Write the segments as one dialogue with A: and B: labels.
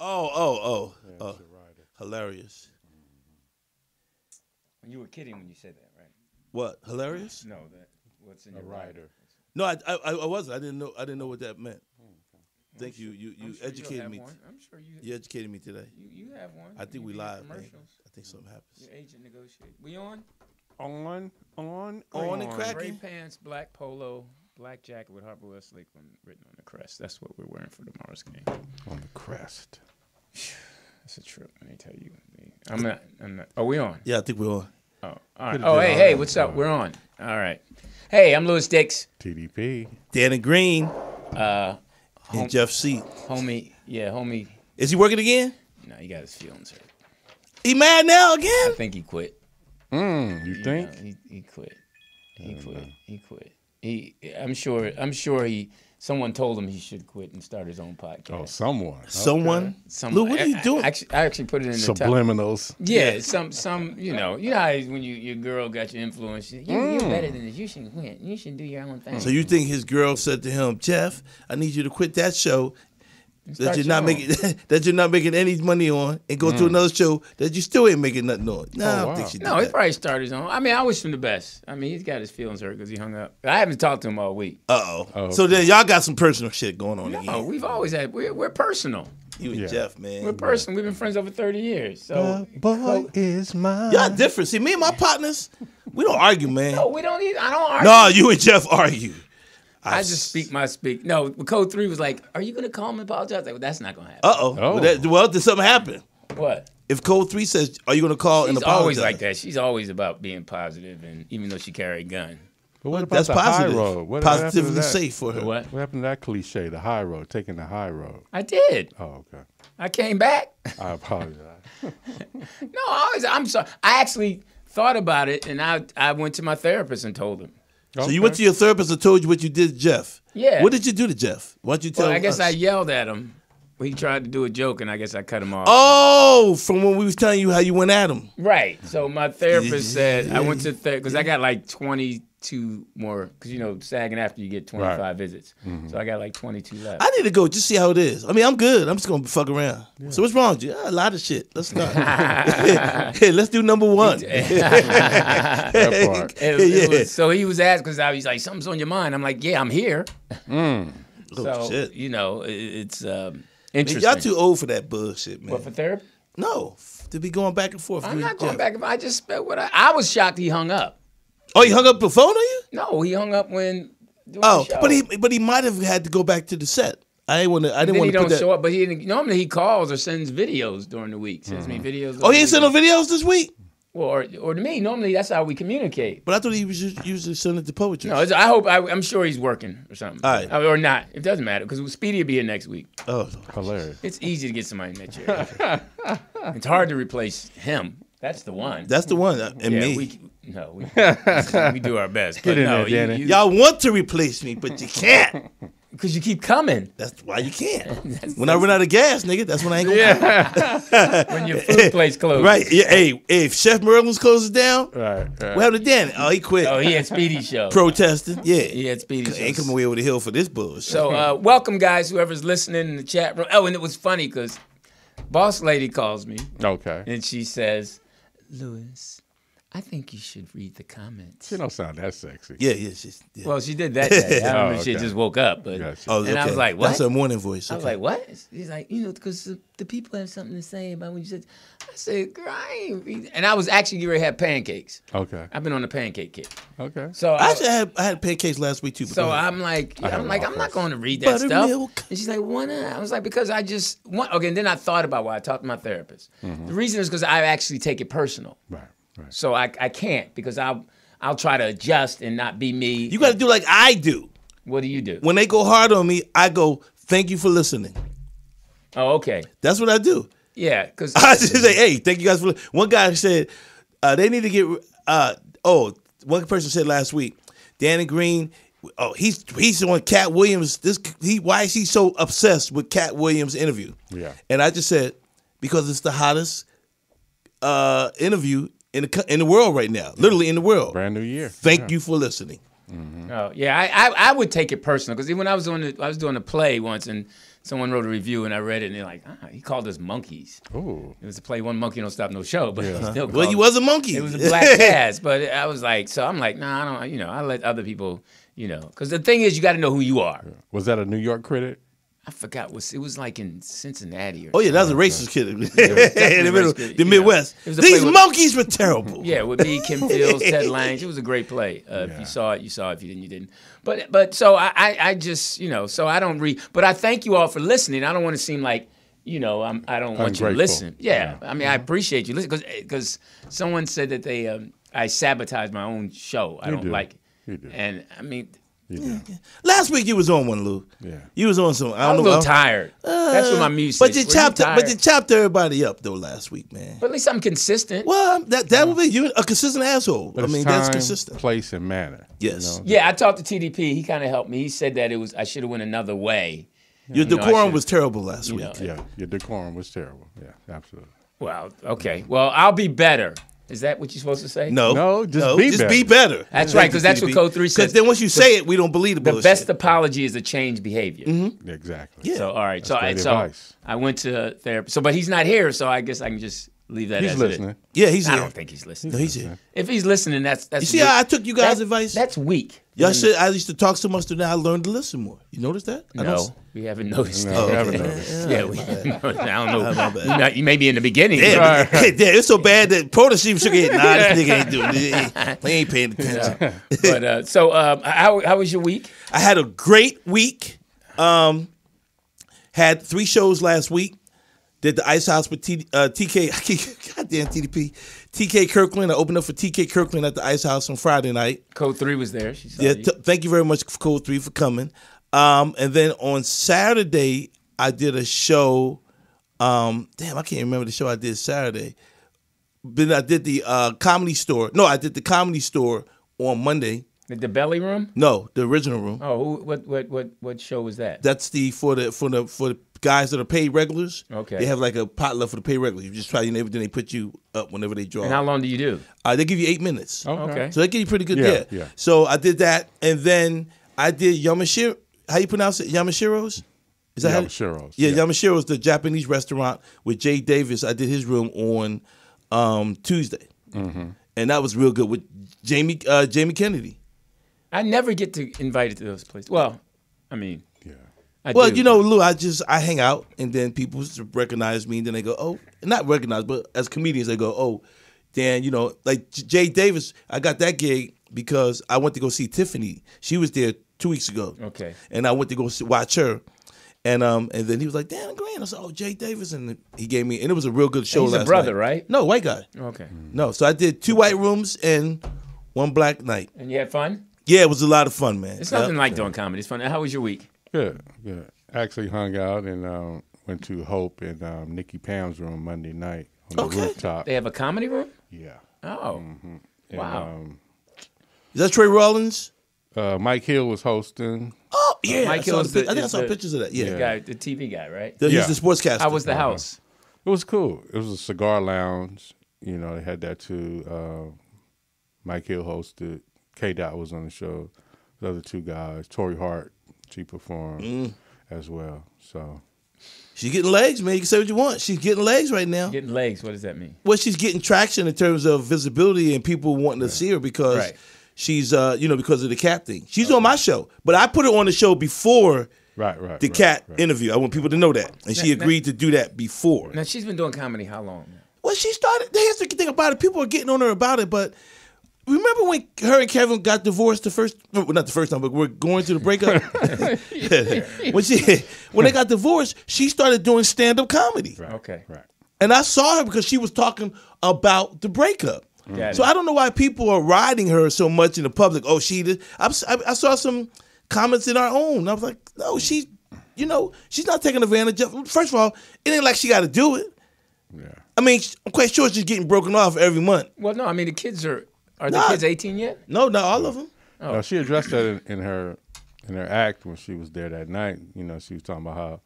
A: Oh, oh, oh,
B: Yeah,
A: oh.
B: shit, right.
A: Hilarious.
C: You were kidding when you said that, right?
A: What? Hilarious?
C: No, that what's in
B: A
C: your
B: writer.
A: No, I, I, I wasn't. I didn't know. I didn't know what that meant. Thank you. You,
C: Oh, I'm
A: you
C: sure you'll
A: educated
C: have
A: me.
C: One. I'm sure you,
A: You educated me today.
C: you you have one.
A: I think
C: You
A: we
C: did your
A: live, man.
C: Commercials.
A: I think something happens.
C: Your agent negotiate. We on?
B: On, on,
A: On
B: on.
A: and crack.
C: Gray
A: Jackie.
C: pants, black polo, black jacket with Harper West Lakeland written on the crest. That's what we're wearing for tomorrow's game.
B: On the crest.
C: That's a trip. Let me tell you. I'm not. I'm not. Are we on?
A: Yeah, I think we're on.
C: Oh, all right. Oh,
B: Could've been
C: hey,
B: all
C: hey,
B: right.
C: what's up? We're on. All right. Hey, I'm Lewis Dix.
B: TDP.
A: Danny Green
C: Uh,
A: and Jeff C.
C: homie. Yeah, homie.
A: Is he working again?
C: No, he got his feelings hurt.
A: He mad now
C: I
A: again?
C: think he quit.
B: Mm, you think?
C: No, he, he quit. He quit. He quit. He. I'm sure. I'm sure he. Someone told him he should quit and start his own
B: Oh,
C: podcast.
B: someone.
A: Someone.
C: Some,
A: Lou, what
C: I-
A: are you
C: I-
A: doing?
C: I, actually, I actually put it in the top.
B: Subliminals.
C: Yeah, some, some, you know, you know how when you your girl got your influence, she- you, you're better than this. You should quit. You should do your own thing.
A: Mm. So you think his girl said to him, Jeff, I need you to quit that show that
C: Start
A: you're
C: your
A: not
C: own.
A: making that you're not making any money on, and go to another show that you still ain't making nothing on. No, I don't
B: wow.
A: think she did
C: Mm. Oh, No, he
A: that.
C: probably started his own. I mean, I wish him the best. I mean, he's got his feelings hurt because he hung up. I haven't talked to him all week.
A: Uh oh.
B: Oh,
A: So then y'all got some personal shit going on
C: Oh,
A: again.
C: we've always had. We're, we're personal.
A: You and
B: Yeah.
A: Jeff,
C: We're
A: man.
C: personal. We've been friends over thirty years. So
B: boy is mine.
A: Y'all different. See, me and my partners, we don't argue, man.
C: no, we don't. Even, I don't argue.
A: No, you and Jeff argue.
C: I just speak my speak. No, Code Three was like, "Are you gonna call him and apologize?" I was like, well, that's not gonna happen.
A: Uh oh. Well, that- well, did something happen?
C: what?
A: If Code Three says, "Are you going to call and
C: She's
A: apologize?"
C: always like that. She's always about being positive, and even though she carried a gun,
B: But what about
A: That's
B: the high
A: positive.
B: road? What happened to
A: Positively
B: that?
A: safe for her.
C: what?
B: What happened to that cliche, the high road, taking the high road?
C: I did.
B: Oh, okay.
C: I came back.
B: I apologize.
C: No, I always. I'm sorry. I actually thought about it, and I I went to my therapist and told him.
A: So you went to your therapist and told you what you did, to Jeff.
C: Yeah.
A: What did you do to Jeff? Why don't you tell?
C: Well, I guess
A: us?
C: I yelled at him. He tried to do a joke, and I guess I cut him off.
A: Oh, from when we was telling you how you went at him.
C: Right. So my therapist said I went to therapy because I got like 22 more because you know sagging after you get 25
B: Right.
C: visits.
A: Mm-hmm.
C: So I got like 22 left.
A: I need to go just see how it is. I mean, I'm good. I'm just gonna fuck around. So what's wrong with you? Ah, a lot of shit. Let's start. hey, let's do number one.
B: that part.
C: It was- it
A: yeah.
C: was- so he was asked because I was like, "Something's on your mind." I'm like, "Yeah, I'm here."
A: Oh,
C: so
A: shit.
C: you know, it, it's um, interesting.
A: Y'all too old for that bullshit, man.
C: But for therapy,
A: no, f- to be going back and forth.
C: I'm
A: You-
C: not going
A: Jeff.
C: back. I just spent what I, I was shocked. He hung up.
A: Oh, you hung up the phone on you?
C: No, he hung up when. doing the
A: Oh,
C: show.
A: but he but he might have had to go back to the set. I didn't want to. I didn't
C: Then
A: want
C: he
A: to put
C: don't
A: that.
C: show up, but he didn't, normally he calls or sends videos during the week. Sends me videos.
A: oh, he ain't sent no
C: videos.
A: videos this week.
C: Well, or, or to me, normally that's how we communicate.
A: But I thought he was us- usually sending the poetry.
C: No, it's, I hope I, I'm sure he's working or something,
A: All right.
C: Uh, or not. It doesn't matter because Speedy will be here next week.
A: Oh,
B: Hilarious.
C: It's easy to get somebody in that chair. it's hard to replace him. That's the one.
A: that's the one. uh, And
C: yeah,
A: me.
C: We, no, we, we do our best. But
B: in
C: no,
B: there, Danny.
A: Y'all want to replace me, but you can't.
C: because you keep coming
A: That's why you can't. when I run out of gas, nigga, that's when I ain't gonna.
C: when your food place closes.
A: Right? Yeah. Hey, hey, if Chef Merlin's closes down,
B: Right. right.
A: what happened to Dan? Oh, he quit
C: Oh, he had Speedy show.
A: protesting. Yeah.
C: he had Speedy show.
A: Ain't coming away over the hill for this bullshit.
C: So uh, welcome, guys, whoever's listening in the chat room. Oh, and it was funny because boss lady calls me.
B: okay.
C: And she says, Lewis, I think you should read the comments.
B: She don't sound that sexy.
A: Yeah, yeah, she's, yeah.
C: Well, she did that. Day. I don't know if she
B: Oh, okay.
C: just woke up, but
B: Gotcha.
A: Oh,
C: and I
A: okay.
C: was like,
A: That's
C: what?
A: her morning voice.
C: I was
A: okay.
C: like, what? He's like, you know, because the, the people have something to say about what you said. I said, girl, I ain't read. And I was actually getting ready to have pancakes.
B: Okay.
C: I've been on a pancake kick.
B: Okay.
C: So
A: I
C: I,
A: actually had I had pancakes last week too. but
C: so
A: go ahead.
C: I'm like,
B: I had
C: I'm like, I'm not
B: waffles.
C: going to read that stuff.
A: Buttermilk.
C: And she's like, why not? I was like, because I just want. Okay, and then I thought about why I talked to my therapist.
B: Mm-hmm.
C: The reason is because I actually take it personal.
B: Right. Right.
C: So I, I can't because I'll I'll try to adjust and not be me.
A: you got to do like I do.
C: what do you do?
A: When they go hard on me, I go, "Thank you for listening."
C: oh, okay,
A: That's what I do.
C: yeah, because
A: I just say, "Hey, thank you guys for." li-" One guy said, uh, "They need to get." Uh, oh, one person said last week, Danny Green. Oh, he's he's on Cat Williams. This he why is he so obsessed with Cat Williams interview?
B: Yeah.
A: and I just said because it's the hottest uh, interview in the co- in the world right now, literally in the world.
B: Brand new year.
A: Thank you for listening.
C: Oh yeah, I, I, I would take it personal because when I was on the, I was doing a play once and someone wrote a review and I read it and they're like, ah, he called us monkeys.
B: Ooh.
C: It was a play, one monkey don't stop no show, but he still called.
A: Well, you was a monkey.
C: It was a black cast, but I was like, so I'm like, nah, I don't, you know, I let other people, you know, because the thing is, you got to know who you are.
B: Was that a New York critic?
C: I forgot what it was like in Cincinnati or.
A: Oh yeah, that was a racist kid. in the middle,
C: racist kid,
A: the
C: you know.
A: Midwest.
C: It was a
A: These
C: play with-
A: monkeys were terrible.
C: Yeah, with me, Kim Fields, Ted Lange. It was a great play. Uh, If
B: Yeah.
C: you saw it, you saw it. If you didn't, you didn't. But but so I, I I just you know so I don't read. But I thank you all for listening. I don't want to seem like you know I'm I don't want you to
B: Ungrateful.
C: listen. Yeah, I mean I appreciate you listen because someone said that they um, I sabotage my own show. I
B: You
C: don't
B: do.
C: like. it.
B: You do.
C: And I mean
B: You know.
A: Last week you was on one, Lou.
B: Yeah.
A: You was on some. I
C: I
A: don't
C: was a
A: know. Uh,
C: little tired. That's what my music.
A: But you chopped. But you chopped everybody up though last week, man.
C: But at least I'm consistent.
A: Well, that that would be you a consistent asshole.
B: But
A: I
B: it's
A: mean, that's
B: time,
A: consistent.
B: Place and manner.
A: Yes,
C: Yeah, I talked to TDP. He kind of helped me. He said that it was I should have went another way.
A: your
C: know, I
A: decorum
C: should-
A: was terrible last week.
C: know.
B: Yeah. Your decorum was terrible. Yeah. Absolutely.
C: Well, okay. Well, I'll be better. Is that what you're supposed to say?
A: No,
B: No, just be better.
C: That's right, 'cause that's what Code Three says.
A: Because then once you say it, we don't believe the
C: The
A: bullshit. Mm-hmm.
C: best apology is a change behavior.
B: Exactly.
C: So, all right. So,
B: That's
C: I,
B: great
C: so
B: advice.
C: I went to therapy. So, but he's not here. So I guess I can just leave that.
B: He's
C: as
B: listening.
A: yeah, he's
C: It. I
A: here.
C: don't think he's listening.
A: no, he's here.
C: If he's listening, that's that's.
A: You see
C: weak.
A: how I took you guys'
C: That-
A: advice?
C: That's weak.
A: Y'all should. I used to talk so much to now I learned to listen more. You notice that? I don't s-
C: No, we haven't noticed.
B: No,
C: that.
B: I never
A: okay.
B: noticed.
C: Yeah, we, I don't
A: Oh, my
C: know.
A: bad.
C: You, might- you may be in the beginning.
A: Yeah,
C: but-
A: but- yeah, it's so bad that prototype shook it. Nah, this nigga ain't doing it. He ain't paying attention.
C: But uh, so, um, how how was your week?
A: I had a great week. Um, had three shows last week. Did the Ice House with T, uh, TK, I keep- goddamn TDP, TK Kirkland. I opened up for TK Kirkland at the Ice House on Friday night.
C: Code three was there. She saw
A: Yeah,
C: you.
A: t- thank you very much, Code Three, for coming. Um, and then on Saturday, I did a show. Um, damn, I can't remember the show I did Saturday. Then I did the uh, comedy store. No, I did the comedy store on Monday.
C: the, the belly room.
A: No, the original room.
C: Oh, who, what what what what show was that?
A: That's the for the for the for the guys that are paid regulars.
C: Okay.
A: They have like a potluck for the paid regulars. You just try your neighbor, then they put you up whenever they draw.
C: and how long do you do?
A: uh, they give you eight minutes.
C: Okay.
A: So they give you pretty good
B: Yeah,
A: there.
B: yeah.
A: So I did that, and then I did Yamashiro. How you pronounce it? Yamashiro's. Is that how-
B: Yamashiro's,
A: Yeah,
B: yeah.
A: Yamashiro's, the Japanese restaurant with Jay Davis. I did his room on um, Tuesday,
B: Mm-hmm.
A: and that was real good with Jamie uh, Jamie Kennedy.
C: I never get to invited to those places. Well, I mean,
B: Yeah.
C: I
A: Well,
C: do,
A: you know, Lou, I just I hang out, and then people s- recognize me, and then they go, "Oh, not recognize, but as comedians, they go, oh, Dan, you know, like J- Jay Davis, I got that gig because I went to go see Tiffany. She was there two weeks ago,
C: Okay.
A: and I went to go see, watch her, and um, and then he was like, Dan Green, I said, oh, Jay Davis, and he gave me, and it was a real good show.
C: He's a
A: last
C: brother,
A: night.
C: right?
A: No, white guy,
C: Okay.
A: no. So I did two white rooms and one black night.
C: And you had fun?
A: Yeah, it was a lot of fun, man.
C: It's
A: Yeah.
C: nothing like doing comedy. It's fun. How was your week?
B: Good. Good. Actually hung out and um, went to Hope and um, Nikki Pam's room Monday night on the
A: Okay.
B: rooftop.
C: They have a comedy room?
B: Yeah.
C: Oh.
B: And,
C: Wow.
B: Mm-hmm. um,
A: Is that Trey Rollins?
B: uh, Mike Hill was hosting.
A: Oh yeah,
C: Mike
A: I, saw
C: Hill
A: the
C: is
A: pic-
C: the-
A: I think I
C: is
A: saw
C: the-
A: pictures of that. Yeah,
C: The guy, the TV guy, right?
A: The-
B: Yeah.
A: He's the sportscaster.
C: How was the house?
B: It was cool. It was a cigar lounge. You know, they had that too. Um, Mike Hill hosted. K Dot was on the show. The other two guys, Tory Hart, she performed as well. So
A: She's getting legs, man. You can say what you want. She's getting legs right now.
C: Getting legs. What does that mean?
A: well, she's getting traction in terms of visibility and people wanting to see her because
C: Right.
A: she's, uh, you know, because of the cat thing. She's on my show, but I put her on the show before
B: Right, right.
A: the
B: right,
A: cat
B: right.
A: interview. I want people to know that, and she
C: now-
A: agreed to do that before.
C: Now she's been doing comedy how long?
A: Well, she started. Here's the thing about it: people are getting on her about it, but remember when her and Kevin got divorced the first, well, not the first time, but we're going through the breakup. when she, when they got divorced, she started doing stand up comedy,
C: Okay.
B: Right.
A: and I saw her because she was talking about the breakup.
C: Got
A: So
C: it.
A: I don't know why people are riding her so much in the public. Oh, she did. I, I, I saw some comments in our own. I was like, no, she, you know, she's not taking advantage of. First of all, it ain't like she got to do it.
B: Yeah.
A: I mean, I'm quite sure she's getting broken off every month.
C: Well, no, I mean the kids are are the
A: Nah.
C: kids 18 yet?
A: No, not all of them.
B: No, she addressed that in, in her in her act when she was there that night. You know, she was talking about how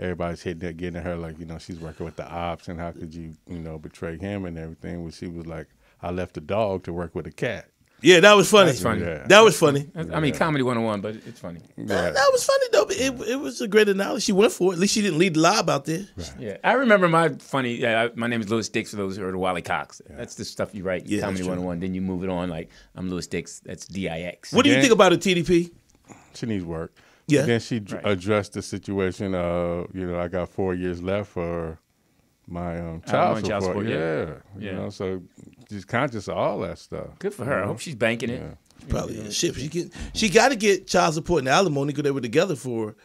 B: everybody's hitting at getting at her like, you know, she's working with the ops and how could you, you know, betray him and everything. When she was like, I left a dog to work with a cat.
A: Yeah, that was funny.
C: That's funny.
B: Yeah.
A: That was funny.
C: That's- I mean comedy 101, but it's funny.
A: That, that was funny though. but It, it was a great analogy. She went for it. At least she didn't lead the lie about this.
C: Yeah, I remember my funny. Yeah, I- my name is Lewis Dix. For those who heard of Wally Cox, that's the stuff you write in
A: Yeah,
C: Comedy
A: that's true.
C: 101. Then you move it on like I'm Lewis Dix. That's D I X.
A: What do you
B: Yeah.
A: think about a TDP?
B: She needs work.
A: Yeah.
B: then she dr- addressed the situation of, you know, I got four years left for my um, child,
C: want
B: support.
C: child support,
B: Yeah.
C: yeah.
B: You
C: Yeah.
B: know, so she's conscious of all that stuff.
C: Good for her. I hope she's banking it.
A: Probably is. shit. She get, she got to get child support and alimony because they were together for,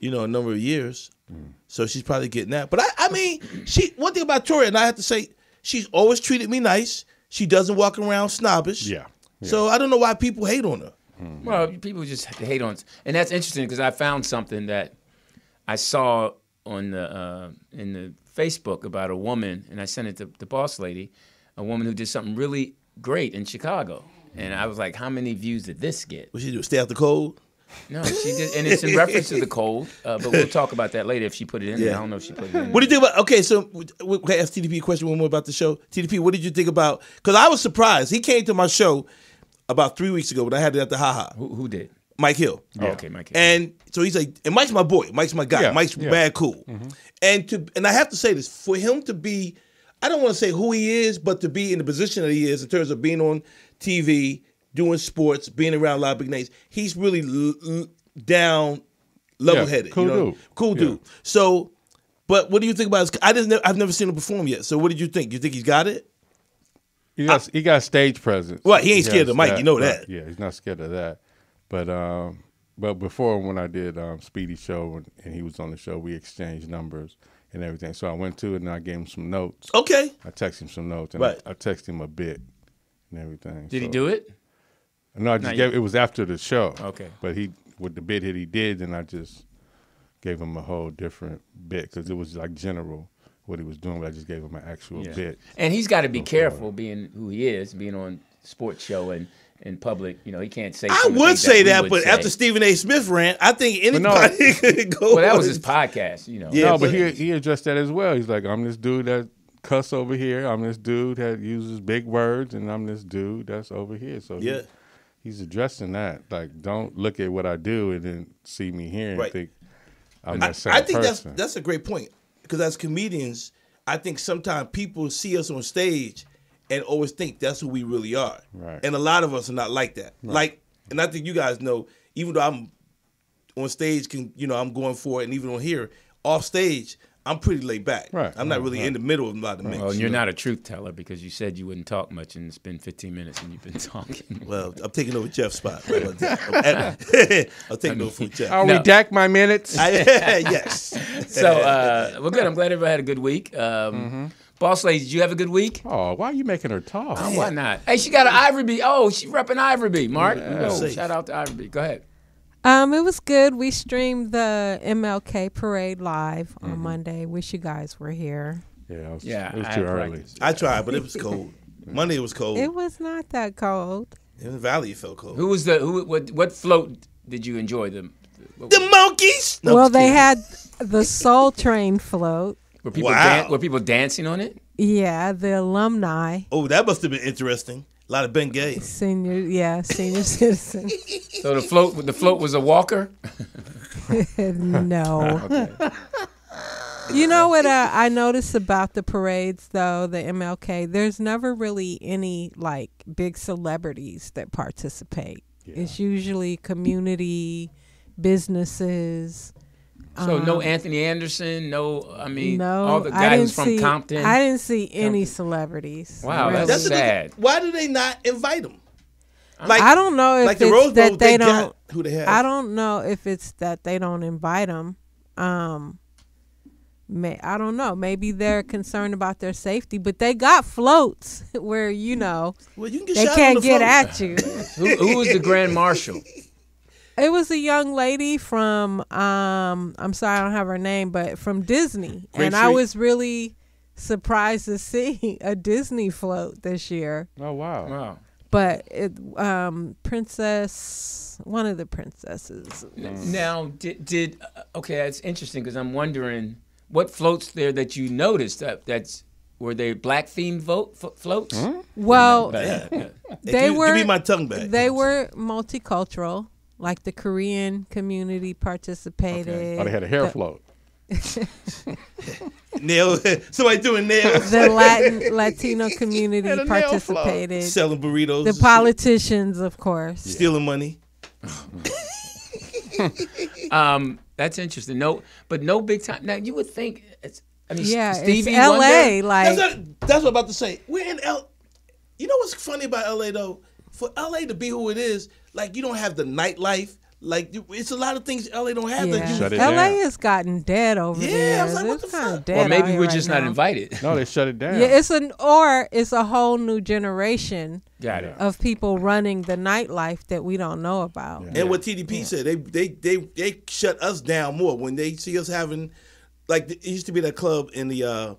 A: you know, a number of years. So she's probably getting that. But I, I mean, she one thing about Tori, and I have to say, she's always treated me nice. She doesn't walk around snobbish.
B: Yeah.
A: So I don't know why people hate on her.
C: Well, people just hate on, and that's interesting because I found something that I saw on the uh, in the Facebook about a woman, and I sent it to the boss lady, a woman who did something really great in Chicago, and I was like, how many views did this get?
A: What she do? Stay out the cold.
C: No, she did, and it's in reference to the cold, uh, but we'll talk about that later if she put it in. there. I don't know if she put it in.
A: What do you think about? Okay, so w- w- can I ask TDP a question one more about the show. TDP, what did you think about? Because I was surprised he came to my show about three weeks ago when I had it at the Ha Ha.
C: who, who did?
A: Mike Hill.
C: Oh, okay, Mike.
A: And so he's like, and Mike's my boy. Mike's my guy.
B: Yeah,
A: Mike's
B: yeah.
A: bad cool.
C: Mm-hmm.
A: And to and I have to say this for him to be, I don't want to say who he is, but to be in the position that he is in terms of being on TV, doing sports, being around a lot of big names, he's really l- l- down, level headed.
B: cool
A: you know?
B: dude.
A: Cool
B: Yeah.
A: dude. So, but what do you think about? His, I didn't. know- I've never seen him perform yet. So what did you think? You think he's got it?
B: He got, he got stage presence.
A: Right, he ain't scared
B: has
A: of Mike, you know
B: right,
A: that.
B: Yeah, he's not scared of that. But um, but before when I did um, Speedy's show and, and he was on the show, we exchanged numbers and everything. So I went to it and I gave him some notes.
A: Okay.
B: I texted him some notes and
A: Oh. Right.
B: I, I texted him a bit and everything.
C: did he do it?
B: No, I just
C: Not
B: gave
C: yet.
B: it was after the show.
C: Okay.
B: But he with the bit that he did, then I just gave him a whole different bit because it was like general what he was doing, but I just gave him an actual
C: Yeah.
B: bit.
C: And he's got to be careful being who he is, being on sports show and in public. You know, he can't say.
A: I
C: some of the
A: would
C: things
A: say
C: we
A: that,
C: would
A: but
C: say.
A: after Stephen A. Smith rant, I think
B: no.
A: anybody could go.
C: well, that was
A: on
C: his podcast. You know.
A: Yeah.
B: No, but
A: but-
B: he he addressed that as well. He's like, I'm this dude that cuss over here. I'm this dude that uses big words, and I'm this dude that's over here. So he-
A: Yeah.
B: he's addressing that. Like, don't look at what I do and then see me here and
A: Right.
B: think I'm that same
A: I think
B: person.
A: that's that's a great point because as comedians, I think sometimes people see us on stage and always think that's who we really are,
B: Right.
A: and a lot of us are not like that. Like, and I think you guys know, even though I'm on stage, can you know I'm going for it, and even on here, off stage, I'm pretty laid back.
B: Right,
A: I'm not
B: right,
A: really in the middle of a lot of mix.
C: Well, and
A: you
C: you're
A: know?
C: not a truth teller because you said you wouldn't talk much, and it's been 15 minutes, and you've been talking.
A: Well, I'm taking over Jeff's spot. How about that? I'm taking over for Jeff.
B: I'll
C: No.
B: redact my minutes.
A: I- yes.
C: so, uh, well, good. I'm glad everybody had a good week. Um,
A: Mm-hmm.
C: Boss lady, did you have a good week?
B: oh, why are you making her talk?
C: Oh, why not? Hey, she got an Ivory Bee. Oh, she repping Ivory Bee. Mark, Whoa,
A: Safe.
C: shout out to Ivory Bee. Go ahead.
D: Um, it was good. We streamed the MLK parade live on Monday. Wish you guys were here.
B: Yeah, it was,
C: Yeah,
B: it was
C: I
B: too
C: had
B: early.
C: practice.
A: I tried, but it was cold. Monday it was cold.
D: It was not that cold.
A: In the valley, it felt cold.
C: Who was the who? What what float did you enjoy? Them
A: The monkeys? No,
D: well,
A: I'm just
D: they
A: kidding.
D: had the Soul Train float.
C: were people
A: Wow.
C: dan- were people dancing on it?
D: Yeah, the alumni,
A: Oh, that must have been interesting. A lot of Ben Gates.
D: senior, yeah, senior citizen.
C: So the float the float was a walker.
D: no, You know what uh, I noticed about the parades, though, the MLK? There's never really any like big celebrities that participate. It's usually community businesses.
C: So no Anthony Anderson, no I mean
D: Um, no,
C: all
D: I
C: the guys
D: didn't
C: who's from
D: see,
C: Compton.
D: I didn't see any celebrities.
C: Wow,
D: really.
C: that's-
A: the thing.
C: Sad.
A: Why do they not invite them? Like
D: I don't know if
A: like the
D: it's
A: Rose Bowl,
D: that they,
A: they,
D: don't.
A: got who they have.
D: I don't know if it's that they don't invite them. Um, may, I don't know. Maybe they're concerned about their safety, but they got floats where you know
A: Well, you can get
D: they
A: shot
D: can't
A: on the
D: get
A: floor.
D: at you.
C: who, who was the grand marshal?
D: It was a young lady from um I'm sorry I don't have her name, but from Disney. and I
B: Grapefruit.
D: was really surprised to see a Disney float this year.
B: Oh wow.
C: Wow.
D: But it um princess one of the princesses.
A: Mm.
C: Now, did, did uh, okay? That's interesting because I'm wondering what floats there that you noticed. That that's were they black themed vote f- floats?
A: Hmm.
D: Well,
C: But, uh,
A: Hey,
D: They
A: give,
D: were-
A: give me my tongue back.
D: they were multicultural. Like the Korean community participated.
B: Oh, they had a hair float.
A: nail. Somebody doing nails,
D: The Latin Latino community
B: Had a nail float.
D: participated.
A: selling burritos,
D: The
A: and shit,
D: politicians, of course.
A: stealing money.
C: um, that's interesting. No, but no big time. Now you would think. It's, I mean,
D: Yeah,
C: Stevie
D: it's L.A.
C: Wonder.
D: Like,
A: That's what, that's what I'm about to say. We're in L. You know what's funny about LA though? For LA to be who it is, like you don't have the nightlife. Like you- it's a lot of things LA don't have. That you,
D: yeah.
B: Shut it
D: L.A.
B: down.
D: has gotten dead over
A: Yeah,
D: there.
A: I was like, what
D: it's
A: the
D: kind of
A: fuck?
D: dead.
C: Or
D: out
C: maybe
D: here
C: we're
D: right
C: just not
D: now.
C: invited.
B: No, they shut it down.
D: Yeah, it's an or it's a whole new generation
C: Got it.
D: of people running the nightlife that we don't know about.
A: and what TDP said, they, they they they shut us down more when they see us having, like it used to be that club in the uh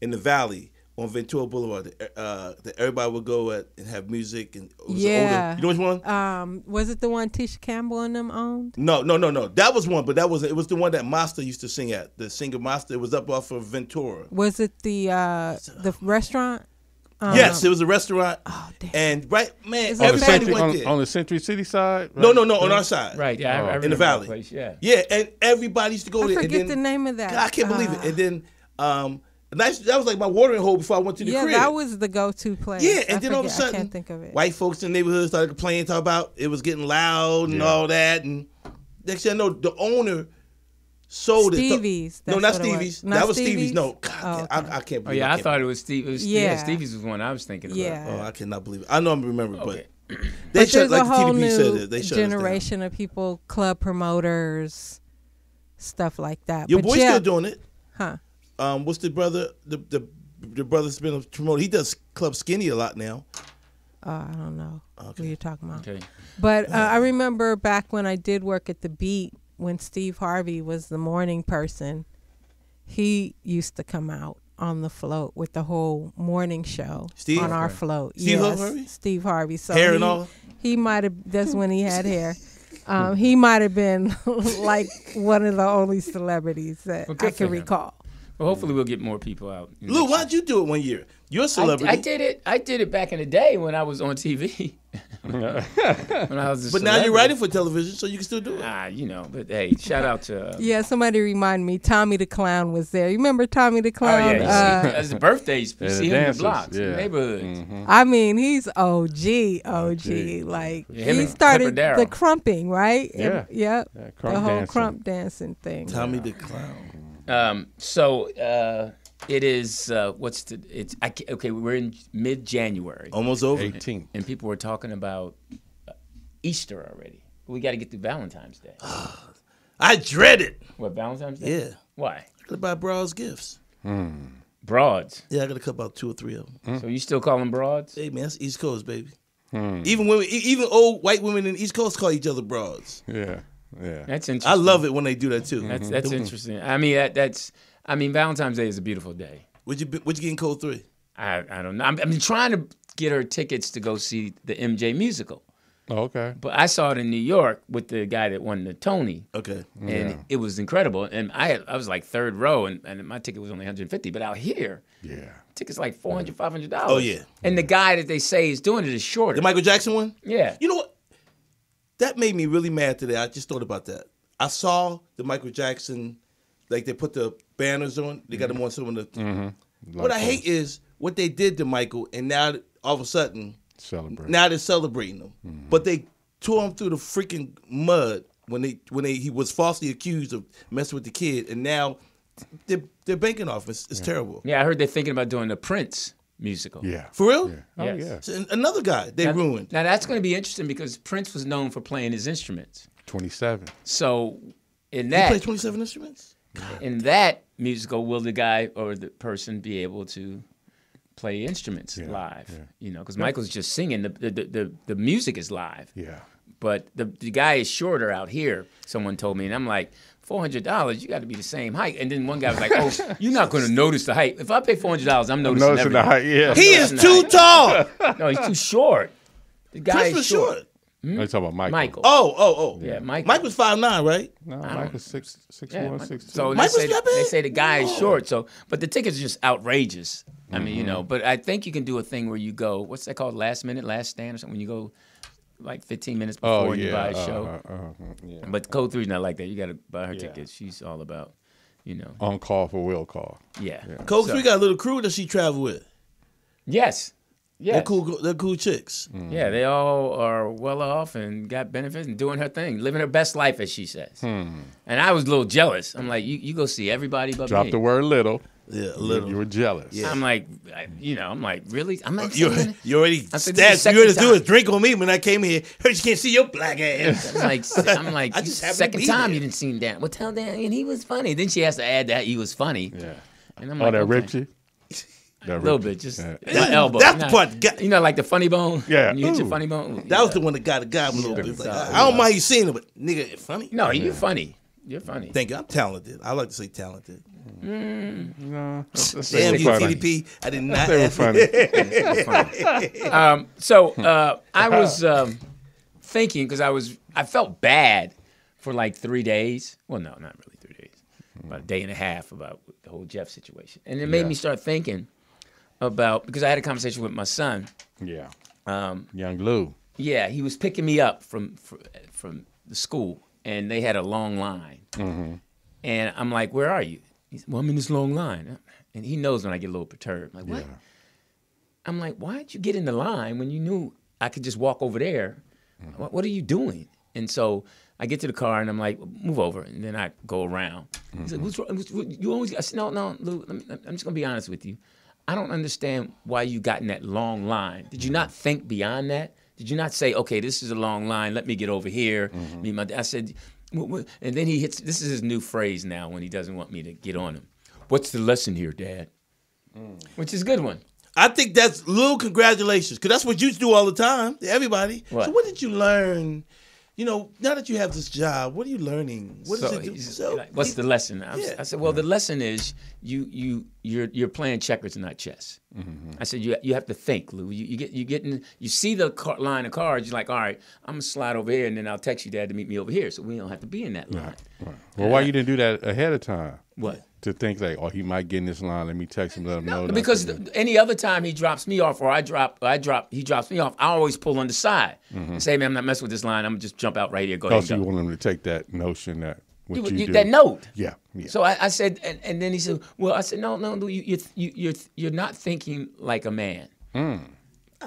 A: in the valley on Ventura Boulevard uh, that everybody would go at and have music and it was the
D: Yeah.
A: older. You know which one?
D: Um, was it the one Tisha Campbell and them owned?
A: No, no, no, no. That was one, but that was it. Was the one that Master used to sing at. The singer Master. It was up off of Ventura.
D: Was it the uh, the restaurant? Um,
A: yes, it was a restaurant.
D: damn.
A: and right, man,
D: Is it-
B: On the,
D: Everybody
A: everybody
B: Century,
A: went
B: on,
A: there.
B: on the Century City side.
A: no,
B: right?
A: no, no, on our side.
C: Right. Yeah. I- I,
B: Oh. In the
C: remember that
A: valley.
C: Place, yeah.
A: Yeah, and everybody used to go
D: I
A: there.
D: forget
A: and
D: the
A: then,
D: name of that.
A: God, I can't believe it.
D: Uh,
A: And then, um, that's, that was like my watering hole before I went to the
D: yeah,
A: crib.
D: that was the go-to place.
A: Yeah,
D: I
A: and then all of a
D: forget-
A: sudden,
D: I can't think of it.
A: white folks in the neighborhood started complaining, talking about it was getting loud and
B: Yeah.
A: all that. And next thing I know, the owner sold it. So-
D: Stevie's,
A: No,
D: that's what it
A: not
D: was.
A: Stevie's.
D: Not
A: that was Stevie's.
D: Stevie's?
A: No, God,
D: Oh,
A: I-
D: okay.
A: I, can't
C: Oh
A: believe.
C: yeah. I
A: can't
C: thought it was Steve. It was, yeah.
D: Yeah.
C: Stevie's was one I was thinking about.
D: Yeah.
A: Oh, I cannot believe it. I know I'm remembering,
C: Okay.
A: but they
D: but there's
A: shut like
D: a whole
A: TDP
D: new
A: said it. They shut generation.
D: generation of people, club promoters, stuff like that.
A: Your
D: But
A: boy's
D: yeah,
A: still doing it.
D: huh?
A: Um, what's the brother? The the the brother's been a promoter. He does Club Skinny a lot now.
D: Oh, I don't know what you're talking about.
C: Okay.
D: But uh, I remember back when I did work at the Beat, when Steve Harvey was the morning person, he used to come out on the float with the whole morning show
A: Steve?
D: on our
A: Okay.
D: float.
A: Steve
D: yes,
A: Harvey?
D: Steve Harvey. So
A: Hair
D: he,
A: and all?
D: He might have. That's when he had hair. Um, he might have been like one of the only celebrities that
C: Well,
D: I
C: good for
D: can
C: him.
D: recall.
C: Well, hopefully we'll get more people out. in the
A: Lou,
C: next
A: why'd you do it one year? You're a
C: I,
A: celebrity.
C: I did it. I did it back in the day when I was on TV. when I was a
A: But now you're
C: celebrity.
A: writing for television, so you can still do it.
C: Ah, you know. But hey, shout out to. Uh,
D: Yeah, somebody remind me. Tommy the Clown was there. You remember Tommy the
C: Oh
D: Clown?
C: yeah, you
D: Uh,
C: see, as the birthdays, you
B: Yeah, the
C: see him in the
B: dancers,
C: blocks, in the
B: yeah.
C: neighborhoods.
D: I mean, he's OG, OG. Like
C: Yeah, him
D: he
C: and
D: started
C: Pepper
D: the
C: Darryl.
D: crumping, right?
B: Yeah.
D: And- Yep.
B: Yeah, crump
D: the whole
B: dancing.
D: crump dancing thing.
A: Tommy the Clown.
C: Um, so uh, it is. Uh, what's the? It's I, ca- okay. We're in mid-January,
A: Almost over.
B: 18.
C: and people were talking about uh, Easter already. We got to get through Valentine's Day.
A: I dread it.
C: what Valentine's Day?
A: Yeah.
C: Why?
A: I gotta buy Brawls gifts.
C: Broads.
A: Yeah, I gotta cut about two or three of them.
C: So you still call them broads?
A: Hey man, that's East Coast, baby. Even women, e- even old white women in the East Coast call each other broads.
B: Yeah. Yeah.
C: That's interesting.
A: I love it when they do that too.
C: That's that's interesting. I mean that that's. I mean Valentine's Day is a beautiful day.
A: Would you be- would you get in Cold Three?
C: I I don't know. I'm, I'm trying to get her tickets to go see the MJ musical.
B: Oh, okay.
C: But I saw it in New York with the guy that won the Tony,
A: Okay.
C: and it was incredible. And I had, I was like third row, and, and my ticket was only 150. But out here,
B: Yeah.
C: tickets like 400 500 dollars.
A: Oh, yeah.
C: And the guy that they say is doing it is shorter.
A: The Michael Jackson one?
C: yeah.
A: You know what? That made me really mad today. I just thought about that. I saw the Michael Jackson, like they put the banners on. They got them on some of the. What I
B: Likewise.
A: hate is what they did to Michael, and now all of a sudden,
B: Celebrate.
A: now they're celebrating Mm-hmm. him. But they tore him through the freaking mud when they when they he was falsely accused of messing with the kid, and now they're, they're banking off. It's, it's terrible.
C: Yeah, I heard they're thinking about doing the Prince musical.
B: yeah.
A: For real?
B: Yeah. Oh
C: Yes.
B: yeah.
A: So, an- another guy they
C: Now-
A: ruined.
C: Now that's going to be interesting because Prince was known for playing his instruments.
B: Twenty-seven.
C: So in
A: He
C: that
A: played 27 instruments?
C: in that musical, will the guy or the person be able to play instruments live? You know, because Michael's just singing. The, the the the music is live,
B: Yeah.
C: but the the guy is shorter out here. Someone told me, and I'm like. Four hundred dollars, you got to be the same height. And then one guy was like, "Oh, you're not going to notice the height. If I pay four hundred dollars, I'm noticing,
B: Noticing the
C: everything.
B: height. Yeah.
A: He is too tall.
C: No, he's too short. The guy
A: Prince
C: is
A: was
C: short.
A: short.
B: Are you talking about Michael?
C: Michael.
A: Oh, oh, oh.
C: Yeah, Michael.
A: Mike was five nine, right?
B: No, Michael's six, six,
C: Yeah,
B: one,
C: Mike-
B: six, two.
C: So they
A: Mike was
C: say,
A: that
C: they
A: big?
C: say the guy is short. So, but the tickets are just outrageous. I mean, you
B: Mm-hmm.
C: know, but I think you can do a thing where you go. What's that called? Last minute, last stand, or something. When you go like 15 minutes before
B: oh
C: and
B: yeah.
C: you buy a
B: uh,
C: show.
B: uh, uh, yeah.
C: But Code Three's not like that. You got to buy her
B: Yeah.
C: tickets. She's all about, you know.
B: uh, On call for will call.
C: Yeah.
A: Coach
C: So-
A: Three got a little crew that she traveled with.
C: Yes.
A: They're
C: Yes.
A: cool. They're cool chicks.
B: Mm.
C: Yeah, they all are well off and got benefits and doing her thing, living her best life, as she says.
B: Hmm.
C: And I was a little jealous. I'm like, you, you go see everybody but
B: Drop
C: me.
B: the word little.
A: Yeah, a
B: You-
A: little.
B: You were jealous.
C: I'm like, I, you know, I'm like, really? I'm like,
A: You,
C: seven-
A: you already
C: I
A: stashed.
C: said, this is the
A: You already
C: second
A: threw a
C: time.
A: drink on me when I came here. Heard you can't see your black ass.
C: I'm like, se- I'm like,
A: I
C: you-
A: just happened to
C: second
A: be
C: time
A: there.
C: you didn't see him down. Well, tell Dan, and he was funny. Then she has to add that he was funny.
B: Yeah.
C: And I'm
B: Oh,
C: like,
B: that
C: okay.
B: ripped you. That
C: A little
B: ripped
C: bit,
B: you.
C: just
B: Yeah.
C: my elbow.
A: that's
C: you
A: the
C: know,
A: part that got-
C: You know, like the funny bone.
B: Yeah.
C: When you hit your
B: Ooh.
C: funny bone.
A: That was the one that got got him a little bit. It's like, I, I don't mind you seeing it, but nigga, it's funny.
C: No, you're funny. You're funny.
A: Thank you. I'm talented. I like to say talented.
B: No. Let's, let's say
A: Damn
B: we're
A: you,
B: funny.
A: TDP. I did not.
B: They were
A: Ask
B: funny.
C: Um, so uh, I was um, thinking because I was I felt bad for like three days. Well, no, not really three days, about a day and a half about the whole Jeff situation, and it made
B: Yeah.
C: me start thinking about because I had a conversation with my son.
B: yeah. Um, Young Lou.
C: Yeah, he was picking me up from fr- from the school, and they had a long line. And I'm like, "Where are you?" He said, "Well, I'm in this long line." And he knows when I get a little perturbed. I'm like, "What?" I'm like, "Why'd you get in the line when you knew I could just walk over there? What, what are you doing?" And so I get to the car, and I'm like, "Move over," and then I go around. He's like, "What's wrong? what's- what- you always?" I said, "No, no, Lou. Let me, I'm just gonna be honest with you. I don't understand why you got in that long line. Did you not think beyond that? Did you not say, okay, this is a long line. Let me get over here. Meet my. I said, "What- what-" and then he hits. This is his new phrase now when he doesn't want me to get on him. What's the lesson here, Dad? Which is a good one.
A: I think that's little congratulations because that's what you do all the time to everybody.
C: What?
A: So what did you learn? You know, now that you have this job, what are you learning? What does
C: So
A: it do?
C: he's
A: So-
C: like, what's the lesson? I, was-
A: Yeah.
C: I said, well, the
B: Mm-hmm.
C: lesson is you you you're you're playing checkers, not chess.
B: Mm-hmm.
C: I said you you have to think, Lou. You, you get you getting you see the car, line of cards. You're like, all right, I'm gonna slide over here, and then I'll text you, Dad, to meet me over here, so we don't have to be in that line.
B: Right. Well, why you didn't do that ahead of time?
C: What?
B: To think like, oh, he might get in this line. Let me text him. Let him know. not to
C: because
B: do it.
C: th- any other time he drops me off or I drop I drop he drops me off, I always pull on the side and say, man, I'm not messing with this line. I'm gonna just jump out right here. Go
B: Mm-hmm. oh,
C: ahead.
B: so
C: go."
B: you want him to take that notion that what
C: You-
B: you,
C: you-
B: do.
C: that note.
B: Yeah. Yeah.
C: So I, I said, and, and then he said, "Well, I said, no, no, no, you, you, you, you're, you're not thinking like a man."
A: Hmm.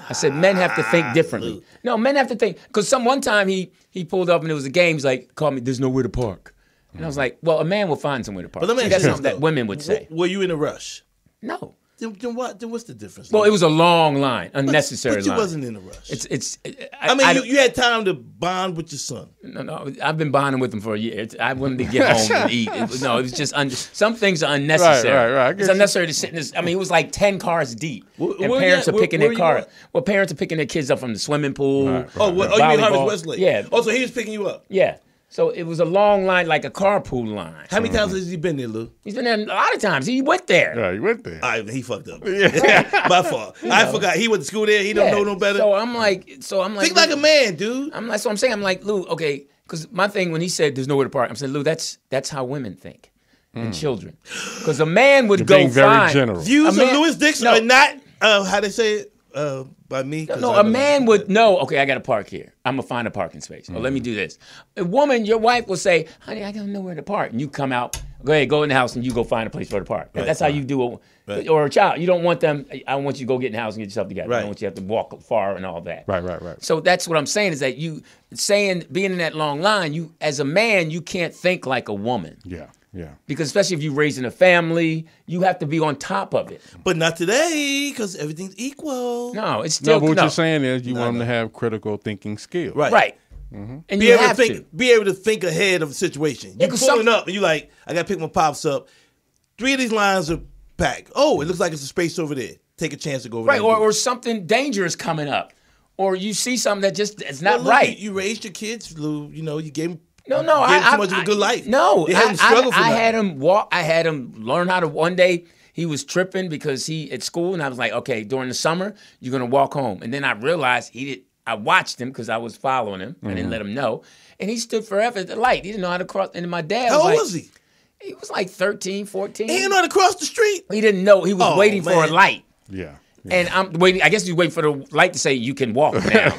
C: I said, "Men have to think differently." No, men have to think because some one time he he pulled up and it was a game. He's like, "Called me. There's nowhere to park." And I was like, "Well, a man will find somewhere to park."
A: Hmm. but let me ask
C: See, that's
A: you
C: something
A: this,
C: that
A: though.
C: women would say.
A: W- Were you in a rush?
C: No.
A: Then, then what? Then what's the difference?
C: Well, it was a long line, unnecessary
A: But you
C: line.
A: wasn't in a rush.
C: It's it's.
A: I mean, you,
C: don't-
A: you had time to bond with your son.
C: No, no, I've been bonding with him for a year. It's, I wanted to get home and eat. It was, no, it was just un- some things are unnecessary.
B: Right, right, right. I get
C: It's
B: you.
C: unnecessary to sit in this. I mean, it was like ten cars deep,
A: Where-
C: and
A: where
C: parents
A: you at?
C: are picking
A: Where-
C: their
A: where you
C: car.
A: at?
C: Well, parents are picking their kids up from the swimming pool.
B: Right, right.
A: Oh, what, oh you mean Harvest
C: Volleyball.
A: Westlake?
C: Yeah.
A: Oh, so he was picking you up.
C: Yeah, so it was a long line, like a carpool line.
A: How many
C: Mm-hmm.
A: times has he been there, Lou?
C: He's been there a lot of times. He went there.
B: Yeah, you went there.
A: I he fucked up. My fault. I forgot. He went to school there. He don't
C: Yeah.
A: know no better.
C: So I'm like, so I'm like,
A: Think like a man, dude.
C: I'm like, so I'm saying, I'm like, Lou, okay, because my thing when he said there's nowhere to park, I'm saying, Lou, that's that's how women think and children, because a man would
B: Hmm.
C: go
B: You're being very
C: find-
B: general.
A: Views
C: a
A: of
C: man-
A: Louis Dixon
C: no.
A: are not uh, how they say it uh, by me. 'cause
C: No,
A: I
C: a
A: know-
C: man would know. Okay, I got to park here. I'm gonna Oh, find a parking space. Or let me do this. A woman, your wife will say, "Honey, I don't know where to park," and you come out Go ahead, go in the house and you go find a place for the park. That's how you do it. Or a child, you don't want them. I want you to go get in the house and get yourself together. I
A: Right.
C: don't want you to have to walk far and all that.
B: Right, right, right.
C: So that's what I'm saying is that you saying being in that long line, you as a man, you can't think like a woman
B: Yeah, yeah.
C: because especially if you're raising a family, you have to be on top of it.
A: But not today, because everything's equal.
C: No, it's still
B: No, but what
C: no.
B: you're saying is you want them to have critical thinking skills.
A: Right.
C: right? And
A: Be
C: you
A: able to
C: have
A: think.
C: to.
A: Be able to think ahead of the situation. You
C: Yeah,
A: pulling
C: 'cause some-
A: up and you like, I gotta pick my pops up. Three of these lines are packed. Oh, it looks like it's a space over there. Take a chance to go over
C: Right,
A: there. and
C: or,
A: do it.
C: or something dangerous coming up, or you see something that just it's
A: Well,
C: not
A: look,
C: right.
A: You, you raised your kids, Lou. You know, you gave them.
C: no, no,
A: gave
C: I,
A: 'em too
C: I-
A: much of
C: I-
A: a good life.
C: No,
A: they had them
C: I, I-
A: struggle for
C: I
A: nothing.
C: had him walk. I had him learn how to. One day he was tripping because he at school, and I was like, okay, during the summer you're gonna walk home, and then I realized he did. I watched him because I was following him. I
A: Mm-hmm.
C: didn't let him know, and he stood forever at the light. He didn't know how to cross. And my dad
A: How
C: was
A: old
C: like,
A: was he?
C: He was like 13, 14.
A: He ain't on across the street.
C: He didn't know. He was
A: Oh,
C: waiting for a
A: man.
C: light.
B: Yeah. yeah.
C: And I'm waiting. I guess he's waiting for the light to say you can walk now.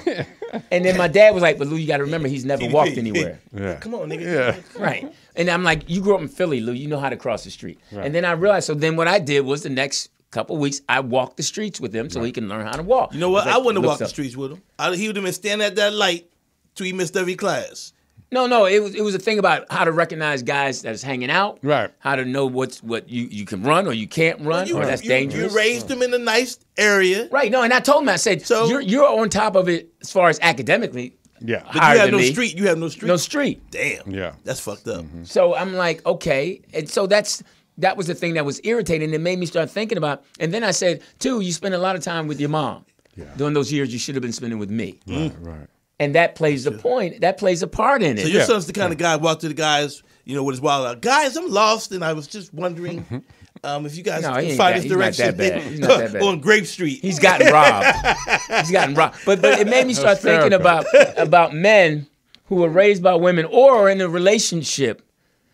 C: and then my dad was like, "But Lou, you got to remember, he's never walked anywhere."
B: yeah.
A: Come on, nigga.
B: Yeah.
C: right. And I'm like, "You grew up in Philly, Lou. You know how to cross the street." And then I realized. So then what I did was the next couple weeks I walked the streets with him so he can learn how to walk.
A: You know what? I wouldn't have walked
C: the
A: the
C: street.
A: streets with him. I, he would have been standing at that light till he missed every class.
C: No, no, it was it was a thing about how to recognize guys that's hanging out,
B: Right.
C: How to know what's what you, you can run or you can't run
A: You,
C: or that's
A: you,
C: dangerous.
A: You raised him in a nice area.
C: right? No, and I told him I said
A: So-
C: you're you're on top of it as far as academically.
B: Yeah.
A: But
C: higher
A: you have
C: than
A: no
C: me.
A: street. You have no street.
C: No street.
A: Damn.
B: Yeah. Mm-hmm.
A: That's fucked up.
C: So I'm like, okay, and so that's that was the thing that was irritating. It made me start thinking about. And then I said, too, you spend a lot of time with your mom.
B: Yeah.
C: During those years, you should have been spending with me,
B: Right, right.
C: and that plays a point. That plays a part in it.
A: So your
B: Yeah.
A: son's the kind of guy who walked to the guys, you know, with his wild out. Guys, I'm lost, and I was just
B: Mm-hmm.
A: wondering um, if you guys
C: No, he
A: can
C: ain't
A: find this
C: that- he's not
A: direction
C: that bad. He's not that bad.
A: on Grape Street.
C: He's gotten robbed. He's gotten robbed. But but it made me start thinking about about men who were raised by women or are in a relationship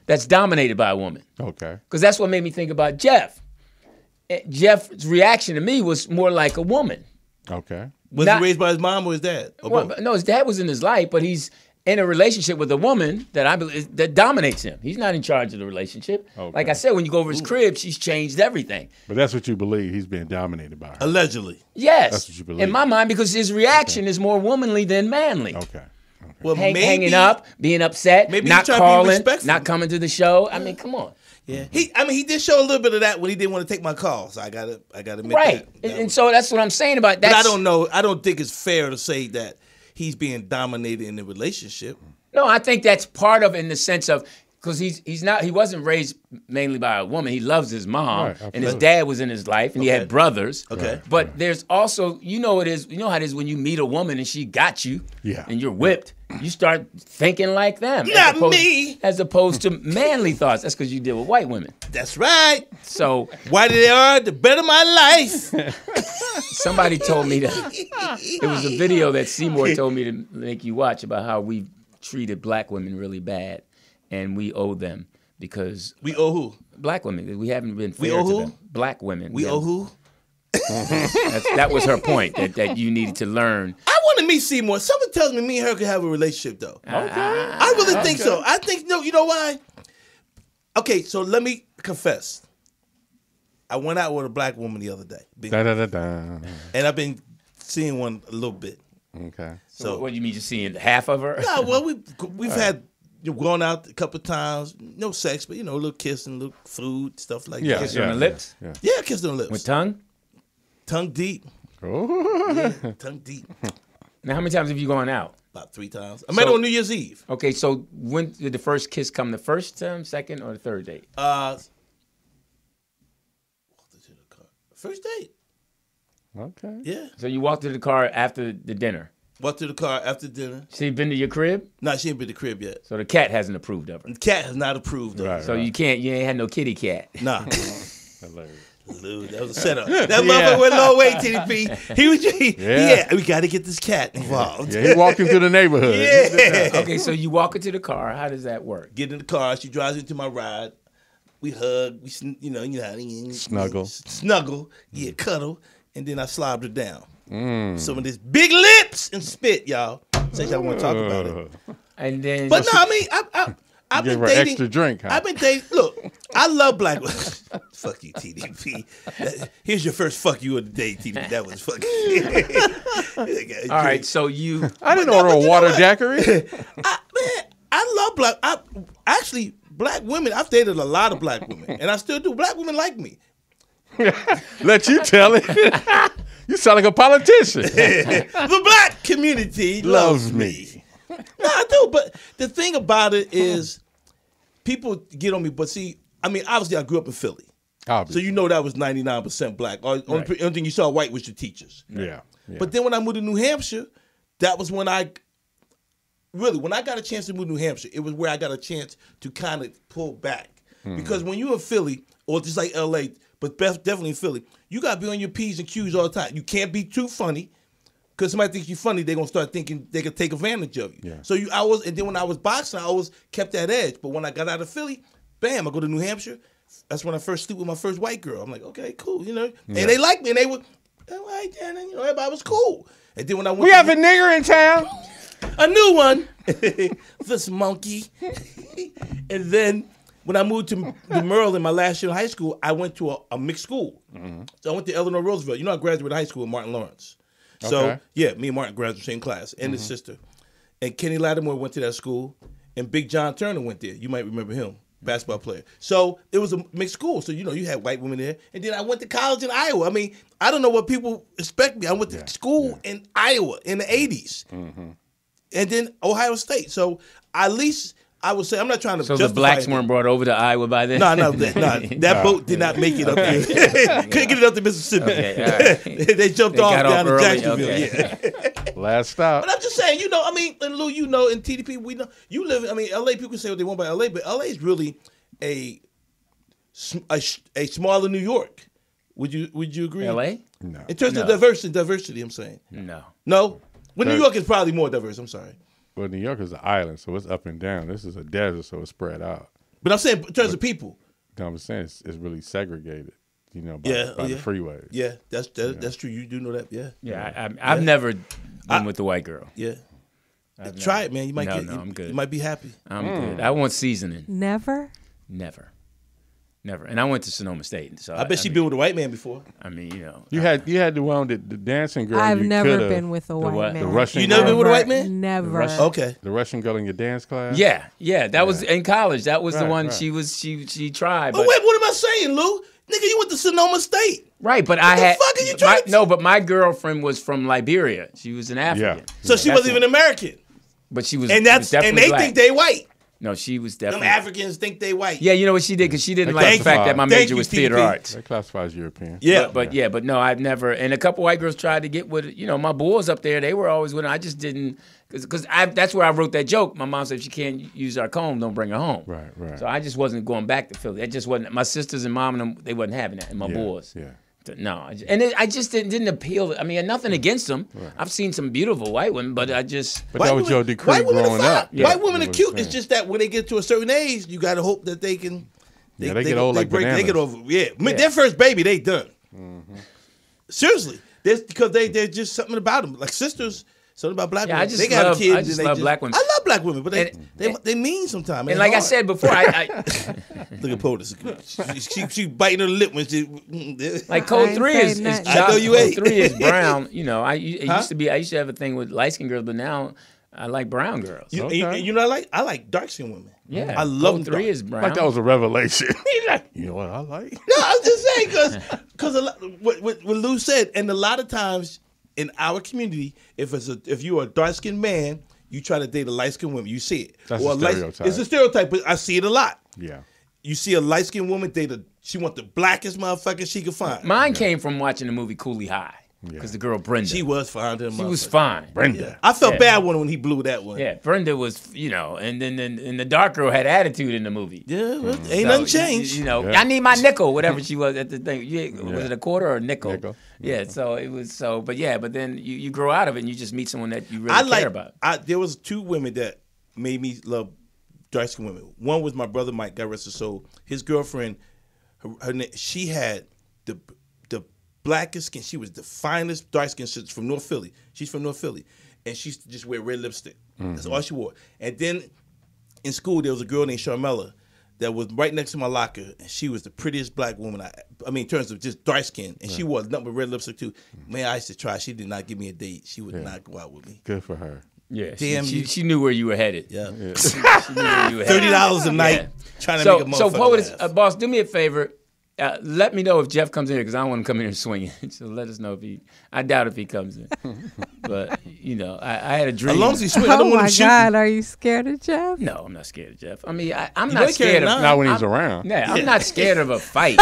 C: that's dominated by a woman.
B: Okay.
C: Because that's what made me think about Jeff. Eh, Jeff's reaction to me was more like a woman.
B: Okay.
A: was
C: not-
A: he raised by his mom or his dad? Or
C: Well,
A: both?
C: but no, his dad was in his life, but he's in a relationship with a woman that I believe that dominates him. He's not in charge of the relationship. Like
B: Okay.
C: I said, when you go over his crib, she's changed everything.
B: But that's what you believe. He's being dominated by her.
A: Allegedly.
C: Yes,
B: That's what you
C: in
B: believe.
C: my mind, because his reaction is more womanly than manly.
B: Okay.
A: Well,
C: Hang,
A: maybe,
C: hanging up, being upset,
A: maybe he
C: not
A: tried to be
C: calling,
A: respectful.
C: not coming to the show. I mean, come on.
A: Yeah. He. I mean, he did show a little bit of that when he didn't want to take my call. So I gotta. I gotta admit
C: Right.
A: that.
C: And,
A: That
C: and
A: was-
C: so that's what I'm saying about that.
A: but I don't know. I don't think it's fair to say that he's being dominated in the relationship.
C: No, I think that's part of it in the sense of because he's he's not he wasn't raised mainly by a woman. He loves his mom,
B: Right,
C: and his
B: absolutely.
C: dad was in his life, and he had brothers.
A: Okay.
C: but there's also you know it is you know how it is when you meet a woman and she got you,
B: Yeah.
C: and you're whipped. You start thinking like them, as
A: Not me.
C: as opposed to manly thoughts. That's because you deal with white women.
A: That's right.
C: So
A: Whiter they are, the better my life.
C: somebody told me that it was a video that Seymour told me to make you watch about how we treated black women really bad, and we owe them because
A: we owe who?
C: black women. We haven't been fair
A: owe
C: to
A: who?
C: them. Black women.
A: We
C: yeah.
A: owe who?
C: That's, that was her point that, that you needed to learn.
A: I want to meet Seymour. Someone tells me me and her could have a relationship though.
C: Ah, Okay.
A: I really think so. I think no. You know why? Okay, so let me confess. I went out with a black woman the other day, Been-
B: Da da da da.
A: and I've been seeing one a little bit.
B: Okay.
A: So
C: what do you mean? You're seeing half of her?
A: Nah, well, we've we've had you know, gone out a couple times, no sex, but you know, a little kissing, a little food, stuff like
B: Yeah.
A: that.
C: her
B: yeah,
C: on the lips?
B: Yeah.
A: Yeah, kiss on the lips.
C: With tongue?
A: tongue deep.
B: yeah. Ooh.
A: Yeah, tongue deep.
C: Now, how many times have you gone out?
A: About three times. I met her
C: So-
A: on New Year's Eve.
C: Okay, so when did the first kiss come? The first time, second, or the third date?
A: Uh, walked into the car. First date.
B: Okay.
A: Yeah.
C: So you walked to the car after the dinner.
A: Walked to the car after dinner.
C: She been to your crib,
A: No, she ain't been to the crib yet.
C: so the cat hasn't approved of her.
A: The cat has not approved of it.
B: Right.
C: So you can't. You ain't had no kitty cat.
A: Nah.
B: Hilarious.
A: Lou, that was a setup. That motherfucker went low way, TDP. He was he, yeah.
B: Yeah.
A: we gotta get this cat involved.
B: Yeah, he walking through the neighborhood.
A: yeah.
C: Okay, so you walk into the car. How does that work?
A: get in the car. She drives me to my ride. We hug. We sn- you know you know how they-
B: Snuggle. Mm.
A: s- snuggle. Yeah, cuddle, and then I slobbed her down. Some of this big lips and spit, y'all. Since y'all want to talk about it,
B: Uh,
C: And then,
A: but no, I mean I, I I've been
B: Give her
A: dating.
B: extra drink, huh?
A: I've been dating. Look, I love black women. fuck you, TDP. That- here's your first fuck you of the day, TDP. That was fucking.
C: All right, so you
B: I
A: But
B: didn't
A: no,
B: order
A: but
B: a
A: you know
B: water
A: what?
B: daiquiri.
A: I, man, I love black. I actually black women. I've dated a lot of black women, and I still do. Black women like me.
B: Let you tell it. you sound like a politician.
A: the black community loves,
B: Loves
A: me.
B: me.
A: no, I do. But the thing about it is, people get on me. But see, I mean, obviously, I grew up in Philly, so
B: Obviously.
A: you know that was ninety nine percent black. Only, only,
B: Right.
A: only thing you saw white was your teachers.
B: yeah. yeah.
A: But then when I moved to New Hampshire, that was when I really when I got a chance to move to New Hampshire, it was where I got a chance to kind of pull back.
B: Hmm.
A: Because when you're in Philly, or just like LA, but best, definitely in Philly, you gotta be on your P's and Q's all the time. You can't be too funny. Cause somebody thinks you're funny, they're gonna start thinking they can take advantage of you.
B: Yeah.
A: So you I was and then when I was boxing, I always kept that edge. But when I got out of Philly, bam, I go to New Hampshire. That's when I first sleep with my first white girl. I'm like, okay, cool, you know. And they liked me and they were all right, then, and, you know, everybody was cool. And then when I went
B: we
A: to-
B: have a nigger in town.
A: a new one. this monkey. and then when I moved to, to Maryland, my last year in high school, I went to a, a mixed school. So I went to Eleanor Roosevelt. You know, I graduated high school with Martin Lawrence. So
B: Okay.
A: yeah, me and Martin graduated same class, and his sister. And Kenny Lattimore went to that school, and Big John Turner went there. You might remember him, basketball player. So it was a mixed school. So you know, you had white women there, and then I went to college in Iowa. I mean, I don't know what people expect me. I went to school in Iowa in the '80s and then Ohio State. So at least I would say I'm not trying to.
C: so the
A: justify
C: blacks
A: it.
C: weren't brought over to Iowa by then.
A: No, no, that, no, that boat did not make it up here. Couldn't get it up to Mississippi.
C: Okay, all right.
A: they jumped
C: They
A: off
C: got off
A: down in
C: early,
A: Jacksonville.
C: okay.
A: Yeah.
B: Last stop.
A: But I'm just saying, you know, I mean, and Lou, you know, in TDP, we know you live. I mean, LA people can say what they want about LA, but LA is really a sm- a, sh- a smaller New York. Would you Would you agree?
C: L.A.
B: No.
A: In terms of
C: No.
A: diversity, diversity, I'm saying
C: No.
A: no. Well, New
B: There-
A: York is probably more diverse. I'm sorry,
B: Well, New York is an island, so it's up and down. This is a desert, so it's spread out.
A: but I'm saying in terms of people.
B: You know what I'm saying? It's, it's really segregated, you know, by,
A: Yeah, oh,
B: by
A: yeah.
B: the freeways.
A: Yeah, that's that, that's true. You do know that. Yeah,
C: Yeah, I, I'm- I've never been with the white girl.
A: yeah. Try it, man. You might
C: No,
A: get.
C: no,
A: you,
C: I'm good.
A: you might be happy.
C: I'm good. I want seasoning.
D: Never.
C: Never, never. And I went to Sonoma State, so
A: I bet she
C: mean,
A: been with a white man before.
C: I mean, you know,
B: You had you had the one that the dancing girl.
D: I've
B: you
D: never
B: coulda-
D: been with a white
C: what?
D: man.
C: The
B: Russian
A: You never been with a white man?
D: Never.
B: Russian-
A: Okay.
B: the Russian girl in your dance class.
C: Yeah, yeah, that was in college. That was the
B: Right,
C: one
B: right.
C: she was she she tried.
A: But
C: But,
A: Oh, wait, what am I saying, Lou? Nigga, you went to Sonoma State.
C: right, but I
A: the
C: had
A: fuck are you
C: my-
A: trying to-
C: no, but my girlfriend was from Liberia. She was an African.
B: yeah.
A: So she
C: That's
A: wasn't even American.
C: But she was
A: And
C: she was
A: that's and
C: definitely
A: they
C: black.
A: think they white.
C: no, she was
A: Them
C: definitely
A: Africans think they white.
C: Yeah, you know what she did because she didn't
B: They
C: like the fact
B: classify.
C: that my
A: Thank
C: major
A: you,
C: was theater
A: TP.
C: arts.
B: That classifies European.
A: Yeah.
C: But yeah, but no, I've never. And a couple white girls tried to get with you know my boys up there. They were always with. 'em. I just didn't because that's where I wrote that joke. My mom said if she can't use our comb, don't bring her home.
B: Right, right.
C: So I just wasn't going back to Philly. That just wasn't my sisters and mom and them. They wasn't having that. And my
B: Yeah,
C: boys.
B: yeah.
C: Th- No, I just, and it, I just didn't, didn't appeal. I mean, nothing against them. I've seen some beautiful white women, but I just
B: But that was your decree
A: white women are
B: growing
A: fine.
B: up.
A: White women
B: You
A: are
B: know
A: cute.
B: what I'm
A: It's
B: saying?
A: just that when they get to a certain age, you gotta hope that they can.
B: Yeah, they get old like
A: break, They get
B: bananas. Mm-hmm.
A: over. Yeah, I mean, their first baby, they done. Seriously, that's because they there's just something about them. Like sisters, something about black
C: Yeah, I
A: women.
C: just
A: they got
C: love-
A: kids.
C: I just
A: and they
C: love black women.
A: I love black women, but they
C: And-
A: they, they mean sometimes.
C: and like I said before, I, I
A: Look at POTUS. She, she, she biting her lip when she.
C: Like
D: Uh-uh. I
C: code
D: ain't
C: three is,
D: saying
C: is
D: nothing.
A: I know
C: chocolate.
A: you
C: Code
A: ain't.
C: three is brown. You know, I it
A: Huh?
C: used to be. I used to have a thing with light skin girls, but now I like brown girls.
A: You, you,
B: Okay.
A: you know, I like I like dark skinned women.
C: yeah,
A: I love them
C: code three
A: dark.
C: is brown.
B: like that was a revelation. you know what I like?
A: No, I'm just saying because because what, what what Lou said, and a lot of times in our community, if it's a if you are a dark skinned man, you try to date a light skinned woman. You see it.
B: That's a
A: a light-
B: stereotype.
A: It's a stereotype, but I see it a lot.
B: Yeah.
A: You see a light skinned woman date a she want the blackest motherfucker she could find.
C: Mine came from watching the movie Cooley High because the girl Brenda,
A: she
C: she,
A: was fine. to the
C: was
A: motherfucker.
C: fine.
B: Brenda.
A: I felt
C: Yeah.
A: bad when when he blew that one.
C: Yeah, Brenda was, you know, and then and, and the dark girl had attitude in the movie.
A: Yeah, well, ain't
C: Mm-hmm. So,
A: nothing
C: you-
A: changed.
C: You, know,
B: Yeah.
C: I need my nickel, whatever she was at the thing. You- Was it a quarter or a nickel?
B: Nickel.
C: Yeah, so it was so, but yeah, but then you, you grow out of it and you just meet someone that you really
A: I
C: care
A: like.
C: about.
A: I there was two women that made me love dark skinned women. One was my brother Mike, God rest his soul. His girlfriend, her, her na- she had the the blackest skin. She was the finest dark skinned sister from North Philly. She's from North Philly, and she used to just
C: Mm-hmm.
A: wear red lipstick. That's all she wore. And then in school there was a girl named Charmella that was right next to my locker, and she was the prettiest black woman. I, I mean, in terms of just dark skin, and she wore nothing but red lipstick too.
C: Mm.
A: Man, I used to try. She did not give me a date. She would not go out with me.
B: Good for her.
C: Yeah, she-
A: Damn
C: she,
A: you.
C: she knew where you were headed.
A: Yeah,
C: She knew where you were
A: thirty
C: headed.
A: dollars a night trying to
C: so,
A: make a
C: so
A: motherfucker
C: poet, is-
A: laugh.
C: uh, boss, do me a favor. Uh, let me know if Jeff comes in here because I don't want him coming here swinging. so let us know if he. I doubt if he comes in, but you know, I, I had a dream.
A: As long as he swing, I
D: Oh
A: don't want
D: my
A: him shooting.
D: God, are you scared of Jeff?
C: no, I'm not scared of Jeff. I mean, I, I'm
A: better carry
C: not scared
A: a
C: of.
A: knife.
C: No,
B: Not when he's around.
C: yeah, I'm not scared of a fight.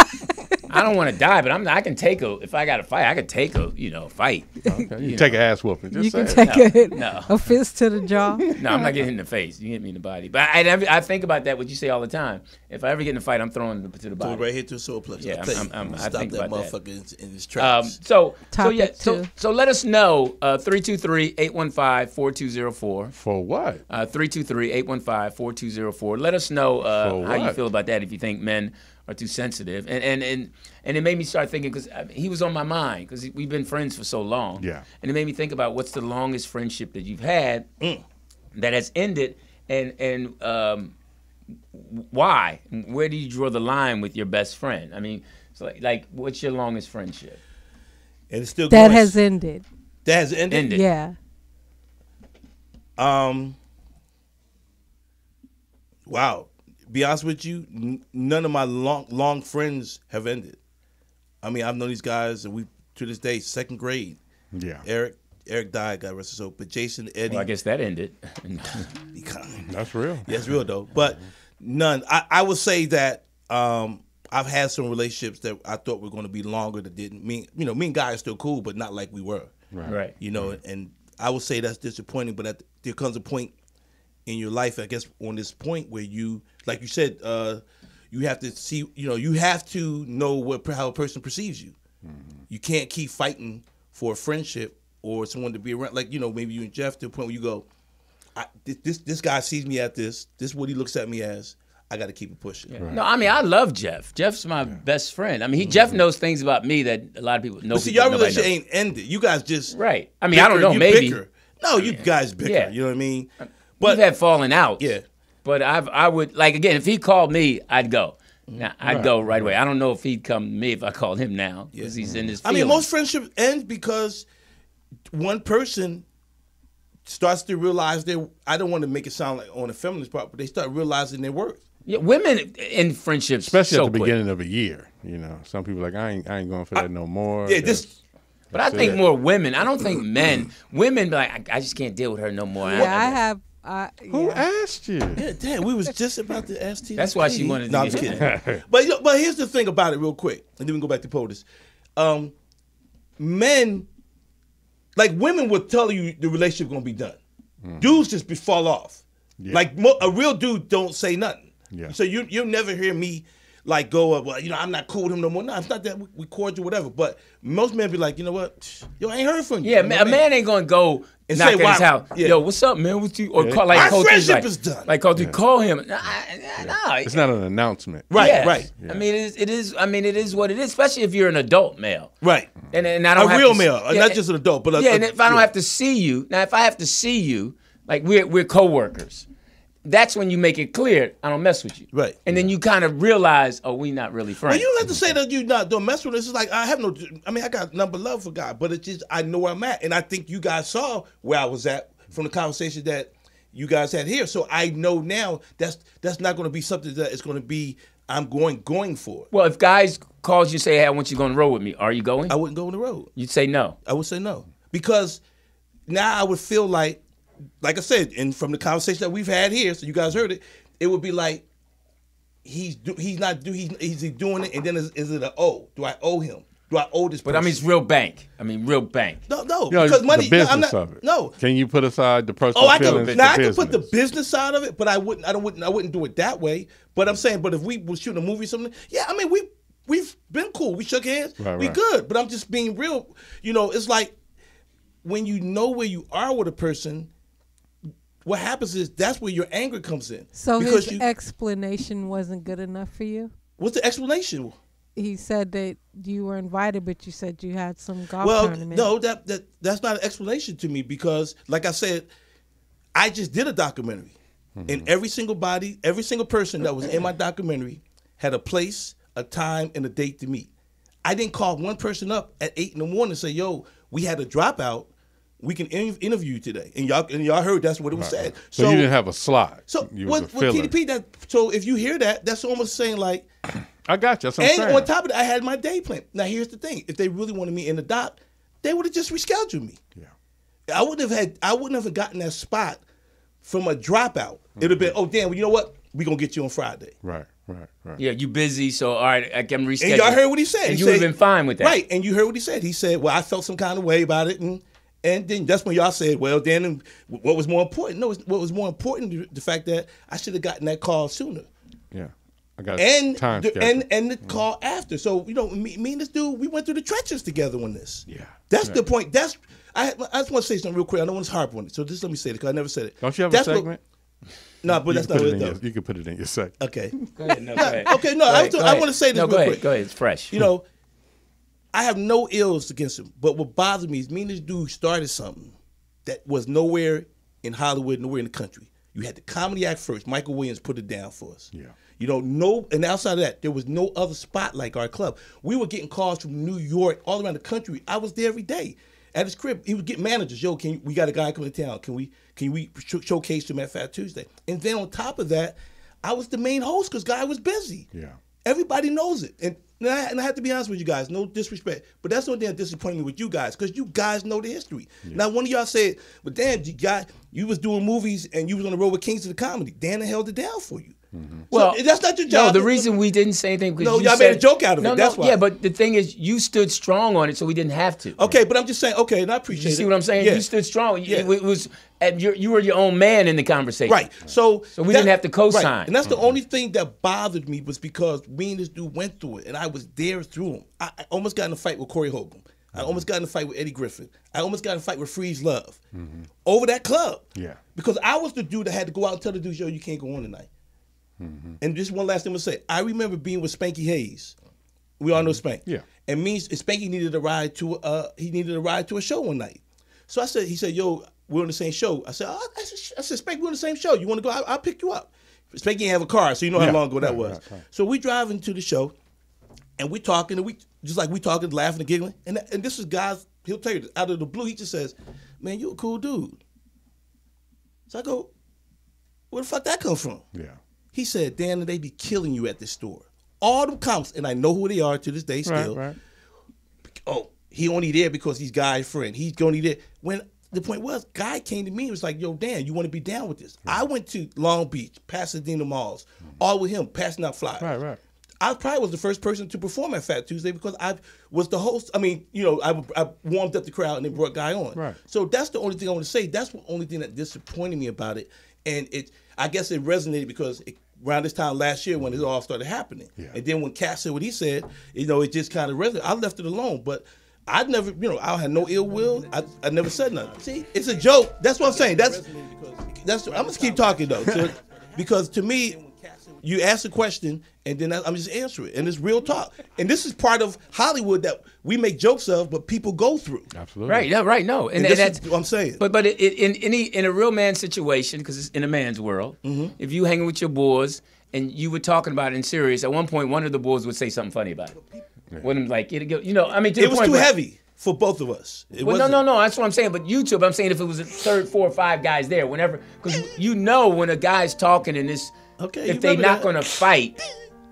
C: I don't want to die, but I'm. Not, I can take a. If I got a fight, I could take a. You know, fight.
B: Okay, You, take an ass whooping. Just
D: You can
B: say it.
D: take a hit,
C: no.
D: a fist to the jaw.
C: No, I'm not getting hit in the face. You hit me in the body. But I, I, I think about that. What you say all the time. If I ever get in a fight, I'm throwing the, to the
A: So
C: body.
A: right here to a soul plexus.
C: Yeah,
A: I
C: I'm-
A: tell you,
C: I'm- I'm- I
A: stop
C: think
A: that
C: about that.
A: motherfucker in, in his
C: Um,
A: tracks.
C: so, so
D: Topic
C: yeah, so,
D: two.
C: so let us know uh, 323-815-4204.
B: For what?
C: Uh, 323-815-4204. Let us know uh,
B: For
C: how you
B: what?
C: feel about that if you think men are too sensitive. And and and, and it made me start thinking cuz he was on my mind cuz we've been friends for so long.
B: Yeah.
C: And it made me think about what's the longest friendship that you've had
B: Mm.
C: that has ended and and um why? Where do you draw the line with your best friend? I mean, it's like, like what's your longest friendship?
A: and it's still
D: That
A: going.
D: has ended.
A: that has ended.
C: Ended.
D: Yeah.
A: Um, wow. Be honest with you, n- none of my long long friends have ended. I mean, I've known these guys, and we to this day, second grade.
B: Yeah.
A: Eric Eric died, God rest his soul. But Jason, Eddie,
C: Well, I guess that ended.
A: he kinda-
B: That's real.
A: Yeah, it's real though. But none. I, I would say that um, I've had some relationships that I thought were going to be longer that didn't. mean, you know, me and Guy are still cool, but not like we were.
C: right.
A: You know, and I would say that's disappointing. But at, there comes a point in your life, I guess, on this point where you, like you said, uh, you have to see. You know, you have to know what how a person perceives you.
C: Mm-hmm.
A: You can't keep fighting for a friendship or someone to be around. Like you know, maybe you and Jeff to a point where you go, I, this, this this guy sees me at this. This is what he looks at me as. I got to keep it pushing.
C: No, I mean I love Jeff. Jeff's my best friend. I mean, he Jeff knows things about me that a lot of people know.
A: Mm-hmm. See,
C: people-
A: y'all
C: nobody
A: relationship
C: knows.
A: ain't ended. You guys just
C: Right. I mean, I don't know,
A: You
C: maybe.
A: bicker. No, you guys bicker.
C: Yeah. Uh,
A: You know what I mean?
C: We've had falling out.
A: Yeah.
C: But I've I would like again if he called me, I'd go.
A: Mm-hmm.
C: Now, I'd go right away. I don't know if he'd come to me if I called him now because he's in his.
A: Mm-hmm. I mean,
C: feelings.
A: most friendships end because one person starts to realize their. I don't want to make it sound like on a feminist part, but they start realizing their worth.
C: yeah, women in friendships,
B: Especially
C: so
B: at the
C: quick.
B: beginning of a year. You know, some people like, I ain't, I ain't going for that no more.
A: Yeah, this.
C: But I think
B: it.
C: more women. I don't think men. Women be like I, I just can't deal with her no more.
D: Yeah, I have. I,
B: Who
D: yeah.
B: asked you?
A: Yeah, damn, we was just about to ask you.
C: That's why she wanted to
A: No, I'm
C: get-
A: just kidding. but you know, but here's the thing about it, real quick, and then we can go back to POTUS. Um, men, like women, will tell you the relationship gonna be done. Dudes just be fall off. Like mo- a real dude don't say nothing.
B: Yeah.
A: So you you'll never hear me like go uh, well you know I'm not cool with him no more. No, it's not that we, we cordial whatever. But most men be like you know what yo I ain't heard from you.
C: Yeah,
A: You know
C: ma- a
A: what I mean?
C: man ain't gonna go
A: And
C: knock
A: say
C: at
A: why-
C: his house.
A: yeah.
C: Yo, what's up, man? What you or call like
A: Our
C: Coach
A: friendship
C: like,
A: is done.
C: Like Coach, you call him. Nah, I- nah,
B: It's not an announcement.
A: Right,
C: yes.
A: right.
C: I mean, it is, it is. I mean, it is what it is. Especially if you're an adult male,
A: Right.
C: and and I
A: A
C: don't have
A: real
C: to,
A: male,
C: yeah,
A: not just an adult, but a,
C: yeah,
A: a-
C: and if I don't
A: yeah.
C: have to see you now, if I have to see you, like we're we're coworkers, that's when you make it clear I don't mess with you.
A: Right.
C: and then you kind of realize, oh, we not really friends.
A: Well, you don't have to say that you not don't mess with us. It's like I have no. I mean, I got number love for God, but it's just I know where I'm at, and I think you guys saw where I was at from the conversation that you guys had here. So I know now that's that's not going to be something that is going to be I'm going going for.
C: well, if guys calls you and say, hey, I want you to go on the road with me, are you going?
A: I wouldn't go on the road.
C: You'd say no.
A: I would say no because now I would feel like, like I said, and from the conversation that we've had here, so you guys heard it, it would be like he's do, he's not do he's, is he doing it, and then is, is it a oh? Do I owe him? Do I owe this?
C: But I mean, it's real bank. I mean, real bank.
A: no, no,
B: You know,
A: because money.
B: the
A: no,
B: business
A: I'm not.
B: of it.
A: No.
B: Can you put aside the personal
A: Oh, I
B: feelings?
A: can.
B: for
A: Now I can put the
B: business?
A: business side of it, but I wouldn't. I don't. Wouldn't. I wouldn't do it that way. But I'm saying, but if we were shooting a movie, or something. Yeah, I mean, we we've been cool. We shook hands.
B: Right,
A: we
B: right.
A: good. But I'm just being real. You know, it's like when you know where you are with a person, what happens is that's where your anger comes in.
D: So
A: because
D: his
A: you,
D: explanation wasn't good enough for you.
A: what's the explanation?
D: He said that you were invited, but you said you had some golf
A: Well,
D: tournament.
A: no, that that that's not an explanation to me because, like I said, I just did a documentary.
B: Mm-hmm.
A: And every single body, every single person that was in my documentary had a place, a time, and a date to meet. I didn't call one person up at eight in the morning and say, "Yo, we had a dropout. We can in- interview you today." And y'all, and y'all heard that's what it was said.
B: So, you didn't have a slot.
A: So
B: you was
A: what,
B: a
A: what
B: filler.
A: TDP that so if you hear that, that's almost saying like
B: I got you. That's what I'm
A: and
B: saying.
A: on top of that, I had my day plan. Now here's the thing. If they really wanted me in the dock, they would have just rescheduled me.
B: yeah.
A: I wouldn't have had I wouldn't have gotten that spot from a dropout. It'd have been,
C: Mm-hmm.
A: oh damn, well, you know what? We're gonna get you on Friday.
B: Right. Right. Right.
C: Yeah, you busy, so all right, I can reschedule.
A: And y'all heard what he said.
C: And
A: He
C: you would have
A: said-
C: been fine with that.
A: Right. And you heard what he said. He said, Well, I felt some kind of way about it and and then that's when y'all said, Well, then what was more important? No, what was more important the fact that I should have gotten that call sooner.
B: Yeah. I got
A: and
B: time
A: the,
B: schedule. Mm-hmm.
A: and and the call after. So you know, me, me and this dude, we went through the trenches together on this.
B: Yeah.
A: that's the point. That's I. I just want to say something real quick. I don't want to harp on it. So just let me say it because I never said it.
B: Don't you have
A: That's
B: a
A: what-
B: segment?
A: No, but
B: you,
A: that's
B: can
A: not
B: put
A: what
B: it
A: it
B: in your,
A: does.
B: you can put it in your segment.
A: Okay.
C: Go ahead, no, go ahead.
A: okay, no,
C: Go
A: I
C: ahead,
A: was doing-
C: go
A: I
C: ahead.
A: wanna say this
C: No,
A: real
C: go ahead,
A: quick.
C: Go ahead, it's fresh.
A: You know, I have no ills against him, but what bothers me is me and this dude started something that was nowhere in Hollywood, nowhere in the country. You had the Comedy Act first. Michael Williams put it down for us.
B: Yeah.
A: You know, no, and outside of that, there was no other spot like our club. We were getting calls from New York, all around the country. I was there every day at his crib. He would get managers. Yo, can you, we got a guy coming to town? Can we can we sh- showcase him at Fat Tuesday? And then on top of that, I was the main host because guy was busy.
B: Yeah.
A: Everybody knows it. And, and, I, and I have to be honest with you guys, no disrespect, but that's the only thing that disappointed me with you guys, because you guys know the history. Now, one of y'all said, but damn, you got, you was doing movies and you was on the road with Kings of the Comedy. Dan held it down for you. Well,
C: Well,
A: that's not your job.
C: No, the reason we didn't say anything because
A: No,
C: you
A: y'all made a
C: said-
A: joke out of
C: no,
A: it, that's
C: no,
A: why.
C: Yeah, but the thing is, you stood strong on it, so we didn't have to.
A: Okay, but I'm just saying, okay, and I appreciate
C: You
A: it.
C: see what I'm saying?
A: Yeah.
C: You stood strong. You-
A: Yeah.
C: It was and you you were your own man in the conversation.
A: Right. So,
C: So we didn't have to Mm-hmm. co-sign.
A: Right. And that's the only thing that bothered me was because me and this dude went through it, and I was there through him. I, I almost got in a fight with Corey Hogan. I
C: Mm-hmm.
A: almost got in a fight with Eddie Griffin. I almost got in a fight with Freeze Love
C: Mm-hmm.
A: over that club.
B: Yeah.
A: Because I was the dude that had to go out and tell the dudes, yo, you can't go on tonight.
C: Mm-hmm.
A: And just one last thing I'm gonna say. I remember being with Spanky Hayes. We all know
C: Mm-hmm.
A: Spank.
B: Yeah.
A: And me, Spanky needed a ride to uh he needed a ride to a show one night. So I said, he said, yo, we're on the same show. I said, oh, I said, I said Spank, we're on the same show. You want to go? I, I'll pick you up. Spanky didn't have a car, so you know how
B: Yeah.
A: long ago that
B: Right,
A: was.
B: right, right.
A: So we driving to the show, and we talking, and we just like we talking, laughing and giggling. And and this is guys, he'll tell you this, out of the blue, he just says, man, you a cool dude. So I go, where the fuck that come from?
B: Yeah.
A: He said, Dan, they be killing you at this store. All them cops, and I know who they are to this day
B: Right.
A: still.
B: Right.
A: Oh, he only there because he's guy's friend. He's only there. When the point was, guy came to me and was like, yo, Dan, you want to be down with this? I went to Long Beach, Pasadena Malls, all with him, passing out flyers.
B: Right, right.
A: I probably was the first person to perform at Fat Tuesday because I was the host. I mean, you know, I, I warmed up the crowd and then brought Guy on.
B: Right.
A: So that's the only thing I want to say. That's the only thing that disappointed me about it. And it, I guess it resonated because it, around this time last year when it all started happening.
B: Yeah.
A: And then when Cat said what he said, you know, it just kind of resonated. I left it alone, but. I never, you know, I had no ill will. I, I never said nothing. See, it's a joke. That's what I'm saying. That's that's. I'm just keep talking though, so- because to me, you ask a question and then I- I'm just answering it, and it's real talk. And this is part of Hollywood that we make jokes of, but people go through.
B: Absolutely.
C: Right. No. Right. No.
A: And
C: And,
A: this
C: and
A: is
C: that's
A: what I'm saying.
C: But but it, it, in any in a real man situation, because it's in a man's world,
A: Mm-hmm.
C: if you hanging with your boys and you were talking about it in serious, at one point one of the boys would say something funny about it. When I'm like, it, you know, I mean, to the
A: it was
C: point
A: too
C: where-
A: heavy for both of us. It
C: Well, no,
A: wasn't-
C: no, no. That's what I'm saying. But YouTube, I'm saying if it was a third, four, or five guys there, whenever, because you know when a guy's talking and this,
A: Okay, you
C: if they
A: remember
C: not
A: that.
C: gonna fight,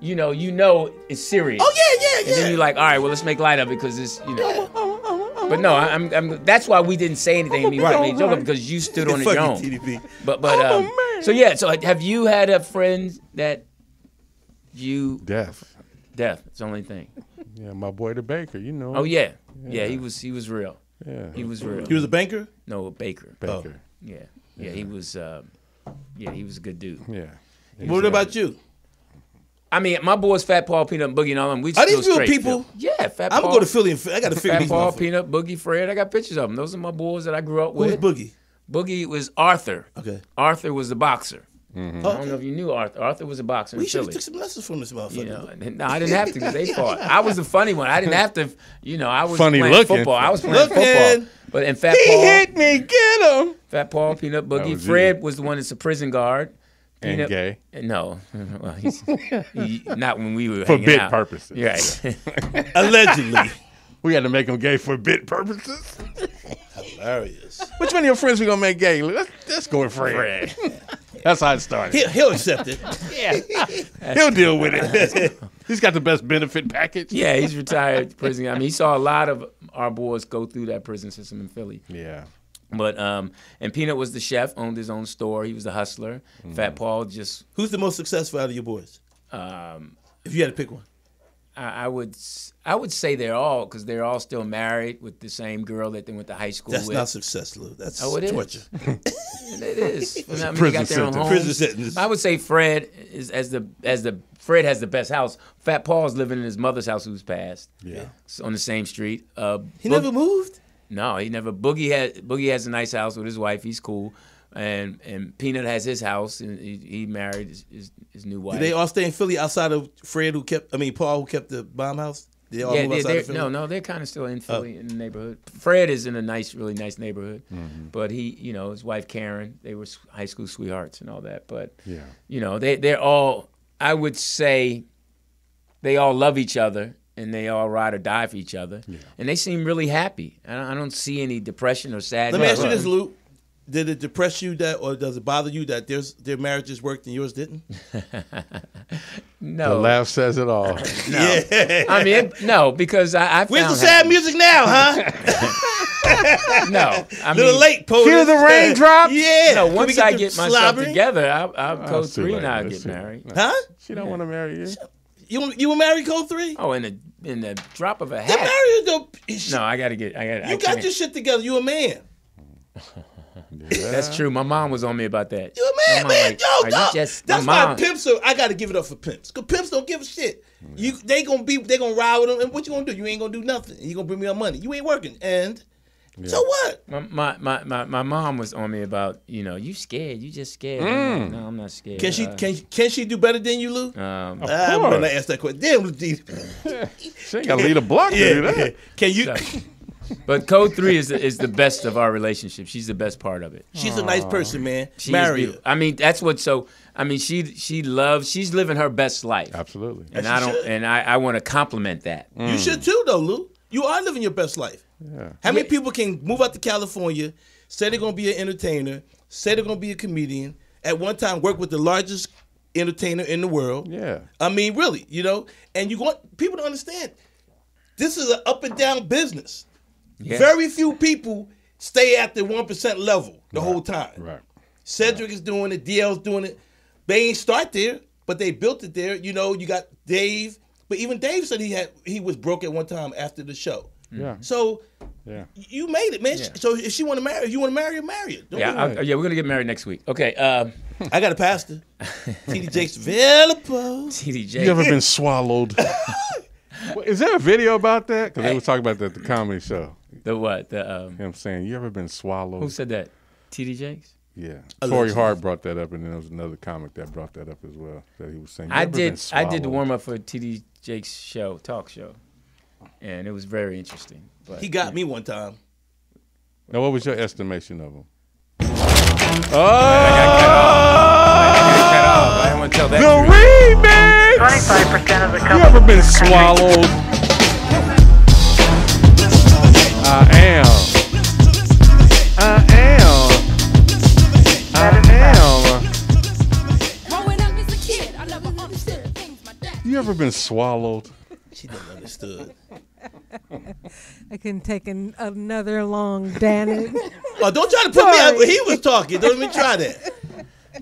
C: you know, you know it's serious.
A: Oh yeah, yeah,
C: And
A: yeah.
C: then you're like, all right, well, let's make light of it because it's, you know. But no, I- I'm, I'm. That's why we didn't say anything. I mean,
A: Right.
C: we made a joke up because you stood on it
A: Fuck
C: your
A: you,
C: own.
A: TDP.
C: But but um, so yeah. So have you had a friend that you
B: Death.
C: death? It's the only thing.
B: Yeah, my boy the baker. You know.
C: Oh
B: him.
C: yeah, yeah. he was he was real.
B: Yeah.
C: He was real.
A: He was a banker.
C: no Baker.
B: baker.
A: Oh.
C: Yeah, yeah. He was um, yeah he was a good dude.
B: Yeah.
A: What about you?
C: I mean, my boys Fat Paul, Peanut, and Boogie, and all them. We
A: Are these
C: still
A: real
C: straight,
A: people?
C: Yeah, yeah, Fat
A: I'm
C: Paul.
A: gonna go to Philly and fi- I got to figure
C: Fat
A: these
C: Paul,
A: out.
C: Peanut, Boogie, Fred. I got pictures of them. Those are my boys that I grew up
A: Who's
C: with.
A: Boogie?
C: Boogie was Arthur.
A: Okay.
C: Arthur was the boxer.
B: Mm-hmm.
C: I don't know
A: Oh,
C: if you knew Arthur. Arthur was a boxer
A: we
C: in
A: should have
C: Philly.
A: took some lessons from this motherfucker.
C: You know, and- no, I didn't have to because they fought. I was the funny one. I didn't have to. You know, I was
B: Funny
C: playing
B: looking.
C: football. I was playing
A: Looking.
C: football. But and Fat Paul,
A: me, get him.
C: Fat Paul, Peanut Boogie,
B: was you.
C: Fred was the one that's a prison guard.
B: and
C: know-
B: gay.
C: No, well, he's he- not when we were
B: For
C: hanging
B: bit
C: out.
B: purposes.
C: You're Right.
A: Allegedly.
B: We had to make him gay for bit purposes.
A: Hilarious.
B: Which one of your friends we gonna make gay? Let's, let's go with Fred.
C: Fred.
B: That's how it started.
A: He'll, he'll accept it.
B: He'll deal with it. He's got the best benefit package.
C: Yeah, he's retired prison. I mean, he saw a lot of our boys go through that prison system in Philly.
B: Yeah.
C: But um, and Peanut was the chef, owned his own store. He was the hustler.
A: Mm.
C: Fat Paul just
A: Who's the most successful out of your boys?
C: um,
A: If you had to pick one.
C: I, I would s- I would say they're all because they're all still married with the same girl that they went to high school
A: That's
C: with.
A: not successful. That's
C: Oh, it is.
A: torture.
C: It is. I mean, they
B: prison
C: got their own
B: sentence.
C: homes.
A: Prison sentence.
C: I would say Fred is as the as the Fred has the best house. Fat Paul's living in his mother's house, who's passed.
B: Yeah.
C: It's on the same street. Uh,
A: He
C: Boog-
A: never moved.
C: No, he never. Boogie had Boogie has a nice house with his wife. He's cool. And and Peanut has his house, and he, he married his, his, his new wife.
A: Did they all stay in Philly outside of Fred, who kept, I mean, Paul, who kept the bomb house? Did they all
C: yeah,
A: move
C: they-
A: outside
C: they're,
A: of Philly? Oh.
C: no, no, they're kind of still in Philly in the neighborhood. Fred is in a nice, really nice neighborhood,
A: Mm-hmm.
C: but he, you know, his wife Karen, they were s- high school sweethearts and all that. But
B: Yeah.
C: you know, they they're all. I would say they all love each other and they all ride or die for each other, and they seem really happy. I don't, I don't see any depression or sadness.
A: Let me ask you
C: Right.
A: this, Lou. Did it depress you that, or does it bother you that there's, their marriages worked and yours didn't?
C: No, Oh.
B: The laugh says it all.
A: Yeah.
C: I mean, it, no, because I, I
A: Where's the
C: found
A: sad music now, huh?
C: No, I
A: Little
C: mean,
A: late, poets.
B: Hear the raindrops?
A: Yeah.
C: No,
A: Can we
C: once I
A: the
C: get myself
A: slobbering?
C: together, I, I'll
B: Oh,
C: go
B: it's too
C: three
B: late.
C: and I'll
B: It's
C: get
B: too late.
C: married.
A: Huh?
B: She don't want to marry you.
A: You you were married, Code Three?
C: Oh, in the in the drop of a
A: They
C: hat.
A: married though. Sh-
C: No, I gotta get. I gotta.
A: you
C: I
A: got
C: can't.
A: your shit together. You a man.
C: That's true. My mom was on me about that.
A: You a man,
C: My mom
A: man.
C: like,
A: Yo,
C: are you
A: dog.
C: just-
A: That's
C: my
A: why
C: mom-
A: pimps are. I gotta give it up for pimps. Cause pimps don't give a shit.
C: Mm.
A: You they gonna be they gonna ride with them. And what you gonna do? You ain't gonna do nothing. You gonna bring me up money. You ain't working. And so what?
C: My, my, my, my, my mom was on me about you know you scared you just scared I'm like, no I'm not scared
A: Mm. Can she
C: Uh,
A: can can she do better than you, Lou? Ah,
C: um,
A: Uh, I'm gonna
B: course.
A: ask that question. Damn, Lou. D.
B: She ain't got to lead a block to do
A: Yeah.
B: that.
A: Can you?
C: but Code Three is is the best of our relationship she's the best part of it
A: She's a nice person, man.
C: She is
A: Marry her.
C: beautiful. I mean that's what so I mean she she loves she's living her best life
B: Absolutely.
C: and
A: she
C: I don't
A: should.
C: and I, I want to compliment that
A: You should too, though, Lou. You are living your best life. How many
C: Yeah.
A: people can move out to California, say they're gonna be an entertainer, say they're gonna be a comedian, at one time work with the largest entertainer in the world?
B: Yeah.
A: I mean, really, you know. And you want people to understand, this is an up and down business.
C: Yeah.
A: Very few people stay at the one percent level the whole time.
B: Right.
A: Cedric is doing it. DL's doing it. They ain't start there, but they built it there. You know, you got Dave, but even Dave said he had he was broke at one time after the show.
B: Yeah.
C: Mm.
A: So
B: Yeah.
A: you made it, man.
C: Mm-hmm. Yeah.
A: So if she want to marry, if you want to marry her, marry her. Don't
C: yeah
A: be-
C: I- yeah we're gonna get married next week okay uh,
A: I got a pastor. TD Jakes available.
C: TDJ
B: You ever been swallowed? Well, Is there a video about that? Because they were talking about that at the comedy show. You
C: the what the um,
B: know what I'm saying? You ever been swallowed?
C: who said that TD Jakes
B: Yeah, Corey Hart brought that up, and then there was another comic that brought that up as well. That he was saying. "You
C: I
B: ever been
C: did. I did the
B: swallowed?"
C: warm up for TD Jake's show, talk show, and it was very interesting. But
A: He got me one time.
B: Now, what was your estimation of him? Oh!
C: I don't want to tell that.
B: The remix.
E: 25% of the
B: You
E: company.
B: ever been swallowed? I am. I am. I am.
F: Growing up as a kid, I never understood things my dad.
B: You ever been swallowed?
A: She didn't understood.
D: I couldn't take an, another long Dan.
A: Oh, don't try to put me out. He was talking. Don't even try that.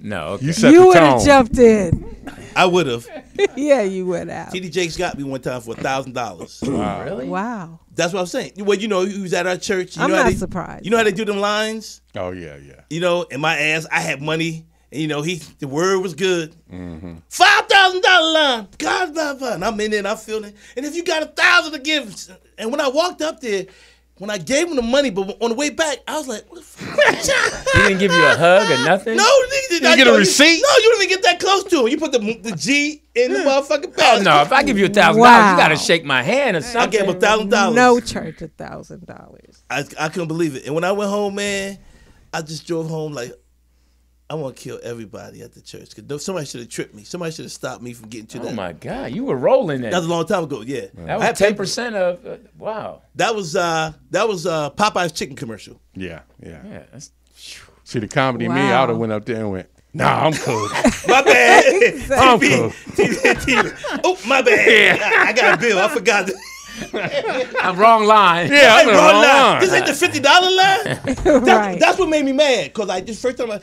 C: No, okay.
B: You set
D: you
B: the
D: would
B: tone.
D: have jumped in.
A: I would have.
D: yeah, you would have.
A: TD Jakes got me one time for a thousand dollars.
C: really?
D: Wow.
A: That's what I'm saying. Well, you know, he was at our church. You
D: I'm
A: know how
D: not
A: they-
D: surprised.
A: You know how they do them lines?
B: Oh yeah, yeah.
A: you know, in my ass, I had money. And, you know, he the word was good. Five thousand dollar line. God blah blah. And I'm in there and I'm feeling it. And if you got a thousand to give, and when I walked up there, when I gave him the money, but on the way back, I was like, what the fuck?
C: He didn't give you a hug or nothing.
A: No, nigga, did not-
B: get a
A: yo, you-
B: receipt?
A: No, you didn't even get that close to him. You put the the G in the motherfucking bag.
C: Oh no! If I give you a thousand dollars,
D: Wow.
C: you gotta shake my hand or
A: I
C: something.
A: gave him a thousand dollars.
D: No church, a thousand dollars.
A: I, I couldn't believe it. And when I went home, man, I just drove home like, I want to kill everybody at the church. Cause somebody should have tripped me. Somebody should have stopped me from getting to
C: Oh
A: that.
C: my God, you were rolling it.
A: That was a long time ago. Yeah,
C: That
A: I
C: was
A: had
C: ten
A: paper-
C: percent of uh, wow.
A: That was uh, that was uh, Popeye's chicken commercial.
B: Yeah, yeah.
C: Yeah, that's,
B: See the comedy me, I would
D: Wow.
B: have went up there and went, Nah, I'm cool.
A: My bad.
B: I'm
D: Exactly.
B: cool.
A: oh, my bad. I, I got a bill. I forgot.
C: I'm wrong line.
B: Yeah,
A: Hey,
B: I'm
A: bro,
B: in the wrong
A: nah,
B: line.
A: this ain't the fifty dollar line. That's,
D: right.
A: that's what made me mad. Cause I just first time I,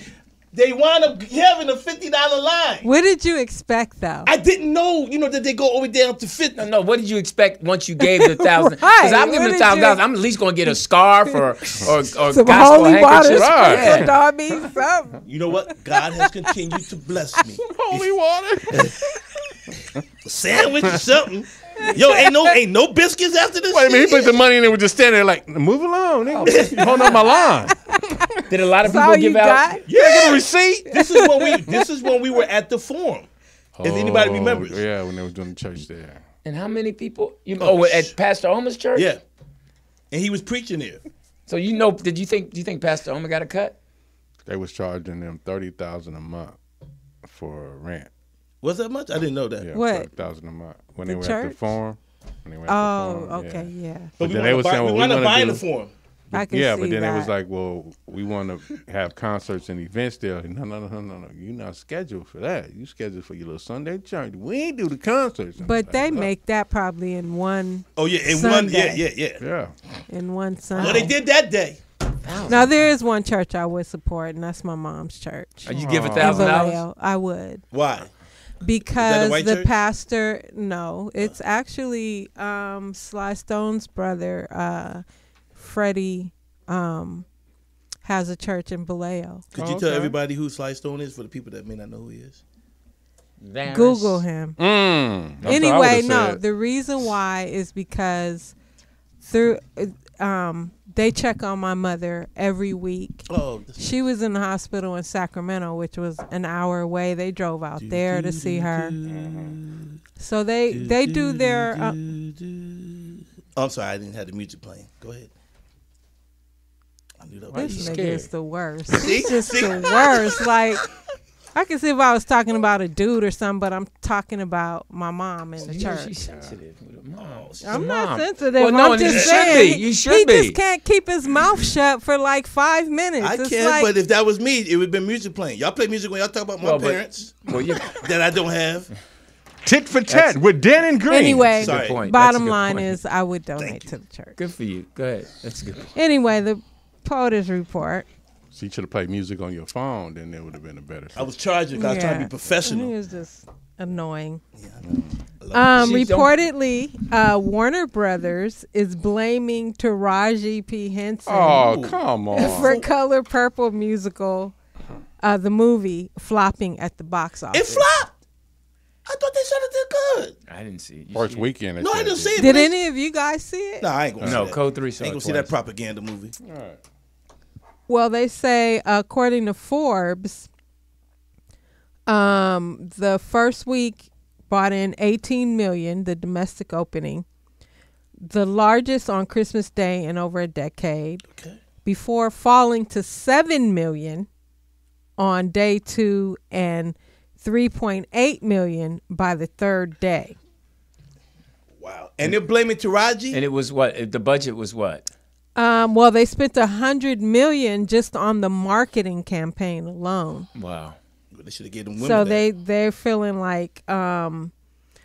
A: they wind up having a fifty dollar line.
D: What did you expect though?
A: I didn't know, you know, that they go all the way down to fifty.
C: No, no, what did you expect once you gave the thousand? Because
D: Right,
C: I'm giving
D: what
C: the
D: did
C: thousand
D: you-
C: dollars. I'm at least gonna get a scarf or or, or
D: Some
C: gospel
D: holy water,
C: handkerchief.
B: Right.
D: sprinkled
C: Yeah.
D: on me, something.
A: You know what? God has continued to bless me.
B: Holy water.
A: Sandwich or something. Yo, ain't no ain't no biscuits after this.
B: Wait a minute, he
A: shit?
B: put the money in and was just standing there like, move along, nigga. You holding up my line.
C: Did a lot of
D: That's
C: people
D: all you
C: give out?
D: got?
B: You ain't got a receipt.
A: This is when we this is when we were at the forum. If anybody
B: Oh,
A: remembers.
B: Yeah, when they was doing the church there.
C: And how many people? You oh, at Pastor Omer's church.
A: Yeah. And he was preaching there.
C: So you know? Did you think? Do you think Pastor Omer got a cut?
B: They was charging them thirty thousand a month for rent.
A: Was that much? I didn't know that.
B: Yeah,
D: What?
B: thirty thousand a month. When
D: The
B: they were at
D: church?
B: the farm. When they were at
D: Oh,
B: the farm,
D: okay,
B: Yeah.
D: yeah.
A: But
B: But
A: we
B: then they
A: wanna
B: was
A: buy,
B: saying
A: we
B: what we
A: wanna
B: wanna
A: buy in
B: do.
A: the forum.
D: I can
B: yeah,
D: see
B: but then
D: that.
B: it was like, well, we want to have concerts and events there. No, no, no, no, no, no. You're not scheduled for that. You scheduled for your little Sunday church. We ain't do the concerts. And
D: But
B: I'm
D: they
B: like, uh, "Look."
D: make that probably in one
A: Oh yeah, and one yeah,
D: Sunday.
A: yeah, yeah.
B: Yeah.
D: in one
A: Well they
D: Sunday.
A: did that day.
D: Now there is one church I would support, and that's my mom's church.
C: Or you give a
B: Aw.
D: In
C: thousand dollars?
D: Vallejo. I would
A: Why?
D: because
A: white
D: the
A: church?
D: pastor. No, it's actually um, Sly Stone's brother, uh, Freddie, um, has a church in Vallejo.
A: Could
B: Oh,
A: you tell
B: okay.
A: everybody who Sly Stone is for the people that may not know who he is?
D: Google him.
B: Mm. That's what I
D: anyway,
B: would've
D: no.
B: said.
D: The reason why is because through uh, um, they check on my mother every week.
A: Oh, that's-
D: She was in the hospital in Sacramento, which was an hour away. They drove out there to see her.
B: Mm-hmm.
D: So they they do their uh,
A: Oh, I'm sorry, I didn't have the music playing. Go ahead. I knew that was
D: this
A: something.
D: nigga
C: scared?
D: is the worst. He's just the worst. Like I can see if I was talking about a dude or something, but I'm talking about my mom in the
C: You know
D: church.
C: she's sensitive. with her mom. She's a
D: I'm not
C: mom.
D: sensitive.
C: Well, no,
D: I'm
C: and you
D: just
C: should be.
D: saying.
C: You should
D: he
C: be.
D: just can't keep his mouth shut for like five minutes.
A: I
D: It's
A: can,
D: like,
A: but if that was me, it would have been music playing. Y'all play music when y'all talk about my
C: Well, but-
A: parents
C: Well, you
A: that I don't have.
B: Tit for tat with Dan and Green.
D: anyway,
A: Sorry.
C: good point. That's a
D: bottom
C: good
D: line
C: point.
D: is I would donate
A: you.
D: to the church.
C: good for you. Go ahead. That's a good point.
D: Anyway, the POTUS report.
B: So you should have played music on your phone, then it would have been a better.
A: I was charging 'cause I was trying to be
D: He
A: professional.
D: was just annoying.
A: I love
D: Um,
C: She's don't-
D: reportedly, uh, Warner Brothers is blaming Taraji P. Henson
B: oh, come on.
D: for Color Purple musical, uh, the movie, flopping at the box
A: it
D: office.
A: flopped. I thought they showed it did good.
C: I didn't see. it. You
B: First
C: see it?
B: weekend.
A: No, I didn't see it.
D: Did
A: but it's-
D: any of you guys see it?
A: No, I ain't gonna
C: No,
A: see that.
C: Code Three saw
A: I ain't
C: it
A: gonna see that
C: twice.
A: propaganda movie.
D: Well, they say, according to Forbes, um, the first week brought in 18 million, the domestic opening, the largest on Christmas Day in over a decade,
A: Okay.
D: before falling to 7 million on day two and 3.8 million by the third day.
A: Wow. And they're blaming Taraji.
C: And it was what? uh, The budget was what?
D: Um, well, they spent a 100 million just on the marketing campaign alone.
C: Wow.
A: they should have gave them women.
D: so
A: that.
D: they they're feeling like um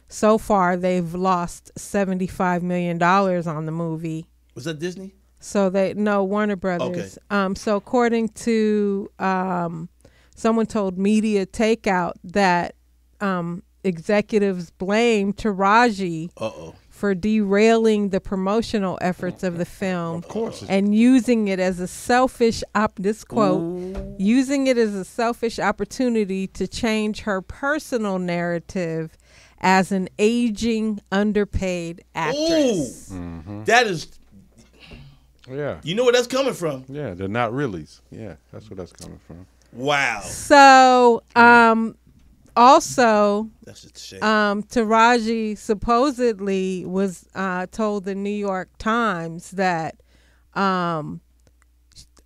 D: so far they've lost 75 million dollars on the movie
A: was that Disney.
D: so they no warner brothers um so according to um someone told media takeout that um executives blame taraji
A: Uh oh.
D: for derailing the promotional efforts of the film of
B: course.
D: and using it as a selfish op this quote using it as a selfish opportunity to change her personal narrative as an aging underpaid actress
C: Mm-hmm.
A: That is.
B: Yeah.
A: You know where that's coming from.
B: Yeah, they're not reallys. Yeah, that's where that's coming from.
A: Wow.
D: so um also
A: That's just a shame.
D: um, Taraji supposedly was uh, told the New York Times that um,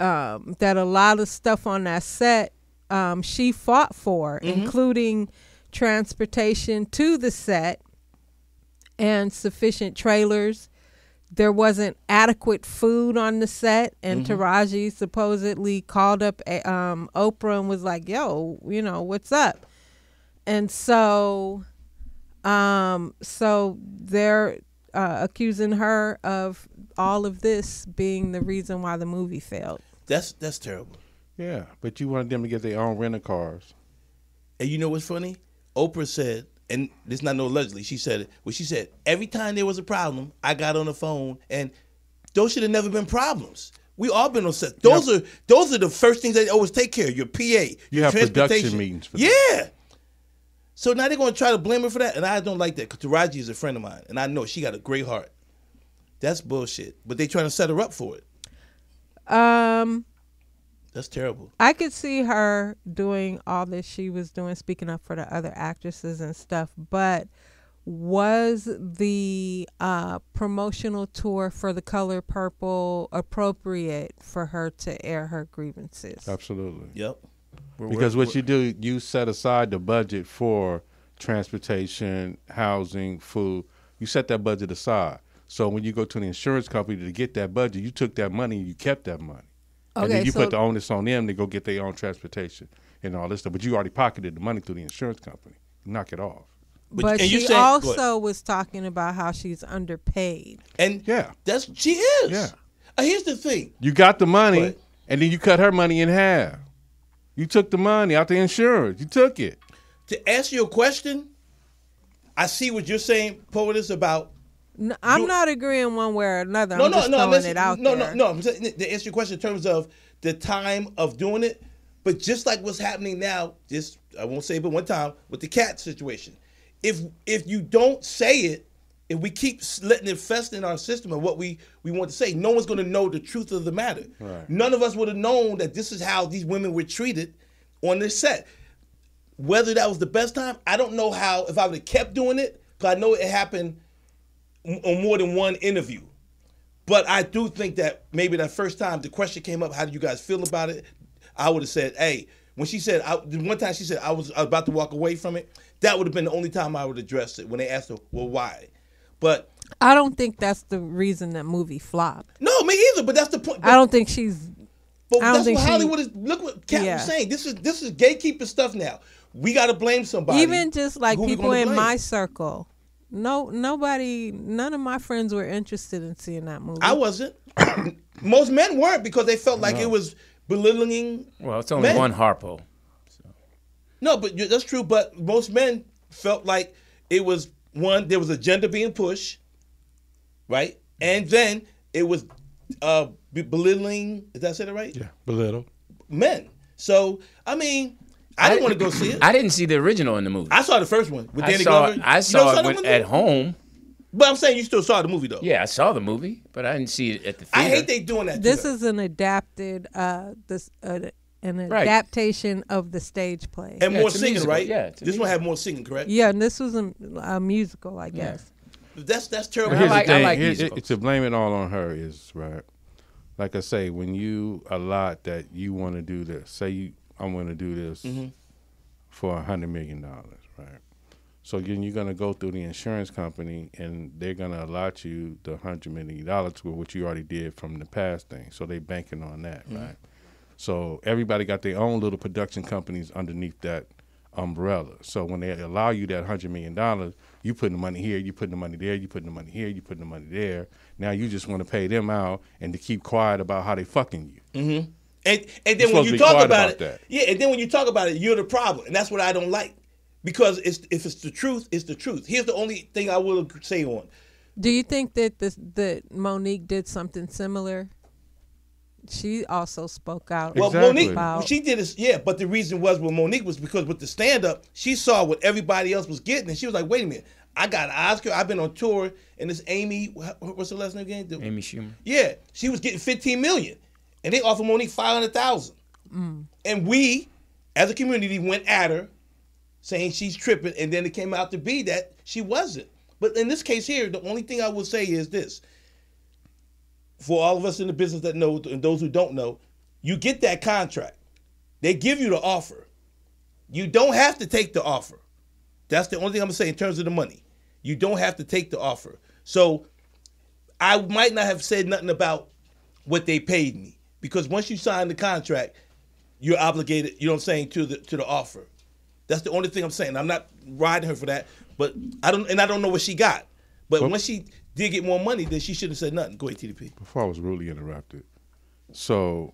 D: um, that a lot of stuff on that set um, she fought for, including transportation to the set and sufficient trailers. There wasn't adequate food on the set, and Taraji supposedly called up eh, um, Oprah and was like, "Yo, you know what's up?" And so, um, so they're uh, accusing her of all of this being the reason why the movie failed.
A: That's that's terrible.
B: Yeah, but you wanted them to get their own rental cars.
A: And you know what's funny? Oprah said, and this not no allegedly, she said it. Well, she said, every time there was a problem, I got on the phone and those should have never been problems. We all been on set. Those are those are the first things they always take care of. Your PA, your
B: You have production
A: transportation.
B: meetings for
A: yeah.
B: that.
A: So now they're gonna try to blame her for that, and I don't like that. Cause Taraji is a friend of mine, and I know she got a great heart. That's bullshit. But they trying to set her up for it.
D: Um,
A: That's terrible.
D: I could see her doing all that she was doing, speaking up for the other actresses and stuff, but was the uh, promotional tour for the color purple appropriate for her to air her grievances?
B: Absolutely.
A: Yep.
B: Because what you do, you set aside the budget for transportation, housing, food. You set that budget aside. So when you go to an insurance company to get that budget, you took that money and you kept that money. and
D: Okay,
B: then you
D: so-
B: put the onus on them to go get their own transportation and all this stuff. But you already pocketed the money through the insurance company. Knock it off.
D: But,
A: and you
D: she
A: said- go ahead.
D: also was talking about how she's underpaid.
A: And
B: Yeah.
A: that's she is.
B: Yeah.
A: Uh, here's the thing.
B: You got the money,
A: Right.
B: and then you cut her money in half. You took the money out the insurance. You took it.
A: To answer your question, I see what you're saying, poetess, about
D: N I'm
A: You-
D: not agreeing one way or another.
A: no,
D: I'm
A: no,
D: just
A: no,
D: throwing
A: listen,
D: it out
A: no,
D: there.
A: no, no, I'm saying To answer your question in terms of the time of doing it, but just like what's happening now, just I won't say it, but one time with the cat situation, if if you don't say it, if we keep s- letting it fester in our system and what we we want to say, no one's going to know the truth of the matter.
B: Right.
A: None of us would have known that this is how these women were treated on this set. Whether that was the best time, I don't know how. If I would have kept doing it, because I know it happened m- on more than one interview. But I do think that maybe that first time the question came up, how do you guys feel about it? I would have said, hey, when she said, I, the one time she said, I was about to walk away from it, that would have been the only time I would address it when they asked her, well, why? But
D: I don't think that's the reason that movie flopped.
A: no, me either, but that's the point.
D: I don't think she's
A: But
D: I don't
A: that's
D: think
A: what
D: she-
A: Hollywood is. Look what Kat
D: Yeah.
A: was saying. This is this is gatekeeping stuff now. We got to blame somebody.
D: even just like
A: Who we
D: people
A: gonna
D: in
A: blame?
D: my circle. No, nobody, none of my friends were interested in seeing that movie.
A: I wasn't. Most men weren't because they felt like it was belittling
C: Well, it's only
A: Men.
C: one Harpo.
A: No, but you- that's true. But most men felt like it was one. There was agenda being pushed, right? And then it was uh, be- belittling. Did I say that right?
B: Yeah, belittle.
A: Men. So I mean, I, didn't want to go see it. I,
C: I didn't see the original in the movie.
A: saw the first one with Danny
C: I saw,
A: Glover.
C: I
A: You
C: saw
A: don't
C: it
A: that
C: when,
A: one,
C: at
A: though?
C: home.
A: But I'm saying you still saw the movie though.
C: Yeah, I saw the movie, but I didn't see it at the
A: I
C: theater.
A: hate they doing that. to
D: this
A: her.
D: is an adapted, uh, this uh, an
C: Right.
D: adaptation of the stage play.
A: and
C: Yeah,
A: more
C: it's a
A: singing,
C: musical.
A: right?
C: Yeah, it's a
A: This one had more singing, correct?
D: yeah, and this was a, a musical, I guess.
A: That's that's terrible.
C: Here's the
A: I like
C: thing.
A: that.
C: like
B: Here-
C: musicals.
B: it- to blame it all on her is right. Like I say, when you allot that you want to do this, say you I'm going to do this
C: Mm-hmm.
B: for a hundred million dollars, right? So then you're going to go through the insurance company, and they're going to allot you the hundred million dollars for what you already did from the past thing. So they banking on that, right? So everybody got their own little production companies underneath that umbrella. So when they allow you that hundred million dollars, you putting the money here, you putting the money there, you putting the money here, you putting the money there. Now you just want to pay them out and to keep quiet about how they fucking you.
A: And and then
B: You're
A: when
B: supposed to
A: you
B: be
A: talk about,
B: quiet
A: it,
B: about that.
A: yeah, and then when you talk about it, you're the problem, and that's what I don't like. Because it's if it's the truth, it's the truth. Here's the only thing I will say on.
D: Do you think that this that Monique did something similar? She also spoke out.
A: Well,
B: Exactly.
A: Monique,
D: Wow.
A: she did this, yeah, but the reason was with Monique was because with the stand up, she saw what everybody else was getting, and she was like, "Wait a minute, I got an Oscar. I've been on tour, and this Amy, wh- what's her last name again? The-
C: Amy Schumer.
A: Yeah, she was getting 15 million, and they offered Monique 500,000. And we, as a community, went at her, saying she's tripping, and then it came out to be that she wasn't. But in this case here, the only thing I will say is this: for all of us in the business that know and those who don't know, you get that contract. They give you the offer. You don't have to take the offer. That's the only thing I'm gonna say in terms of the money. You don't have to take the offer. So I might not have said nothing about what they paid me because once you sign the contract, you're obligated. You know what I'm saying to the to the offer. That's the only thing I'm saying. I'm not riding her for that, but I don't and I don't know what she got. But once she did get more money, then she shouldn't have said nothing. Go ahead, TDP.
B: before I was rudely interrupted. So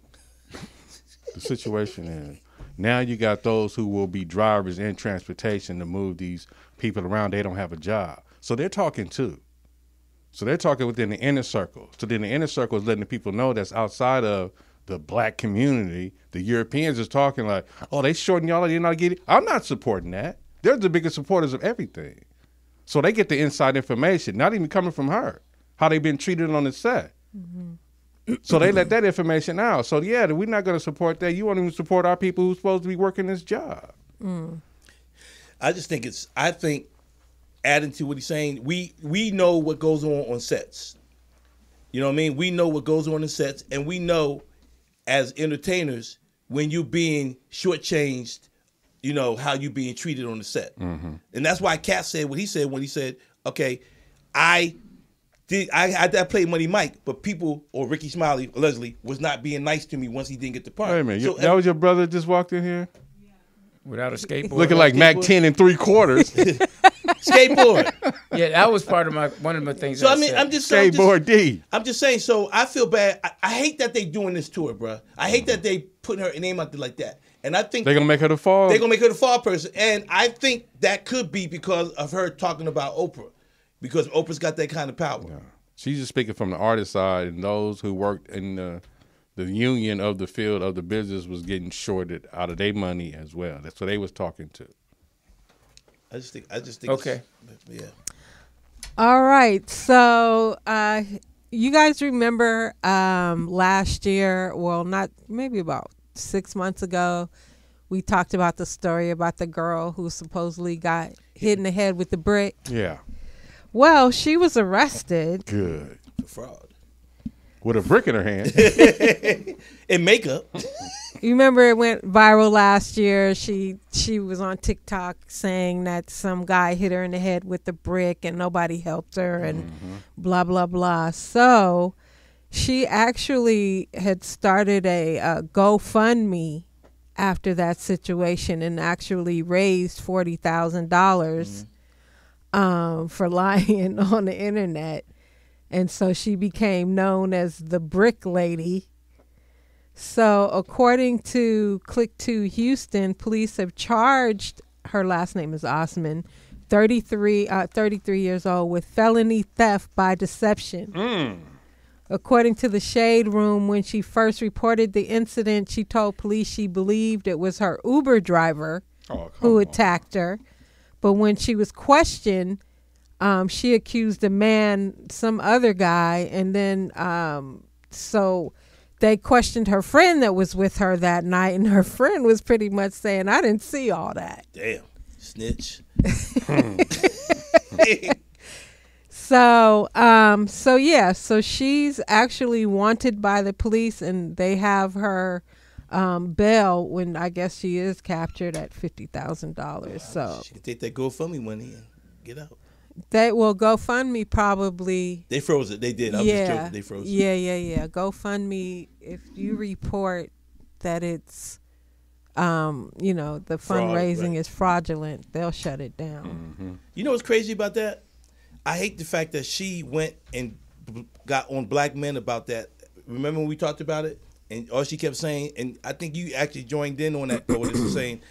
B: the situation is now you got those who will be drivers in transportation to move these people around. They don't have a job. So they're talking too. So they're talking within the inner circle. So then the inner circle is letting the people know that's outside of the black community. The Europeans is talking like, oh, they shorting y'all, you're not getting. I'm not supporting that. They're the biggest supporters of everything. So they get the inside information, not even coming from her, how they've been treated on the set. So they let that information out. So yeah, we're not going to support that. You won't even support our people who's supposed to be working this job.
A: I just think it's. I think adding to what he's saying, we we know what goes on on sets. You know what I mean? We know what goes on in sets, and we know as entertainers when you being shortchanged. You know how you being treated on the set,
B: Mm-hmm.
A: and that's why Cat said what he said when he said, "Okay, I did I, I I played Money Mike, but people or Ricky Smiley allegedly was not being nice to me once he didn't get the part."
B: Wait a minute,
A: So- uh,
B: you- that was your brother just walked in here
C: without a skateboard.
B: looking like Mac ten and three quarters.
A: skateboard.
C: yeah, that was part of my one of my things.
A: So I
C: I
A: mean,
C: said.
A: I'm just I'm just-
B: skateboard D.
A: I'm just saying. So I feel bad. I, I hate that they doing this to her, bruh. I hate that they putting her name out there like that. And I think
B: They're gonna make her the fall.
A: they're gonna make her the fall person. And I think that could be because of her talking about Oprah, because Oprah's got that kind of power.
B: She's just speaking from the artist side, and those who worked in the the union of the field of the business was getting shorted out of their money as well. That's what they was talking to.
A: I just think. I just think. it's- Yeah.
D: All right. So, uh, you guys remember um, last year, well, not maybe about six months ago, we talked about the story about the girl who supposedly got hit in the head with the brick.
B: Yeah,
D: Well, she was arrested.
B: good.
A: For fraud.
B: With a brick in her hand.
A: And makeup.
D: You remember it went viral last year. She she was on TikTok saying that some guy hit her in the head with a brick and nobody helped her and blah blah blah. So she actually had started a, uh GoFundMe after that situation and actually raised forty dollars um, for lying on the internet, and so she became known as the Brick Lady. So, according to Click2 Houston, police have charged her last name is Osman, 33, uh, 33 years old, with felony theft by deception. According to the Shade Room, when she first reported the incident, she told police she believed it was her Uber driver
B: Oh,
D: who attacked her. But when she was questioned, um, she accused a man, some other guy, and then um, so they questioned her friend that was with her that night, and her friend was pretty much saying, "I didn't see all that."
A: Damn. Snitch.
D: So, um, so yeah, so she's actually wanted by the police, and they have her um, bail when I guess she is captured at fifty thousand dollars. So
A: She can take that GoFundMe money and get out.
D: they will GoFundMe probably
A: They froze it. They did. I'm just joking. They froze it.
D: Yeah, yeah, yeah. GoFundMe if you report that it's um, you know, the
A: Fraud,
D: fundraising
A: right. Mm.
D: is fraudulent, they'll shut it down.
A: You know what's crazy about that? I hate the fact that she went and b- got on black men about that. Remember when we talked about it? And all she kept saying, and I think you actually joined in on that, Paul, is saying,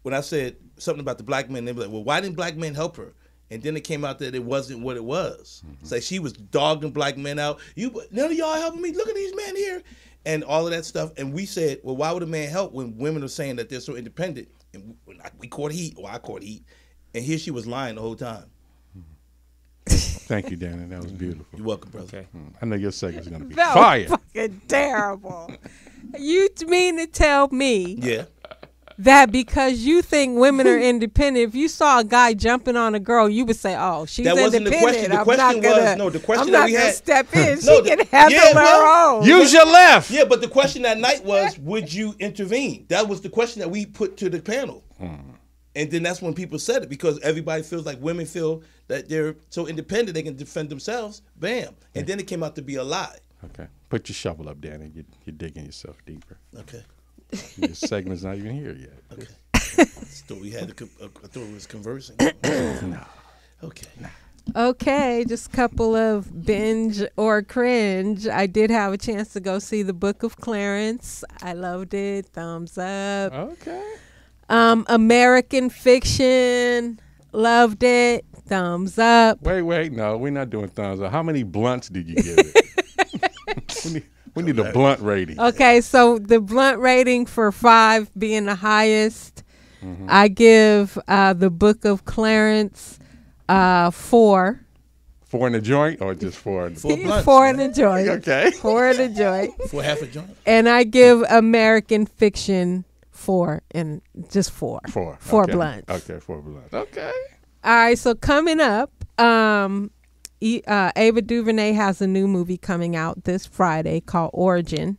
A: when I said something about the black men, they were like, well, why didn't black men help her? And then it came out that it wasn't what it was. It's like she was dogging black men out. You none of y'all helping me. Look at these men here, and all of that stuff. And we said, well, why would a man help when women are saying that they're so independent? And we, we caught heat, or I caught heat, and here she was lying the whole time.
B: Thank you, Danny. That was beautiful.
A: You're welcome, brother.
C: okay.
B: I know your segment's gonna be
D: That
B: fire.
D: was fucking terrible. you t- mean to tell me
A: Yeah.
D: that because you think women are independent, if you saw a guy jumping on a girl, you would say, "Oh, she's
A: That wasn't the
D: independent."
A: question. The
D: I'm
A: question
D: not gonna,
A: was- no, the question
D: I'm
A: that
D: not
A: we
D: gonna
A: had-
D: step in.
A: No,
D: she
A: the-
D: can handle
A: yeah,
D: her
A: well,
D: own.
B: Use your left.
A: Yeah, but the question that night was, would you intervene? That was the question that we put to the panel.
C: Hmm.
A: And then that's when people said it because everybody feels like women feel that they're so independent they can defend themselves. Bam. And then it came out to be a lie.
B: Okay. Put your shovel up, Danny. You, you're digging yourself deeper.
A: Okay.
B: Your segment's not even here yet.
A: So we had to, co- uh, I thought we was conversing. Okay.
D: Okay, just a couple of binge or cringe. I did have a chance to go see the Book of Clarence. I loved it. Thumbs up.
B: Oh. Okay.
D: Um, American Fiction. Loved it. Thumbs up.
B: Wait, wait. No, we're not doing thumbs up. How many blunts did you give it? we need, we need a blunt rating.
D: Okay, so the blunt rating for five being the highest, I give uh, the Book of Clarence uh, four.
B: Four in the joint or just four? In the-
A: Four blunts.
D: Four and a joint.
B: Okay.
D: Four and a joint.
A: For half a joint.
D: And I give American Fiction four and just four.
B: Four.
D: Four
B: okay.
D: blunts.
B: Okay, four blunts. Okay.
D: All right, so coming up, um, E- uh, Ava DuVernay has a new movie coming out this Friday called Origin.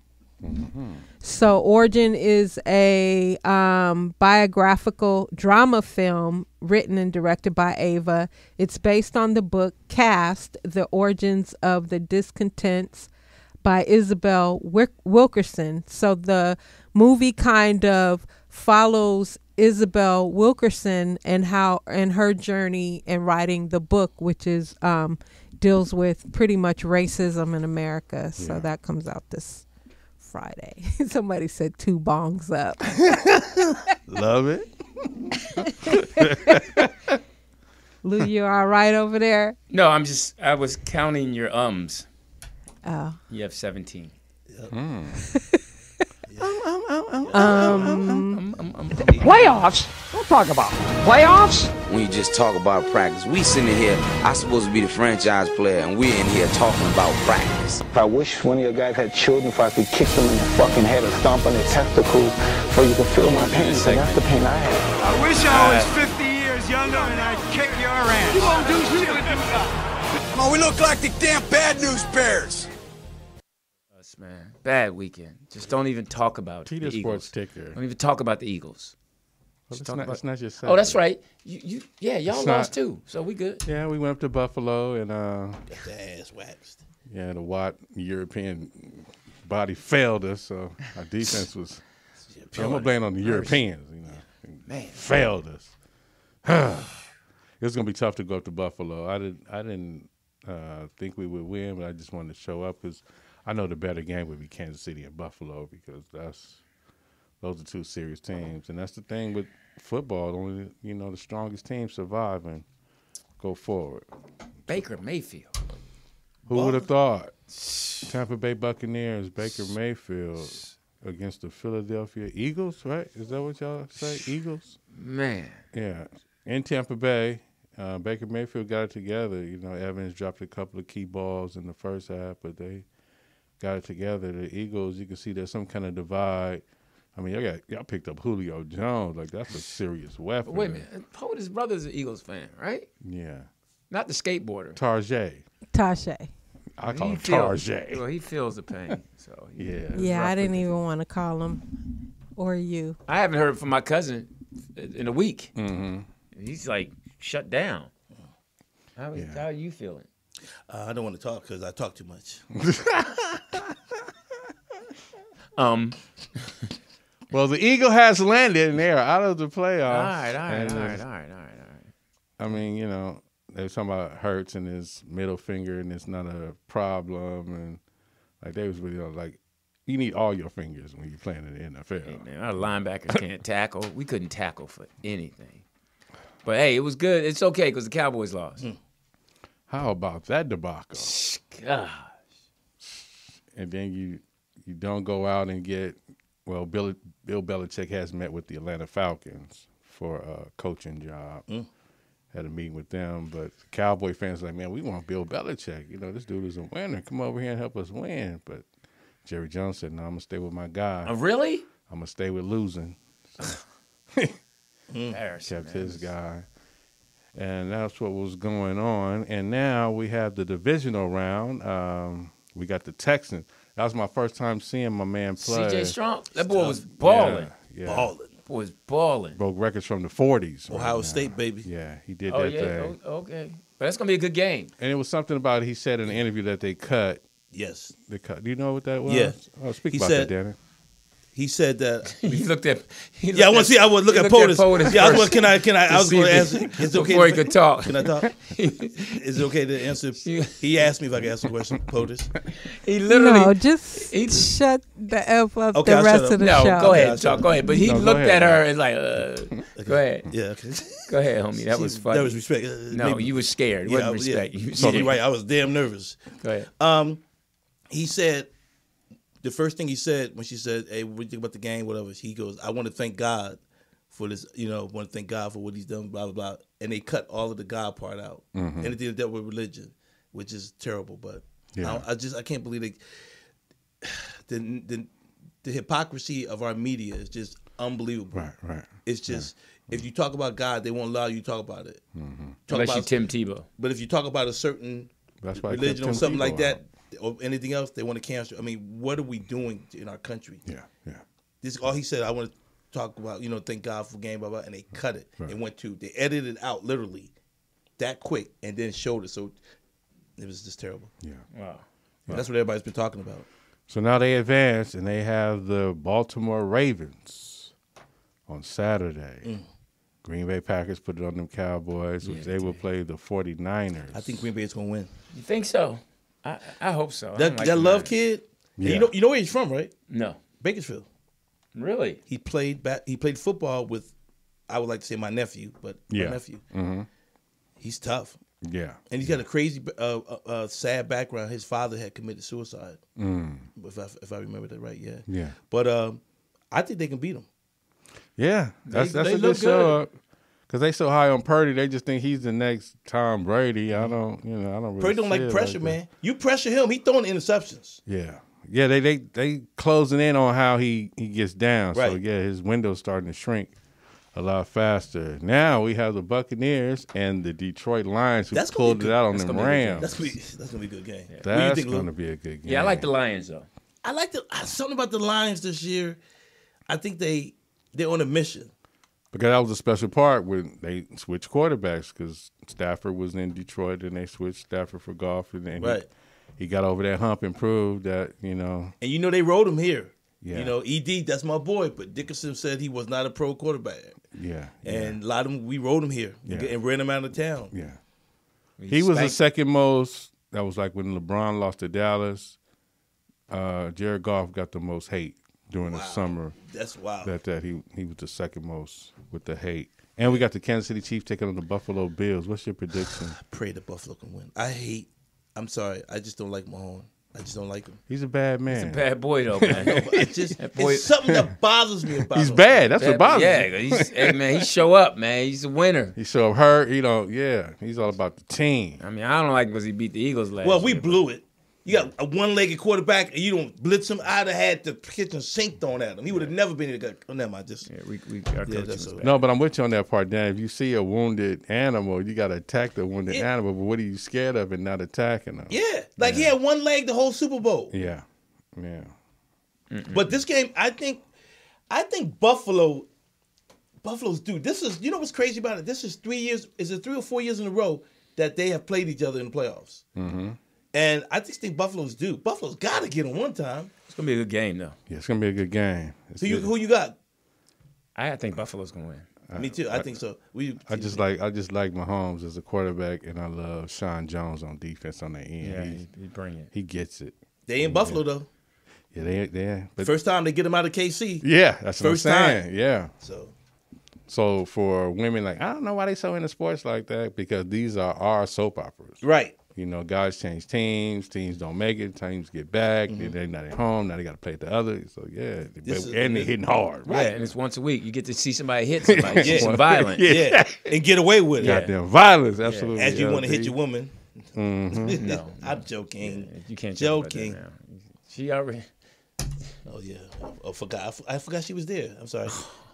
D: So Origin is a um, biographical drama film written and directed by Ava. It's based on the book Cast: The Origins of the Discontents by Isabel Wick- Wilkerson. So the movie kind of follows Isabel Wilkerson and how and her journey in writing the book, which is um, deals with pretty much racism in America. So
B: Yeah.
D: that comes out this Friday. Somebody said two bongs up.
B: Love it.
D: Lou, you all right over there?
C: No, I'm just. I was counting your ums.
D: Oh.
C: You have 17.
E: Playoffs? Don't talk about playoffs.
G: when you just talk about practice. We sitting here, I supposed to be the franchise player, and we're in here talking about practice.
H: If I wish one of your guys had children, if I could kick them in the fucking head or stomp on their testicles, so you can feel my pain, so that's the pain I have.
I: I wish I was 50 years younger and I'd kick your ass. You won't do shit with Oh, we look like the damn bad news bears.
C: Us, man. Bad weekend. Just don't even talk about
B: Peter
C: the Eagles.
B: Sports Ticker.
C: Don't even talk about the Eagles.
B: Well, it's,
C: talk
B: not,
C: about-
B: it's not just
C: Oh, that's
B: Saturday.
C: right. You, you yeah, y'all
B: It's
C: lost
B: not-
C: too, so we good.
B: Yeah, we went up to Buffalo and uh,
A: Got the ass waxed.
B: yeah, the Watt European body failed us, so our defense was. I'm gonna blame it on the Europeans, you know.
C: Man.
B: failed us. it's gonna be tough to go up to Buffalo. I didn't. I didn't uh, think we would win, but I just wanted to show up because I know the better game would be Kansas City and Buffalo because that's those are two serious teams, and that's the thing with football. Only you know the strongest team survive and go forward.
C: Baker Mayfield.
B: Who would have thought? Tampa Bay Buccaneers, Baker Mayfield against the Philadelphia Eagles, right? Is that what y'all say? Eagles?
C: Man.
B: Yeah. In Tampa Bay, uh, Baker Mayfield got it together. You know, Evans dropped a couple of key balls in the first half, but they got it together. The Eagles, you can see there's some kind of divide. I mean, y'all, got, y'all picked up Julio Jones. Like, that's a serious weapon.
C: Wait a minute. Poet's brother's an Eagles fan, right?
B: Yeah.
C: Not the skateboarder.
B: Tarjay.
D: Tasha.
B: I call him
C: feels- Well,
B: Tarjay.
C: he feels the pain. So he-
B: Yeah.
D: Yeah, I didn't even want to call him or you.
C: I haven't heard from my cousin in a week. Mm-hmm. He's like shut down. How, is- how are you feeling?
A: Uh, I don't want to talk because I talk too much.
C: Um,
B: Well, the Eagle has landed and they are out of the playoffs.
C: all right, all right,
B: And
C: all right,
B: it's-
C: all right, all right, all right.
B: I mean, you know, they were talking about Hurts and his middle finger and it's not a problem. And like, they was really like, you need all your fingers when you're playing in the NFL.
C: Hey, man, our linebackers can't tackle. We couldn't tackle for anything. But hey, it was good. It's okay because the Cowboys lost.
B: How about that debacle?
C: God.
B: And then you you don't go out and get, well, Bill, Bill Belichick has met with the Atlanta Falcons for a coaching job. Had a meeting with them, but Cowboy fans like, man, we want Bill Belichick. You know, this dude is a winner. Come over here and help us win. But Jerry Jones said, no, I'm gonna stay with my guy.
C: Uh, Oh, really?
B: I'm gonna stay with losing. So
C: Embarrassing.
B: kept
C: man.
B: his guy. And that's what was going on. And now we have the divisional round. Um, we got the Texans. That was my first time seeing my man play.
C: CJ Strong, that boy was
B: Yeah,
C: balling.
B: Yeah,
A: Balling.
C: Boy was balling.
B: Broke records from the 40s. right
A: Ohio
B: now.
A: State, baby.
B: Yeah, he did
C: Oh
B: that
C: yeah,
B: thing.
C: oh, okay. But that's gonna be a good game.
B: And it was something about it. He said in an interview that they cut.
A: Yes.
B: They cut. Do you know what that was?
A: Yes.
B: Oh, speak
A: He
B: about
A: said-
B: that, Danny.
A: He said that.
C: He looked at. He
A: Yeah, I
C: looked
A: want to see. I want to look
C: he
A: at
C: looked
A: POTUS. yeah, I was,
C: first
A: gonna- can I? Can I? I was
C: see
A: going to
C: if
A: answer.
C: he-
A: Is it okay?
C: before he
A: if-
C: could talk.
A: Can I talk? Is it okay to answer? He asked me if I could ask a question. POTUS.
C: He literally.
D: no, just
C: he-
D: shut the f up
A: Okay,
D: the
A: I'll
D: rest
A: shut
D: of the
A: up.
C: no,
D: show.
C: go ahead,
A: I'll shut
C: talk. Go ahead. But he
B: No, go
C: looked
B: ahead.
C: at her and like, uh, go ahead,
A: Yeah. Okay.
C: go ahead, homie. That was funny.
A: That was respect. Uh,
C: no,
A: maybe-
C: you were scared. It
A: I
C: wasn't
A: was- yeah.
C: respect. You were
A: So
C: scared.
A: you're right. I was damn nervous.
C: Go ahead.
A: Um, he said the first thing he said when she said, "Hey, what do you think about the game? Whatever." He goes, "I want to thank God for this. You know, want to thank God for what He's done." Blah blah blah. And they cut all of the God part out.
B: Mm-hmm.
A: Anything that dealt with religion, which is terrible. But
B: Yeah.
A: I, don't- I just I can't believe they, the the the hypocrisy of our media is just unbelievable.
B: Right, right.
A: It's just if you talk about God, they won't allow you to talk about it.
B: Mm-hmm.
A: Talk
C: Unless you
A: about-
C: Tim Tebow.
A: but if you talk about a certain
B: That's why I kept
A: religion or
B: Tim
A: something
B: Tebow
A: like
B: out.
A: that or anything else, they want to cancel. I mean, what are we doing in our country?
B: Yeah, yeah.
A: This all he said. I want to talk about. You know, thank God for game, blah blah. And they cut it.
B: Right.
A: It went to they edited it out literally that quick and then showed it. So it was just terrible.
C: Wow.
A: That's what everybody's been talking about.
B: So now they advance and they have the Baltimore Ravens on Saturday.
A: Mm.
B: Green Bay Packers put it on them Cowboys, which they will play the 49ers.
A: I think Green Bay is going to win.
C: You think so? I I hope so. I
A: That,
C: don't like
A: that
C: the
A: love
C: Niners.
A: kid. and
B: Yeah.
A: You know, you know where he's from, right?
C: No,
A: Bakersfield.
C: really.
A: He played bat, He played football with, I would like to say my nephew, but
B: Yeah. Mm-hmm.
A: my nephew. He's tough.
B: Yeah.
A: and he's got a crazy, uh, uh, uh, sad background. His father had committed suicide, if I if I remember that right. Yeah,
B: Mm. Yeah.
A: But um, I think they can beat him.
B: Yeah. That's
C: They-
B: that's
C: they
B: a
C: look
B: good show up. Cause they so high on Purdy, they just think he's the next Tom Brady. I don't, you know, I don't. Really
A: Mm-hmm. Purdy don't
B: see
A: like
B: it
A: pressure,
B: that.
A: man. You pressure him, he throwing interceptions.
B: Yeah, yeah. They they they closing in on how he he gets down. So
A: Right.
B: yeah, his window's starting to shrink a lot faster. Now we have the Buccaneers and the Detroit Lions who
A: That's gonna
B: pulled
A: be
B: it
A: good.
B: out on
C: That's
B: them
C: gonna be good.
B: Rams.
A: That's gonna be, that's gonna be a good game. What do you
B: That's
A: think, Lou?
B: going to be a good game.
C: Yeah, I like the Lions though.
A: I like the uh, something about the Lions this year. I think they they're on a mission.
B: because that was a special part when they switched quarterbacks because Stafford was in Detroit and they switched Stafford for golf and, and he-
A: Right.
B: he, got over that hump and proved that you know
A: And you know they rode him here.
B: Yeah.
A: You know, ED, that's my boy. But Dickerson said he was not a pro quarterback,
B: yeah
A: and a lot of them we rode him here
B: Yeah.
A: and ran him out of town.
B: yeah. yeah. He was the
C: spanked-
B: second most. That was like when LeBron lost to Dallas. Uh, Jared Goff got the most hate during the summer.
A: That's wild.
B: That that he he was the second most with the hate. And we got the Kansas City Chiefs taking on the Buffalo Bills. What's your prediction?
A: pray that Buffalo can win. I hate. I'm sorry. I just don't like Mahomes. I just don't like him.
B: He's a bad man.
C: bad boy though, man.
A: I just
C: boy-
A: it's something that bothers me about
B: He's
A: him.
B: bad. That's what
C: Bad-
B: bothers
C: yeah,
B: me.
C: he's, hey man, he show up, man. He's a winner.
B: He show up hurt. You know, yeah. He's all about the team.
C: I mean, I don't like because he beat the Eagles last.
A: Well, we
C: year, but-
A: blew it. You got a one-legged quarterback, and you don't blitz him. I'd have had the kitchen sink thrown at him. He would have never been in the gut. Oh, never mind. Just
C: Yeah, we, we our coaching
A: that's
C: was
A: a-
C: bad.
B: No, but I'm with you on that part, Dan. If you see a wounded animal, you got to attack the wounded
A: Yeah.
B: animal. But what are you scared of and not attacking them?
A: yeah, like he had one leg the whole Super Bowl.
B: Yeah. Yeah.
A: But this game, I think, I think Buffalo, Buffalo's dude. This is you know what's crazy about it. This is three years. Is it three or four years in a row that they have played each other in the playoffs?
B: Mm-hmm.
A: And I just think Buffalo's due. Buffalo's got to get them one time.
C: It's gonna be a good game though.
B: Yeah, it's gonna be a good game. It's
A: So you,
B: good.
A: who you got?
C: I think Buffalo's gonna win.
A: Me too. I think so. We.
B: I just like I just like Mahomes as a quarterback, and I love Sean Jones on defense on the end.
C: Yeah,
B: He's-
C: he, he bring it.
B: he gets it.
A: they in Buffalo though.
B: Yeah, they they but
A: First time they get them out of KC.
B: yeah, that's what I'm
A: first time.
B: saying. Yeah.
A: So
B: So for women, like I don't know why they so into sports like that because these are our soap operas.
A: right.
B: You know, guys change teams, teams don't make it, teams get back, then they're not at home, now they got to play at the other. So yeah,
A: Mm-hmm. This is-
B: and they're hitting hard.
C: Yeah, and it's once a week. You get to see somebody hit somebody. yeah. some violence.
A: Yeah. and get away with it
B: Goddamn violence, absolutely.
A: as you
B: Yeah,
A: want to hit
B: they- Mm-hmm.
A: your woman.
C: No,
A: I'm joking.
C: you can't joke about that
A: joking.
C: now. She already.
A: Oh yeah, I forgot. I, f- I forgot she was there. I'm sorry.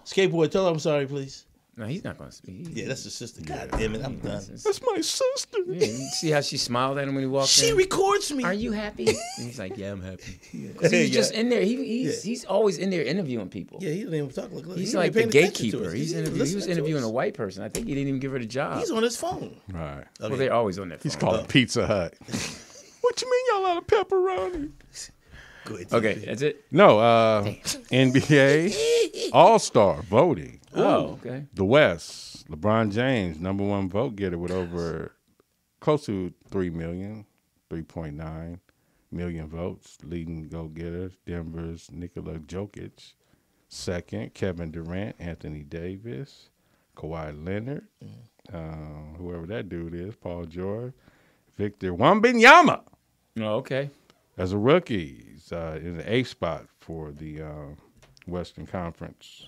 A: Skateboard, tell her I'm sorry, please.
C: No, he's not going to speak. He-
A: Yeah, that's the sister. God damn it, I'm done.
B: That's my sister.
C: Yeah, you see how she smiled at him when he walked
A: She
C: in?
A: records me.
C: Are you happy? And he's like, yeah, I'm happy. 'Cause he was
A: Yeah.
C: just in there. He, he's,
A: Yeah.
C: he's always in there interviewing people.
A: Yeah, he didn't even talk. Look, look,
C: he's
A: he
C: like the
A: didn't even pay attention to
C: gatekeeper.
A: us.
C: He's
A: didn't even
C: interview, he was
A: listen to
C: interviewing
A: us.
C: a white person. I think he didn't even give her the job.
A: He's on his phone.
B: Right.
A: Uh,
C: well, they're always on that phone.
B: He's called Pizza Hut. what you mean y'all out of pepperoni?
A: Good.
C: Oh, Okay, that's it.
B: No, uh, NBA All Star voting.
C: Oh, okay.
B: The West, LeBron James, number one vote getter with over close to 3 million, 3.9 million votes. Leading go getter, Denver's Nikola Jokic. Second, Kevin Durant, Anthony Davis, Kawhi Leonard, uh, whoever that dude is, Paul George, Victor Wambinyama
C: Oh, okay.
B: as a rookie. He's uh, in the eighth spot for the uh, Western Conference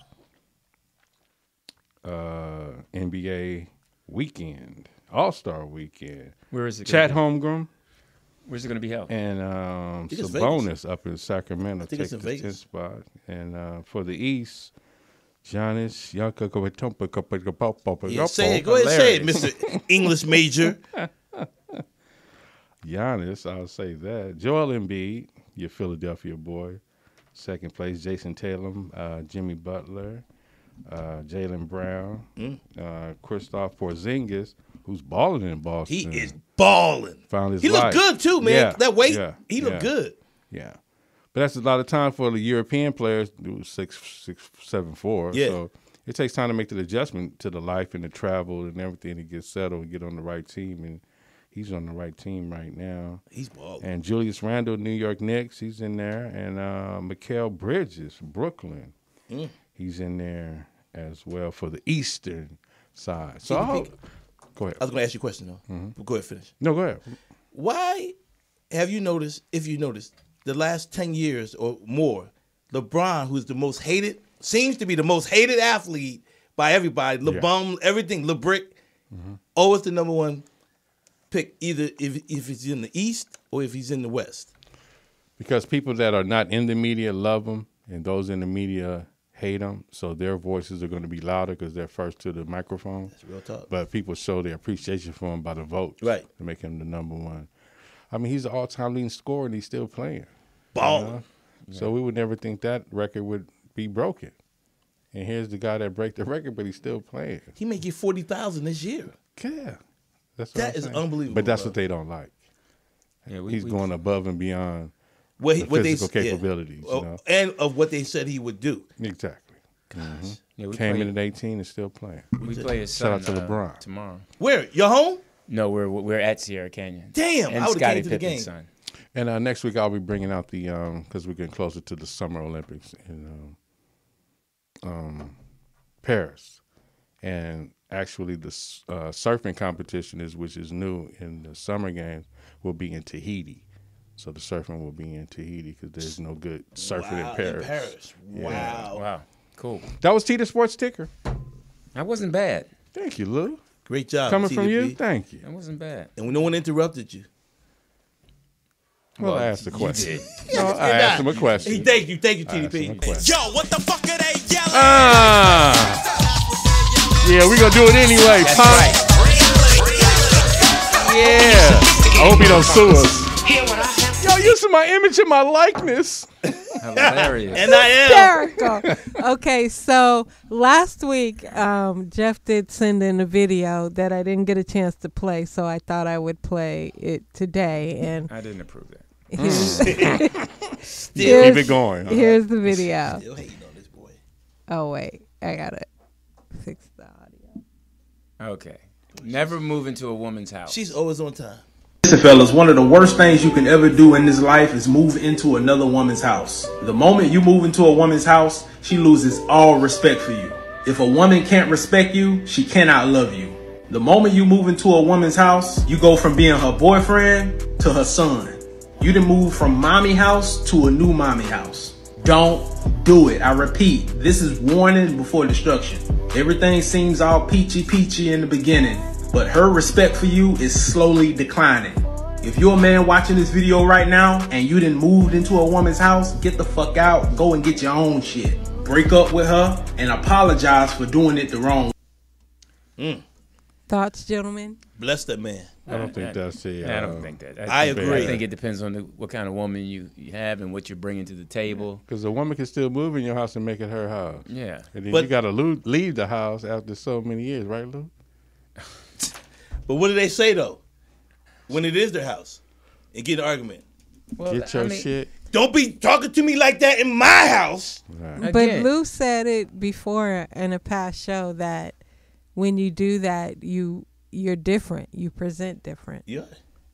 B: uh, NBA weekend, All Star weekend.
C: Where is it?
B: Chad
C: gonna
B: Holmgren
C: be? Where's it going to be held?
B: and um,
A: think it's
B: Sabonis up in Sacramento
A: think
B: take
A: it's
B: the
A: in Vegas.
B: tenth spot, and uh, for the East. Giannis Yakuba
A: Yeah, say it. Go ahead, say it, Mister English Major.
B: Giannis, I'll say that. Joel Embiid, your Philadelphia boy. Second place, Jason Tatum, uh, Jimmy Butler, uh, Jalen Brown, uh, Christoph Porzingis, who's balling in Boston.
A: Mm. He is balling.
B: Found his
A: he looked
B: life.
A: good too, man.
B: Yeah,
A: That weight,
B: yeah,
A: he looked
B: yeah.
A: good.
B: Yeah, but that's a lot of time for the European players. It was six, six, seven, four.
A: Yeah.
B: So it takes time to make the adjustment to the life and the travel and everything to get settled and get on the right team. And he's on the right team right now.
A: He's balling.
B: And Julius Randle, New York Knicks, he's in there. And uh, Mikael Bridges, Brooklyn,
A: Mm.
B: he's in there as well for the Eastern side. So I hope- go
A: I
B: ahead.
A: was going to ask you a question though.
C: Mm-hmm.
A: But go ahead, finish.
B: No, go ahead.
A: Why have you noticed? If you noticed, the last ten years or more, LeBron, who's the most hated, seems to be the most hated athlete by everybody. LeBron, everything, LeBrick,
B: Mm-hmm.
A: always the number one pick, either if if he's in the East or if he's in the West.
B: Because people that are not in the media love him, and those in the media hate him. So their voices are going to be louder because they're first to the microphone. That's
A: real talk.
B: But people show their appreciation for him by the vote.
A: Right.
B: To make him the number one. I mean, he's the all time leading scorer, and he's still playing.
A: Balling.
B: Uh-huh. So we would never think that record would be broken. And here's the guy that break the record, but he's still playing.
A: He may get forty thousand this year.
B: Yeah, that's what
A: That
B: I'm
A: is
B: saying.
A: unbelievable,
B: But that's
A: bro.
B: what they don't like.
C: Yeah, we,
B: He's
C: we-
B: going above and beyond.
A: What, he-
B: The
A: what they-
B: physical
A: yeah.
B: capabilities, you
A: Oh,
B: know?
A: and of what they said he would do.
B: Exactly.
C: yeah, we
B: uh-huh. Came
C: play,
B: in at 18 and still playing.
C: We play his
B: Shout out
C: son,
B: to
C: uh,
B: LeBron.
C: tomorrow.
A: Where your home?
C: No, we're we're at Sierra Canyon.
A: Damn,
C: and
A: I would've
C: Scottie
A: came to the
C: Pippen's
A: game.
C: son.
B: And uh, next week I'll be bringing out the um because we're getting closer to the Summer Olympics in um, um, Paris, and actually the s- uh, surfing competition is which is new in the Summer Games will be in Tahiti, so the surfing will be in Tahiti because there's no good surfing
A: Wow,
B: in, Paris.
A: Wow.
C: Wow, cool.
B: That was T the Sports Ticker.
C: That wasn't bad.
B: Thank you, Lou.
A: Great job.
B: Coming from you,
A: TDB.
B: thank you.
C: That wasn't bad.
A: And no one interrupted you.
B: Well, I
C: Well,
B: asked the question.
C: did.
B: No, I asked him a
A: Hey,
B: question.
A: thank you, thank you,
B: I asked him a
A: TDP.
B: question.
I: what the fuck are they yelling?
B: Ah. Yeah, we gonna do it anyway, punk. Yeah. I hope he don't sue us. Y'all using my image and my likeness.
C: Hilarious.
A: And I am.
D: hysterical. okay, so last week, um, Jeff did send in a video that I didn't get a chance to play, so I thought I would play it today. And
C: I didn't approve that.
D: here's,
B: Keep
D: here's,
B: it going.
D: here's the video.
A: Still hating on this boy.
D: Oh, wait, I gotta fix the audio.
C: Okay. Never move into a woman's house.
A: She's always on time.
J: Listen, fellas, one of the worst things you can ever do in this life is move into another woman's house. The moment you move into a woman's house, she loses all respect for you. If a woman can't respect you, she cannot love you. The moment you move into a woman's house, you go from being her boyfriend to her son. You done move from mommy house to a new mommy house. Don't do it. I repeat, this is warning before destruction. Everything seems all peachy peachy in the beginning, but her respect for you is slowly declining. If you're a man watching this video right now and you didn't moved into a woman's house, get the fuck out, go and get your own shit. Break up with her and apologize for doing it the wrong
D: Thoughts, gentlemen?
A: Bless that man.
B: I don't think that's it.
C: I don't
B: Um,
C: think that.
A: I
C: think-
A: agree.
C: I think it depends on the, what kind of woman you, you have and what you're bringing to the table.
B: Because a woman can still move in your house and make it her house.
C: Yeah.
B: And then
C: But-
B: you got to leave the house after so many years, right, Lou?
A: But what do they say though? When it is their house, and get an argument.
C: Well,
B: Get your I mean- shit.
A: Don't be talking to me like that in my house.
D: But Lou said it before in a past show that when you do that, you you're different. You present different.
A: Yeah.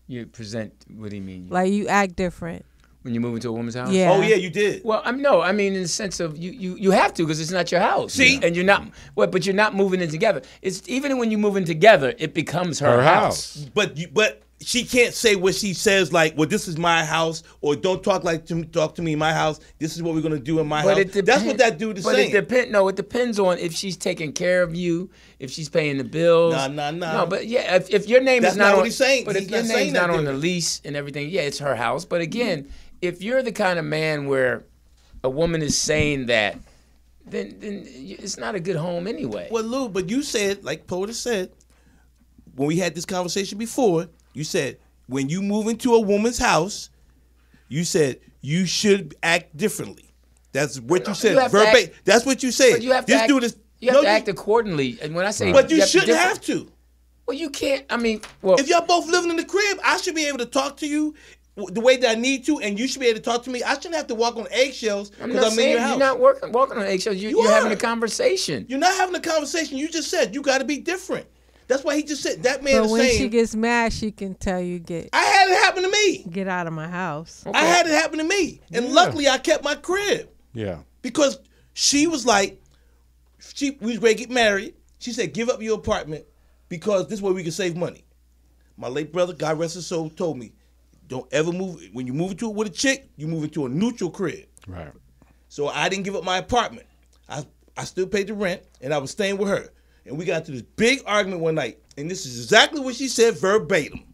C: You present. What do you mean?
D: Like you act different.
C: when you move into a woman's house.
D: Yeah. Oh, yeah,
A: you did.
C: Well, I'm no. I mean, in the sense of you you, you have to because it's not your house. See, and you're not. Well, but you're not moving in together. It's even when you move in together, it becomes her,
A: But you, but she can't say what she says like, well, this is my house, or don't talk like to me, talk to me in my house. This is what we're gonna do in my house. That's what that dude is
C: but
A: saying.
C: It depend, no, it depends on if she's taking care of you, if she's paying the bills.
A: Nah, nah, nah.
C: No, but yeah, if, if your name
A: That's
C: is not,
A: not what
C: on,
A: he's saying.
C: But
A: He's
C: if your
A: not
C: name's
A: saying that,
C: not on
A: dude.
C: the lease and everything, yeah, it's her house. But again, if you're the kind of man where a woman is saying that, then then it's not a good home anyway.
A: Well, Lou, but you said, like Poeta said, when we had this conversation before, you said when you move into a woman's house, you said you should act differently. That's what you said.
C: you have to
A: verba-
C: act-
A: that's what you said.
C: But you have to
A: this
C: act,
A: dude is
C: you have
A: no,
C: to act accordingly. And when I say,
A: But you, shouldn't
C: differ-
A: have to.
C: Well, you can't. I mean, well,
A: if y'all both living in the crib, I should be able to talk to you w- the way that I need to, and you should be able to talk to me. I shouldn't have to walk on eggshells
C: I'm
A: because I'm,
C: not
A: in
C: saying
A: your
C: you're
A: house.
C: not working, walking on eggshells. You're,
A: You
C: you're having
A: are.
C: a conversation.
A: You're not having a conversation. You just said you got to be different. That's why he just said that man
D: but
A: is
D: when
A: saying
D: she gets mad, she can tell you get
A: I had it happen to me.
D: get out of my house.
A: I had it happen to me, and luckily I kept my crib
B: Yeah.
A: because she was like, she we was ready to get married. She said, "Give up your apartment because this way we can save money." My late brother, God rest his soul, told me, "Don't ever move when you move into it with a chick. You move into a neutral crib."
B: Right.
A: So I didn't give up my apartment. I I still paid the rent, and I was staying with her. And we got into this big argument one night, and this is exactly what she said verbatim.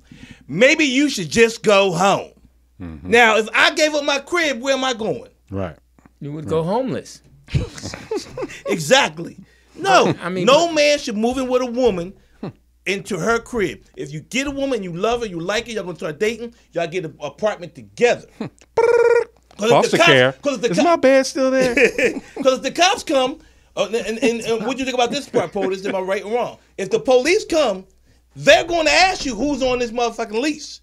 A: Maybe you should just go home.
B: Mm-hmm.
A: Now, if I gave up my crib, where am I going?
B: Right.
C: You would
A: Mm.
C: go homeless.
A: Exactly. No,
C: I mean-
A: no man should move in with a woman into her crib. If you get a woman, you love her, you like her, y'all gonna start dating, y'all get an apartment together. 'Cause if the
B: Foster
A: cops-
B: care.
A: 'cause if the
B: Is
A: cop-
B: my bed still there?
A: Because if the cops come, uh, and, and, and what do you think about this part, POTUS? Am I right or wrong? If the police come, they're going to ask you who's on this motherfucking lease.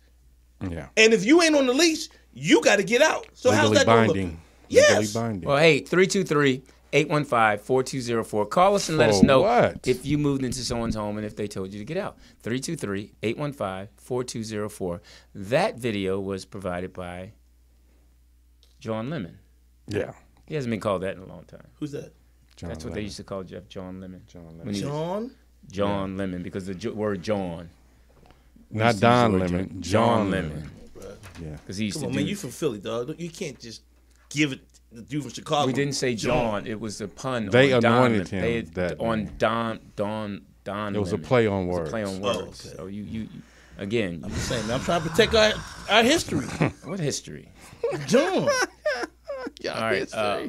B: yeah.
A: And if you ain't on the lease, you got to get out. So how's that going to look? Yes.
C: Well, hey, 323 815 4204. Call us and let us
B: For
C: know
B: what?
C: if you moved into someone's home and if they told you to get out. 323 815 4204. That video was provided by John Lemon.
B: Yeah.
C: He hasn't been called that in a long time.
A: Who's that?
B: John
C: That's what they
B: Lemon.
C: used to call Jeff John Lemon. John Lemon.
A: John?
C: John Lemon because the jo- word John. We
B: Not
C: used to use
B: Don
C: the word
B: Lemon.
C: John,
B: John
C: Lemon.
B: Lemon. Yeah.
C: Because he used
A: Come
C: to
A: on,
C: do
A: man, you from Philly, dog. You can't just give it the dude from Chicago.
C: We didn't say John. It was a pun.
B: They
C: on Don
B: anointed
C: Lemon.
B: him that
C: on Don Don Don.
B: It was a
C: Lemon.
B: play on
C: It was
B: words.
C: A play on
A: Oh,
C: words. So you you you- again.
A: I'm saying, man, I'm trying to protect our, our history.
C: What history?
A: John.
C: All right. uh,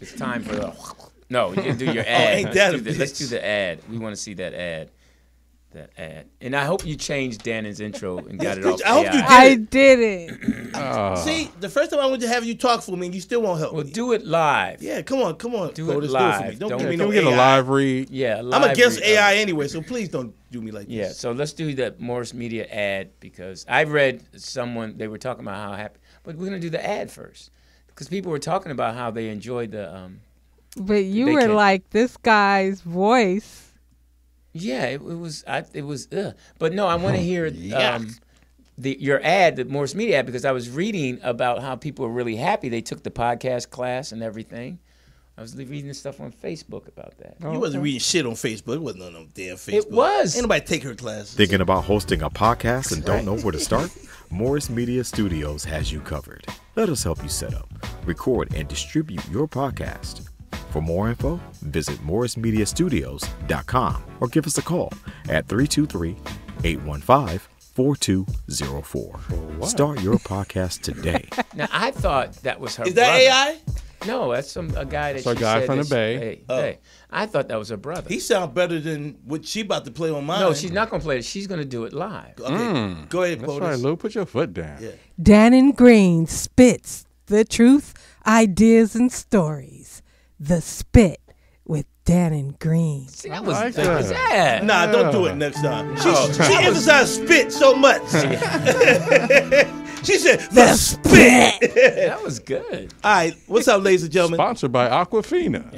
C: it's time for the. No, you do your
A: Oh,
C: ad.
A: ain't
C: let's,
A: that
C: do
A: a
C: the, let's do
A: bitch.
C: the ad. We want to see that ad. That ad. And I hope you changed Dannon's intro and got it off.
A: I hope you
C: AI.
D: I did it.
A: See, the first time I wanted to have you talk for me, and you still won't help
C: Well,
A: me.
C: do it live.
A: Yeah, come on, come on.
C: Do
A: POTUS, do
C: it
A: it for me.
C: live.
A: Don't,
C: Don't-
A: give me
C: Can
A: no
B: Can we get a
A: AI.
B: live read?
C: Yeah,
A: I'm
C: live.
A: against
C: read of
A: AI
C: it.
A: anyway, so please don't do me like
C: Yeah,
A: this.
C: so let's do that Morris Media ad because I read someone they were talking about how happy, but we're gonna do the ad first because people were talking about how they enjoyed the. Um,
D: But you
C: They
D: were
C: can-
D: like this guy's voice.
C: yeah, it, it was. I, it was. Ugh. But no, I want
B: Oh,
C: to hear um, the, your ad, the Morris Media ad, because I was reading about how people are really happy. They took the podcast class and everything. I was reading stuff on Facebook about that.
B: Oh.
A: You wasn't reading shit on Facebook. It wasn't on them damn Facebook.
C: was.
A: Ain't nobody take her classes.
K: Thinking about hosting a podcast and don't know where to start? Morris Media Studios has you covered. Let us help you set up, record, and distribute your podcast. For more info, visit morrismediastudios.com or give us a call at 323 815 4204. Start your podcast today.
C: Now I thought that was her.
A: Is that
C: brother.
A: AI?
C: No, that's some a guy that
B: So a
C: she
B: guy
C: said
B: from
C: that
B: the
C: she-
B: Bay.
C: hey,
A: Oh.
C: hey, I thought that was her brother.
A: He sound better than what she about to play on mine.
C: No, she's not gonna play it. She's gonna do it live.
A: Okay, go ahead,
B: That's
A: POTUS.
B: right, Lou. Put your foot down.
D: Dannon Green spits the truth, ideas, and stories. The Spit with Dannon Green.
C: See, that was,
A: like
C: that was
A: that.
C: that.
A: Nah, don't do it next time. She, she emphasized spit so much. she said, the spit.
C: That was good.
A: All right, what's up, ladies and gentlemen?
B: Sponsored by Aquafina.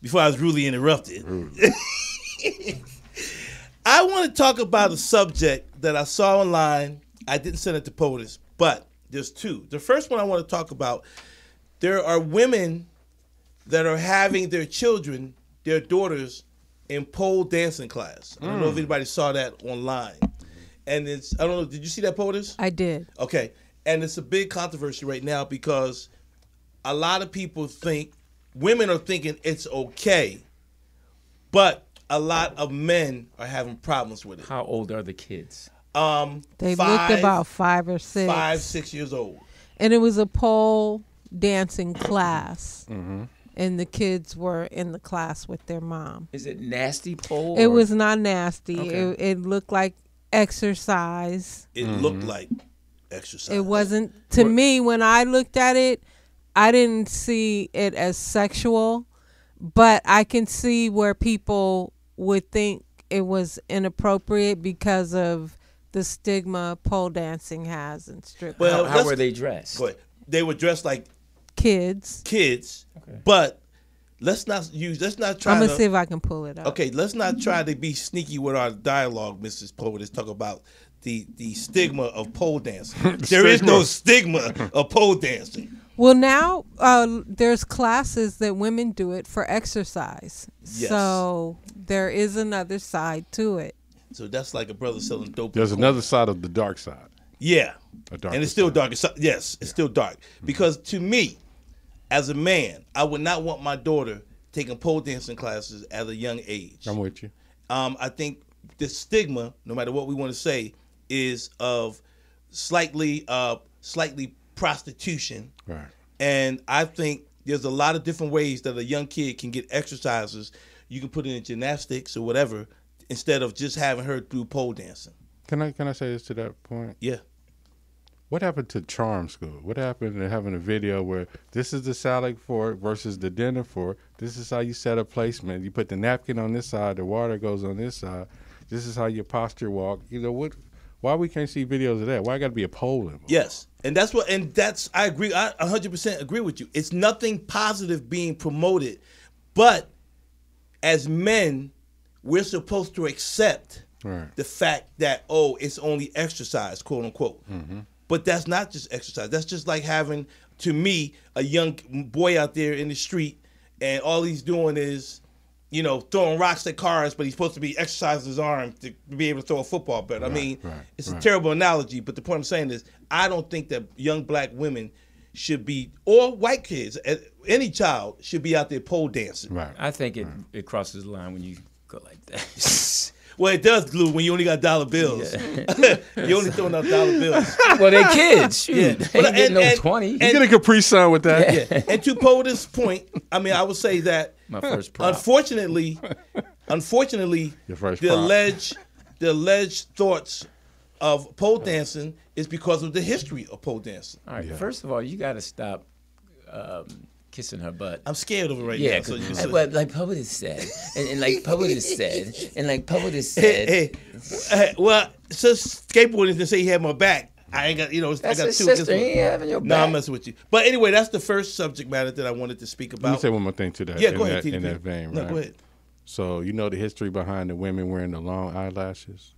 A: Before I was rudely interrupted, I want to talk about a subject that I saw online. I didn't send it to POTUS, but there's two. The first one I want to talk about there are women that are having their children, their daughters, in pole dancing class. I don't know if
D: Mm.
A: anybody saw that online. And it's, I don't know, did you see that, POTUS?
D: I did.
A: Okay, and it's a big controversy right now because a lot of people think women are thinking it's okay, but a lot of men are having problems with it.
C: How old are the kids?
A: Um,
D: They
A: five-
D: looked about five or six.
A: five, six years old.
D: And it was a pole dancing class.
A: Mhm.
D: And the kids were in the class with their mom.
C: Is it nasty pole?
D: It
C: or-
D: was not nasty.
C: Okay.
D: It, it looked like exercise.
A: It
C: Mm-hmm.
A: looked like exercise.
C: Uh,
D: It wasn't to me when I looked at it. I didn't see it as sexual, but I can see where people would think it was inappropriate because of the stigma pole dancing has in strip.
A: Well,
C: How- how
A: let's-
C: were they dressed?
A: But they were dressed like
D: kids.
A: Kids, but let's not use. Let's not try.
D: I'm gonna
A: to-
D: see if I can pull it up.
A: Okay, let's
B: Mm-hmm.
A: not try to be sneaky with our dialogue, Mrs. Poe. Let's talk about the the stigma of pole dancing. there is no stigma of pole dancing.
D: Well, now uh, there's classes that women do it for exercise.
A: Yes.
D: So there is another side to it.
A: So that's like a brother selling dope.
B: There's another side of the dark side.
A: Yeah.
B: A
A: and it's still dark. It's- Yes, it's still dark.
B: Mm-hmm.
A: Because to me, as a man, I would not want my daughter taking pole dancing classes at a young age.
B: I'm with you.
A: Um, I think the stigma, no matter what we want to say, is of slightly, uh, slightly prostitution.
B: Right.
A: And I think there's a lot of different ways that a young kid can get exercises. You can put it in gymnastics or whatever instead of just having her do pole dancing.
B: Can I can I say this to that point?
A: Yeah.
B: What happened to charm school? What happened to having a video where this is the salad for it versus the dinner for it? This is how you set a placement. You put the napkin on this side, the water goes on this side. This is how your posture walk. You know what? Why we can't see videos of that? Why got to be a poll involved?
A: Yes, and that's what, and that's I agree. I 100 percent agree with you. It's nothing positive being promoted, but as men, we're supposed to accept
B: Right.
A: the fact that oh, it's only exercise, quote unquote.
B: Mm-hmm.
A: But that's not just exercise. That's just like having, to me, a young boy out there in the street, and all he's doing is, you know, throwing rocks at cars, but he's supposed to be exercising his arm to be able to throw a football better. I
B: Right,
A: mean,
B: right,
A: it's a
B: right.
A: terrible analogy, but the point I'm saying is, I don't think that young black women should be, or white kids, eh, any child should be out there pole dancing.
B: Right.
C: I think it, it crosses the line when you go like that.
A: Well, it does, Lou, when you only got dollar bills. you only throwing out dollar bills.
C: Well, they kids, shoot. They ain't getting no 20. You get
B: a Capri Sun with that.
A: Yeah. And to Potus' point, I mean, I would say that
C: My first prop.
A: unfortunately, unfortunately,
B: Your first
A: the
B: prop.
A: alleged the alleged thoughts of pole dancing is because of the history of pole dancing.
C: All right. First of all, you got to stop um, kissing her butt.
A: I'm scared of it right
C: yeah,
A: now. so
C: 'cause-
A: you-
C: uh, well, like Poetis said, and, and like Poetis said, and like Poetis
A: Hey,
C: said.
A: hey, hey, well, since skateboarding to say he had my back, I ain't got you know
C: That's
A: I got
C: his
A: two. at this
C: sister, he
A: one.
C: ain't having your
A: No,
C: back.
A: I'm messing with you. But anyway, that's the first subject matter that I wanted to speak about.
B: Let me say one more thing to that.
A: Yeah,
B: in
A: go ahead.
B: That,
A: TDP.
B: in that vein,
A: No,
B: right?
A: go ahead.
B: So you know the history behind the women wearing the long eyelashes?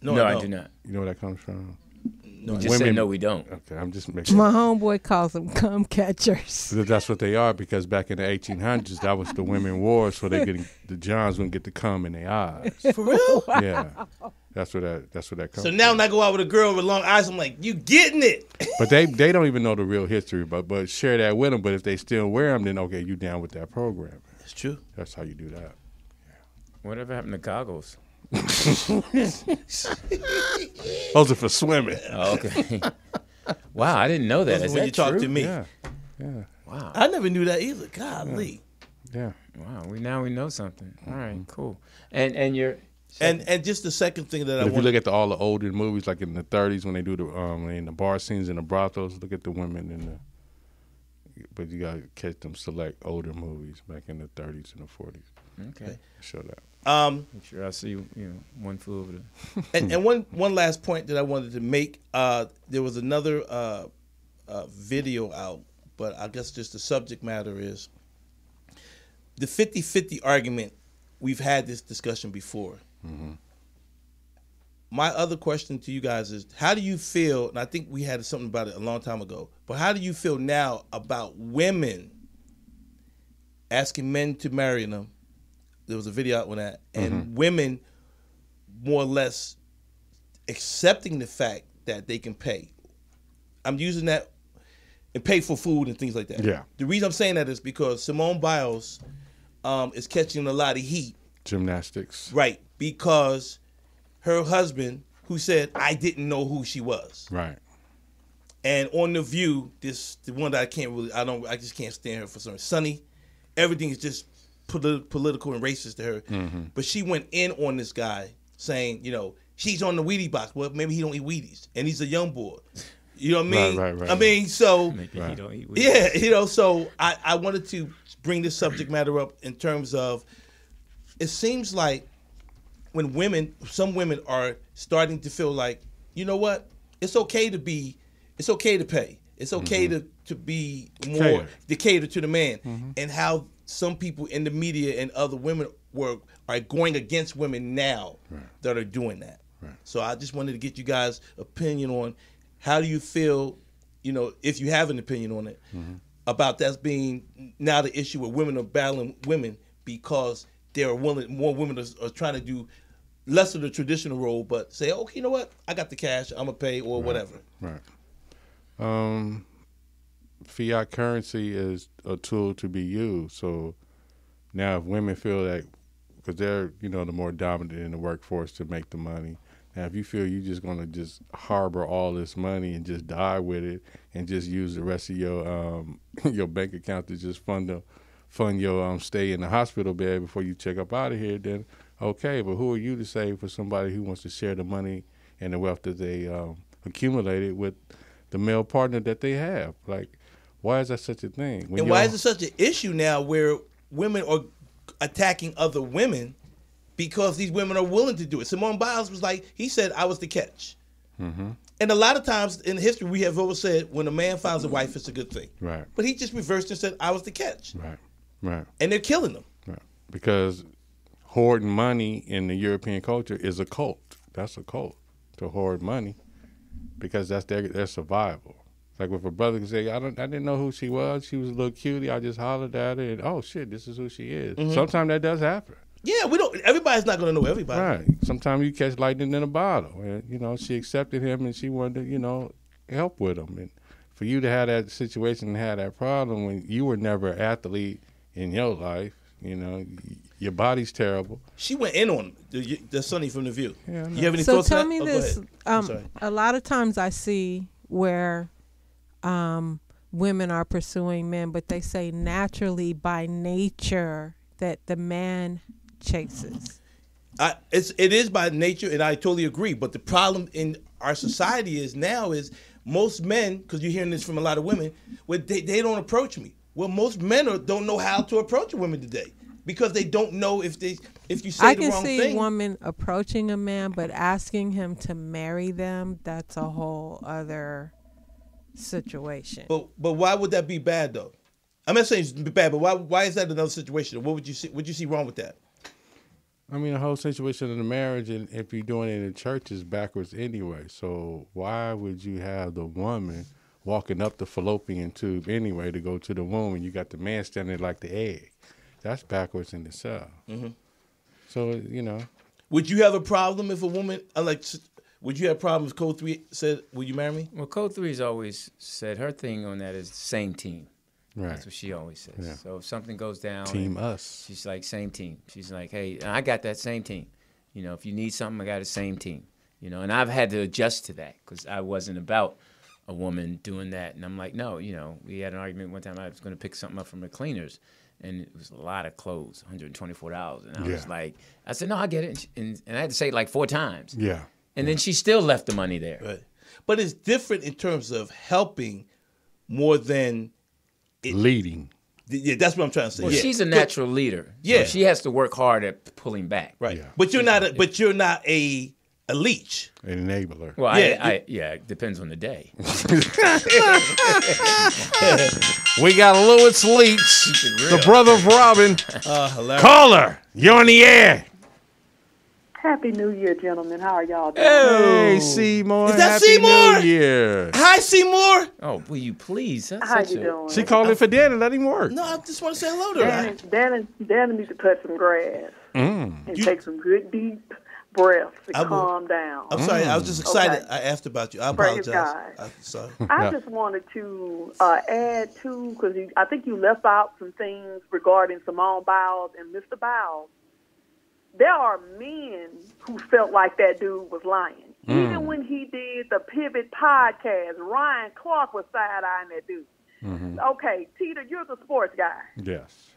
A: No, No, I I don't. do not.
B: You know where that comes from?
C: No, You I just don't. said no, we don't.
B: Okay, I'm just making.
D: My homeboy calls them cum catchers.
B: So That's what they are because back in the 1800s, that was the women war, so they getting the Johns wouldn't get to come in their eyes.
A: For real?
B: Yeah, that's where that that's where that comes.
A: So
B: from.
A: now when I go out with a girl with long eyes, I'm like, you getting it?
B: but they they don't even know the real history, but but share that with them. But if they still wear them, then okay, you down with that program.
A: That's true.
B: That's how you do that.
C: Whatever happened to goggles?
B: Those are for swimming.
C: Oh, okay. wow, I didn't know that.
A: Those
C: Is
A: are when
C: that
A: you talk
C: true?
A: to me.
B: Yeah. Yeah.
C: Wow.
A: I never knew that either. Golly.
C: Yeah. Wow. We now we know something. All right. Cool. And and you're
A: and and just the second thing that I
B: if you
A: want
B: look at the, all the older movies, like in the 30s when they do the um in the bar scenes in the brothels, look at the women in the. But you gotta catch them select older movies back in the 30s and the 40s.
C: Okay.
B: Show that.
A: um
C: I'm sure I see you. You know, one flew over the.
B: Hmm.
A: and, and one one last point that I wanted to make. Uh, there was another uh, uh, video out, but I guess just the subject matter is the 50-50 argument. We've had this discussion before. My other question to you guys is: How do you feel? And I think we had something about it a long time ago. But how do you feel now about women asking men to marry them? There was a video out on that, and women more or less accepting the fact that they can pay. I'm using that and pay for food and things like that.
B: Yeah.
A: The reason I'm saying that is because Simone Biles um, is catching a lot of heat,
B: Gymnastics.
A: right? Because her husband, who said I didn't know who she was,
B: Right.
A: and on the View, this the one that I can't really, I don't, I just can't stand her for some Sunny, everything is just politi- political and racist to her.
B: Mhm.
A: But she went in on this guy saying, you know, she's on the Wheatie box. Well, maybe he don't eat Wheaties, and he's a young boy. You know what I
B: Right,
A: mean?
B: right, right,
A: I
B: right.
A: mean, so
C: Maybe he don't eat Wheaties.
A: yeah, you know. So I I wanted to bring this subject matter up in terms of it seems like when women, some women are starting to feel like, you know what, it's okay to be, it's okay to pay, it's okay to Mm-hmm. to be more
B: Cater.
A: to cater to the man, and how some people in the media and other women were are going against women now that are doing that. So I just wanted to get you guys' opinion on how do you feel, you know, if you have an opinion on it, about that's being now the issue where women are battling women because they're willing more women are, are trying to do less of the traditional role but say okay you know what i got the cash i'm gonna pay or whatever
B: Right. Um, fiat currency is a tool to be used. So now, if women feel that, because they're you know the more dominant in the workforce to make the money. Now, if you feel you're just gonna just harbor all this money and just die with it, and just use the rest of your um, your bank account to just fund the fund your um, stay in the hospital bed before you check up out of here, then okay. But who are you to say for somebody who wants to share the money and the wealth that they um, accumulated with the male partner that they have? Like, why is that such a thing? When
A: and why
B: y'all-
A: is it such an issue now where women are attacking other women because these women are willing to do it simone biles was like he said i was the catch
B: Mm-hmm.
A: and a lot of times in history we have always said when a man finds a wife it's a good thing
B: Right,
A: but he just reversed and said i was the catch
B: right, right.
A: and they're killing them
B: Right. Because hoarding money in the European culture is a cult. That's a cult to hoard money because that's their their survival. Like if a brother can say, I don't I didn't know who she was, she was a little cutie, I just hollered at her and oh shit, this is who she is.
A: Mhm.
B: Sometimes that does happen.
A: yeah we don't everybody's not gonna know everybody
B: Right. Sometimes you catch lightning in a bottle. And, you know, she accepted him and she wanted to, you know, help with him. And for you to have that situation and have that problem when you were never an athlete in your life, you know, y- your body's terrible.
A: She went in on him, the, the Sonny from the View.
B: Yeah,
A: you have any
D: so
A: thoughts?
D: tell
A: on that?
D: me
A: Oh, go
D: this
A: ahead. I'm
D: um,
A: sorry.
D: a lot of times i see where um, women are pursuing men but they say naturally by nature that the man chases
A: I, it's it is by nature, and I totally agree. But the problem in our society is now is most men, because you're hearing this from a lot of women, where they, they don't approach me. Well, most men are, don't know how to approach women today because they don't know if they if you say
D: i
A: the
D: can
A: wrong
D: see
A: thing.
D: a woman approaching a man but asking him to marry them that's a whole other situation
A: But but why would that be bad though? I'm not saying it's bad, but why why is that another situation? What would you see? Would you see wrong with that?
B: I mean, the whole situation of the marriage, and if you're doing it in church, is backwards anyway. So why would you have the woman walking up the fallopian tube anyway to go to the womb, and you got the man standing like the egg? That's backwards in itself.
A: Mhm.
B: So you know,
A: Would you have a problem if a woman uh, like? s- Would you have problems? Code three said, "Will you marry me?"
C: Well, Code Three's always said her thing on that is same team.
B: Right.
C: That's what she always says.
B: Yeah.
C: So if something goes down,
B: Team
C: and
B: us.
C: She's like same team. She's like, hey, I got that same team. You know, if you need something, I got the same team. You know, and I've had to adjust to that because I wasn't about a woman doing that. And I'm like, no, you know, we had an argument one time. I was going to pick something up from the cleaners, and it was a lot of clothes, $124. And I was
B: Yeah.
C: like, I said, no, I get it. And, she- and, and I had to say it like four times.
B: Yeah.
C: And then she still left the money there.
A: Right. But it's different in terms of helping more than
B: leading.
A: Yeah, that's what I'm trying to say.
C: Well,
A: Yeah.
C: she's a
A: But-
C: natural leader. so
A: Yeah.
C: she has to work hard at pulling back.
A: Right. But you're not. A, but you're not a a leech.
B: An enabler.
C: Well, yeah,
A: Yeah,
C: I,
A: you-
C: I, yeah, it depends on the day.
B: We got Louis Leach, the
C: real.
B: brother of Robin.
A: Uh, hilarious.
B: Caller, you're on the air.
L: Happy New Year, gentlemen. How are y'all doing?
B: Hey, Seymour.
L: Is that
B: Happy
L: Seymour?
B: New Year.
A: Hi, Seymour.
C: Oh, will you please? That's
L: How
C: such
L: you
C: a-
L: doing?
B: She called in for dinner. Let him work.
A: No, I just want to say hello to her.
L: Danny, Danny, Danny needs to cut some grass
B: Mm.
L: and take some good deep breaths to
A: I will.
L: calm down.
A: I'm sorry. I was just excited.
L: Okay.
A: I asked about you. I
L: Praise
A: apologize.
L: God.
A: I'm sorry.
L: I just wanted to uh, add to because I think you left out some things regarding Simone Biles and Mr. Biles. There are men who felt like that dude was lying.
A: Hmm.
L: Even when he did the Pivot podcast, Ryan Clark was side eyeing that dude. Okay, Tita, you're the sports guy.
B: Yes.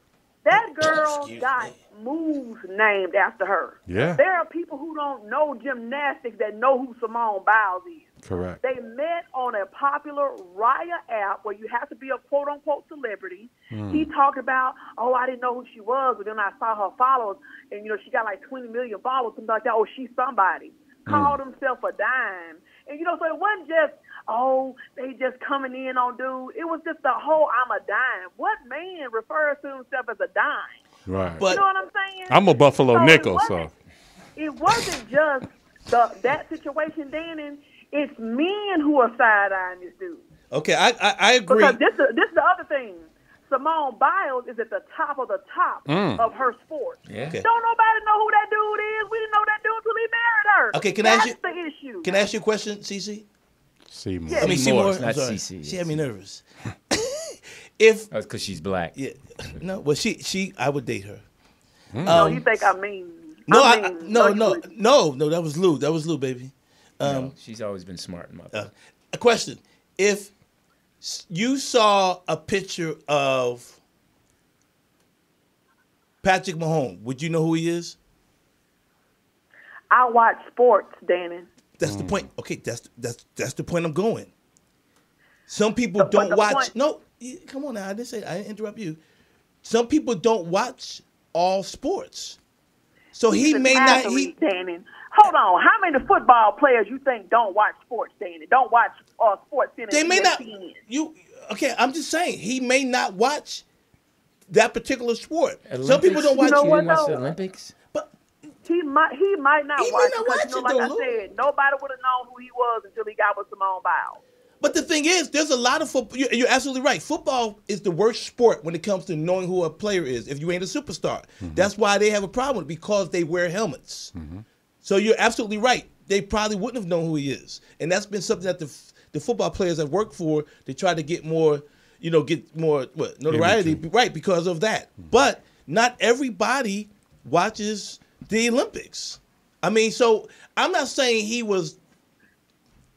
L: That girl got moves named after her.
B: Yeah.
L: There are people who don't know gymnastics that know who Simone Biles is.
B: Correct.
L: They met on a popular Raya app where you have to be a quote unquote celebrity.
B: Hmm.
L: He talked about, oh, I didn't know who she was, but then I saw her followers, and you know she got like 20 million followers, something like that. Oh, she's somebody.
M: Hmm.
L: Called himself a dime, and you know, so it wasn't just oh they just coming in on dude. It was just the whole I'm a dime. What man refers to himself as a dime?
B: Right.
L: you know what I'm saying?
B: I'm a Buffalo
L: So it
B: nickel, so
L: wasn't- it wasn't just the that situation, Dannon. It's men who are side eyeing this dude.
A: Okay, I I, I agree.
L: Because this is this is the other thing. Simone Biles is at the top of the top
A: Mm.
L: of her sport.
A: Yeah. Okay.
L: Don't nobody know who that dude is. We didn't know that dude until he married her.
A: Okay, can I ask
L: That's
A: you?
L: the issue.
A: Can I ask you a question, Cece?
B: Seymour.
A: I mean, Seymour.
C: It's not
A: I'm sorry.
C: Cece,
A: She had me nervous. if
C: that's because Oh, she's black.
A: Yeah. No, well, she she I would date her.
L: no,
A: Um,
L: you think I'm mean?
A: no,
L: I'm
A: I,
L: mean.
A: no, no, no, no. That was Lou. That was Lou, baby. Um,
C: No, she's always been smart in my
A: uh, a question: If s- you saw a picture of Patrick Mahomes, would you know who he is?
L: I watch sports, Dannon.
A: That's
L: Hmm.
A: the point. Okay, that's that's that's the point I'm going. Some people don't
L: the
A: watch.
L: point-
A: No, y- come on now. I didn't say I didn't interrupt you. Some people don't watch all sports, so
L: He's
A: he
L: an
A: may not. He,
L: athlete, Dannon. Hold on. How many football players you think don't watch sports, Dannon? Don't watch uh, sports E center.
A: They may not-
L: ESPN?
A: you okay? I'm just saying he may not watch that particular sport. Some
C: Olympics?
A: people don't watch.
L: You know what,
C: watch the
L: though?
C: Olympics?
L: He might he might not
A: He may
L: watch
A: not
L: because you know,
A: watch it,
L: like
A: though,
L: I said, nobody would have known who he was until he got with Simone Biles.
A: But the thing is, there's a lot of football. You're, you're absolutely right. Football is the worst sport when it comes to knowing who a player is. If you ain't a superstar, that's why they have a problem because they wear helmets. So you're absolutely right. They probably wouldn't have known who he is, and that's been something that the f- the football players have worked for to try to get more, you know, get more what notoriety, right? Because of that. But not everybody watches the Olympics. I mean, so I'm not saying he was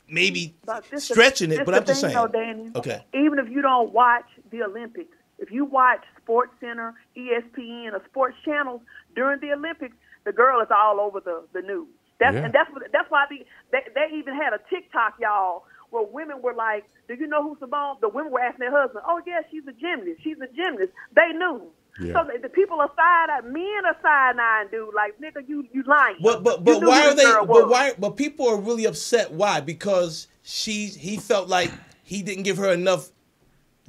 A: maybe
L: But this is-
A: stretching
L: this
A: it, but
L: the
A: I'm just
L: thing,
A: saying.
L: though, Danny.
A: Okay.
L: Even if you don't watch the Olympics, if you watch Sports Center, E ESPN, or sports channels during the Olympics, the girl is all over the the news. That's
M: Yeah.
L: and that's what, that's why the, they they even had a TikTok, y'all, where women were like, "Do you know who Simone?" The women were asking their husband, "Oh yeah, she's a gymnast. She's a gymnast." They knew.
A: Yeah.
L: So the, the people are side eye, men are side eyeing, dude. Like nigga, you you lying.
A: But but
L: You
A: but
L: knew
A: why
L: who
A: are
L: this
A: they?
L: girl
A: But
L: was.
A: why? But people are really upset. Why? Because she's he felt like he didn't give her enough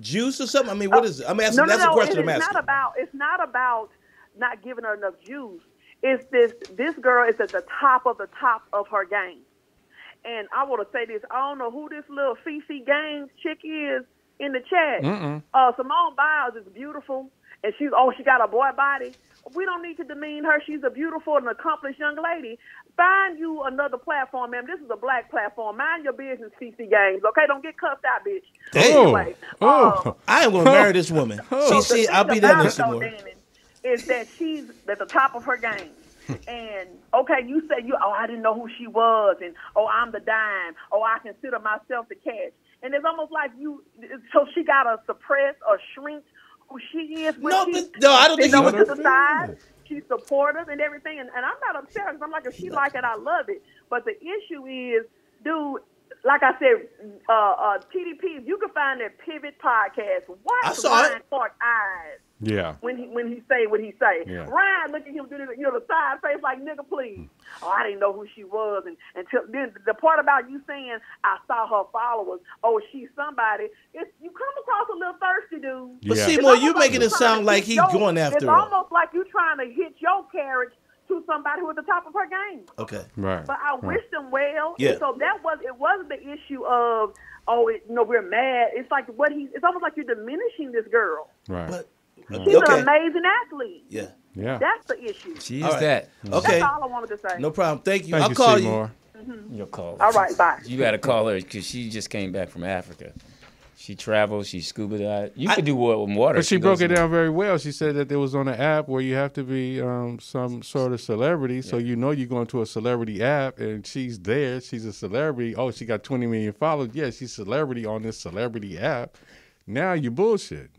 A: juice or something. I mean, what is it? I mean, that's,
L: Oh, no, no,
A: that's
L: no.
A: a question
L: it
A: I'm
L: is
A: asking.
L: not about. It's not about not giving her enough juice. It's this. This girl is at the top of the top of her game. And I want to say this. I don't know who this little Fifi Games chick is in the chat.
M: Mm-mm.
L: Uh, Simone Biles is beautiful, and she's oh she got a boy body. We don't need to demean her. She's a beautiful and accomplished young lady. Find you another platform, ma'am. This is a black platform. Mind your business, CC Games. Okay, don't get cussed out, bitch. Anyway, um,
A: I am going to marry this woman.
L: so
A: She
L: the
A: said,
L: thing
A: "I'll be there
L: about
A: next
L: it, though,
A: more."
L: Damon, Is that she's at the top of her game. And okay, you said you oh I didn't know who she was and oh I'm the dime. Oh I consider myself the catch. and it's almost like you. So she got to suppress or shrink who she is. When
A: No,
L: she's,
A: but- no, I don't
L: she's
A: think he
L: over
A: would-
L: to the side. She's supportive and everything, and, and I'm not upset because I'm like, if she like it, I love it. But the issue is, dude. Like I said, uh, uh, TDP, if you can find that Pivot podcast, watch
A: I saw it.
L: Ryan Clark eyes
B: Yeah.
L: when he when he say what he say.
B: Yeah.
L: Ryan look at him do the you know the side face like nigga please.
B: Hmm.
L: Oh, I didn't know who she was and until then the part about you saying I saw her followers. Oh, she's somebody. It's you come across a little thirsty dude.
A: But
L: It's
A: Seymour, you
L: almost like
A: making
L: you
A: it
L: trying
A: sound
L: to
A: like
L: hit
A: he
L: your-
A: going after
L: It's
A: her.
L: almost like you trying to hit your carriage to somebody who at the top of her game.
A: Okay.
B: Right.
L: But I wish them well.
A: Yeah.
L: And so that was it wasn't the issue of oh it, you know we're mad. It's like what he it's almost like you're diminishing this girl.
B: Right.
L: She's
A: okay.
L: an amazing athlete.
A: yeah.
B: Yeah.
L: That's the issue.
C: She
A: All
C: is
A: right.
C: that.
A: Okay.
L: That's all I wanted to say.
A: No problem. Thank you.
C: Thank
A: I'll
C: you,
A: call
C: Seymour.
A: you.
C: You'll call.
L: All right, bye.
C: You got to call her because she just came back from Africa. She travels. She scuba dive. You could do well with water.
B: But she,
C: goes
B: broke it
C: in-
B: down very well. She said that there was on an app where you have to be um, some sort of celebrity, so you know you're going to a celebrity app, and she's there. She's a celebrity. Oh, she got 20 million followers. Yeah, she's celebrity on this celebrity app. Now you bullshit.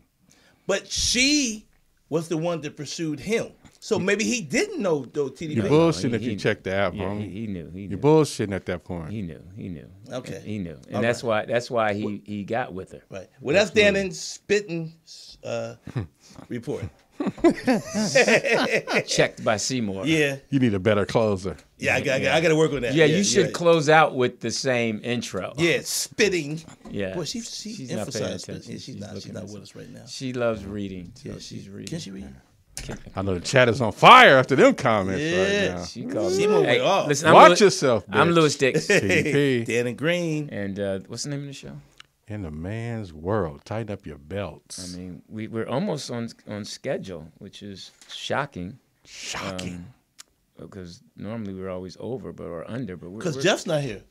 A: But she was the one that pursued him. So maybe he didn't know though TDP.
B: You are bullshitting if you check the app,
C: Yeah,
B: bro.
C: he- he knew, he
B: You're bullshitting at that point.
C: He knew. He knew.
A: Okay.
C: He knew, and
A: All
C: that's why. That's why he he got with her.
A: Right. Well, that's Dan and Spitting uh,
C: Hmm.
A: report.
C: Checked by Seymour.
A: Yeah.
B: You need a better closer.
A: Yeah, I got, I got, I got to work on that.
C: Yeah, you
A: yeah.
C: should close out with the same intro.
A: Yeah, spitting.
C: Yeah.
A: Boy, she, she
C: She's not paying
A: emphasized
C: attention.
A: spitting. Yeah, she's,
C: She's
A: not. She's
C: looking
A: not
C: at
A: with us right now.
C: She loves reading. So she's reading.
A: Can she read?
B: I know the chat is on fire after them comments
A: Yeah.
B: right now.
C: She calls.
A: Seymour went off.
C: Listen, I'm
B: Watch
C: Lewi-
B: yourself.
C: I'm
B: bitch.
C: Lewis Dix.
B: TDP.
A: Dan and Green.
C: And uh, what's the name of the show?
B: In the man's world, tighten up your belts.
C: I mean, we, we're almost on on schedule, which is shocking.
B: Shocking.
C: Because normally we're always over, but or under, but we're.
A: Because
C: we're-
A: Jeff's not here.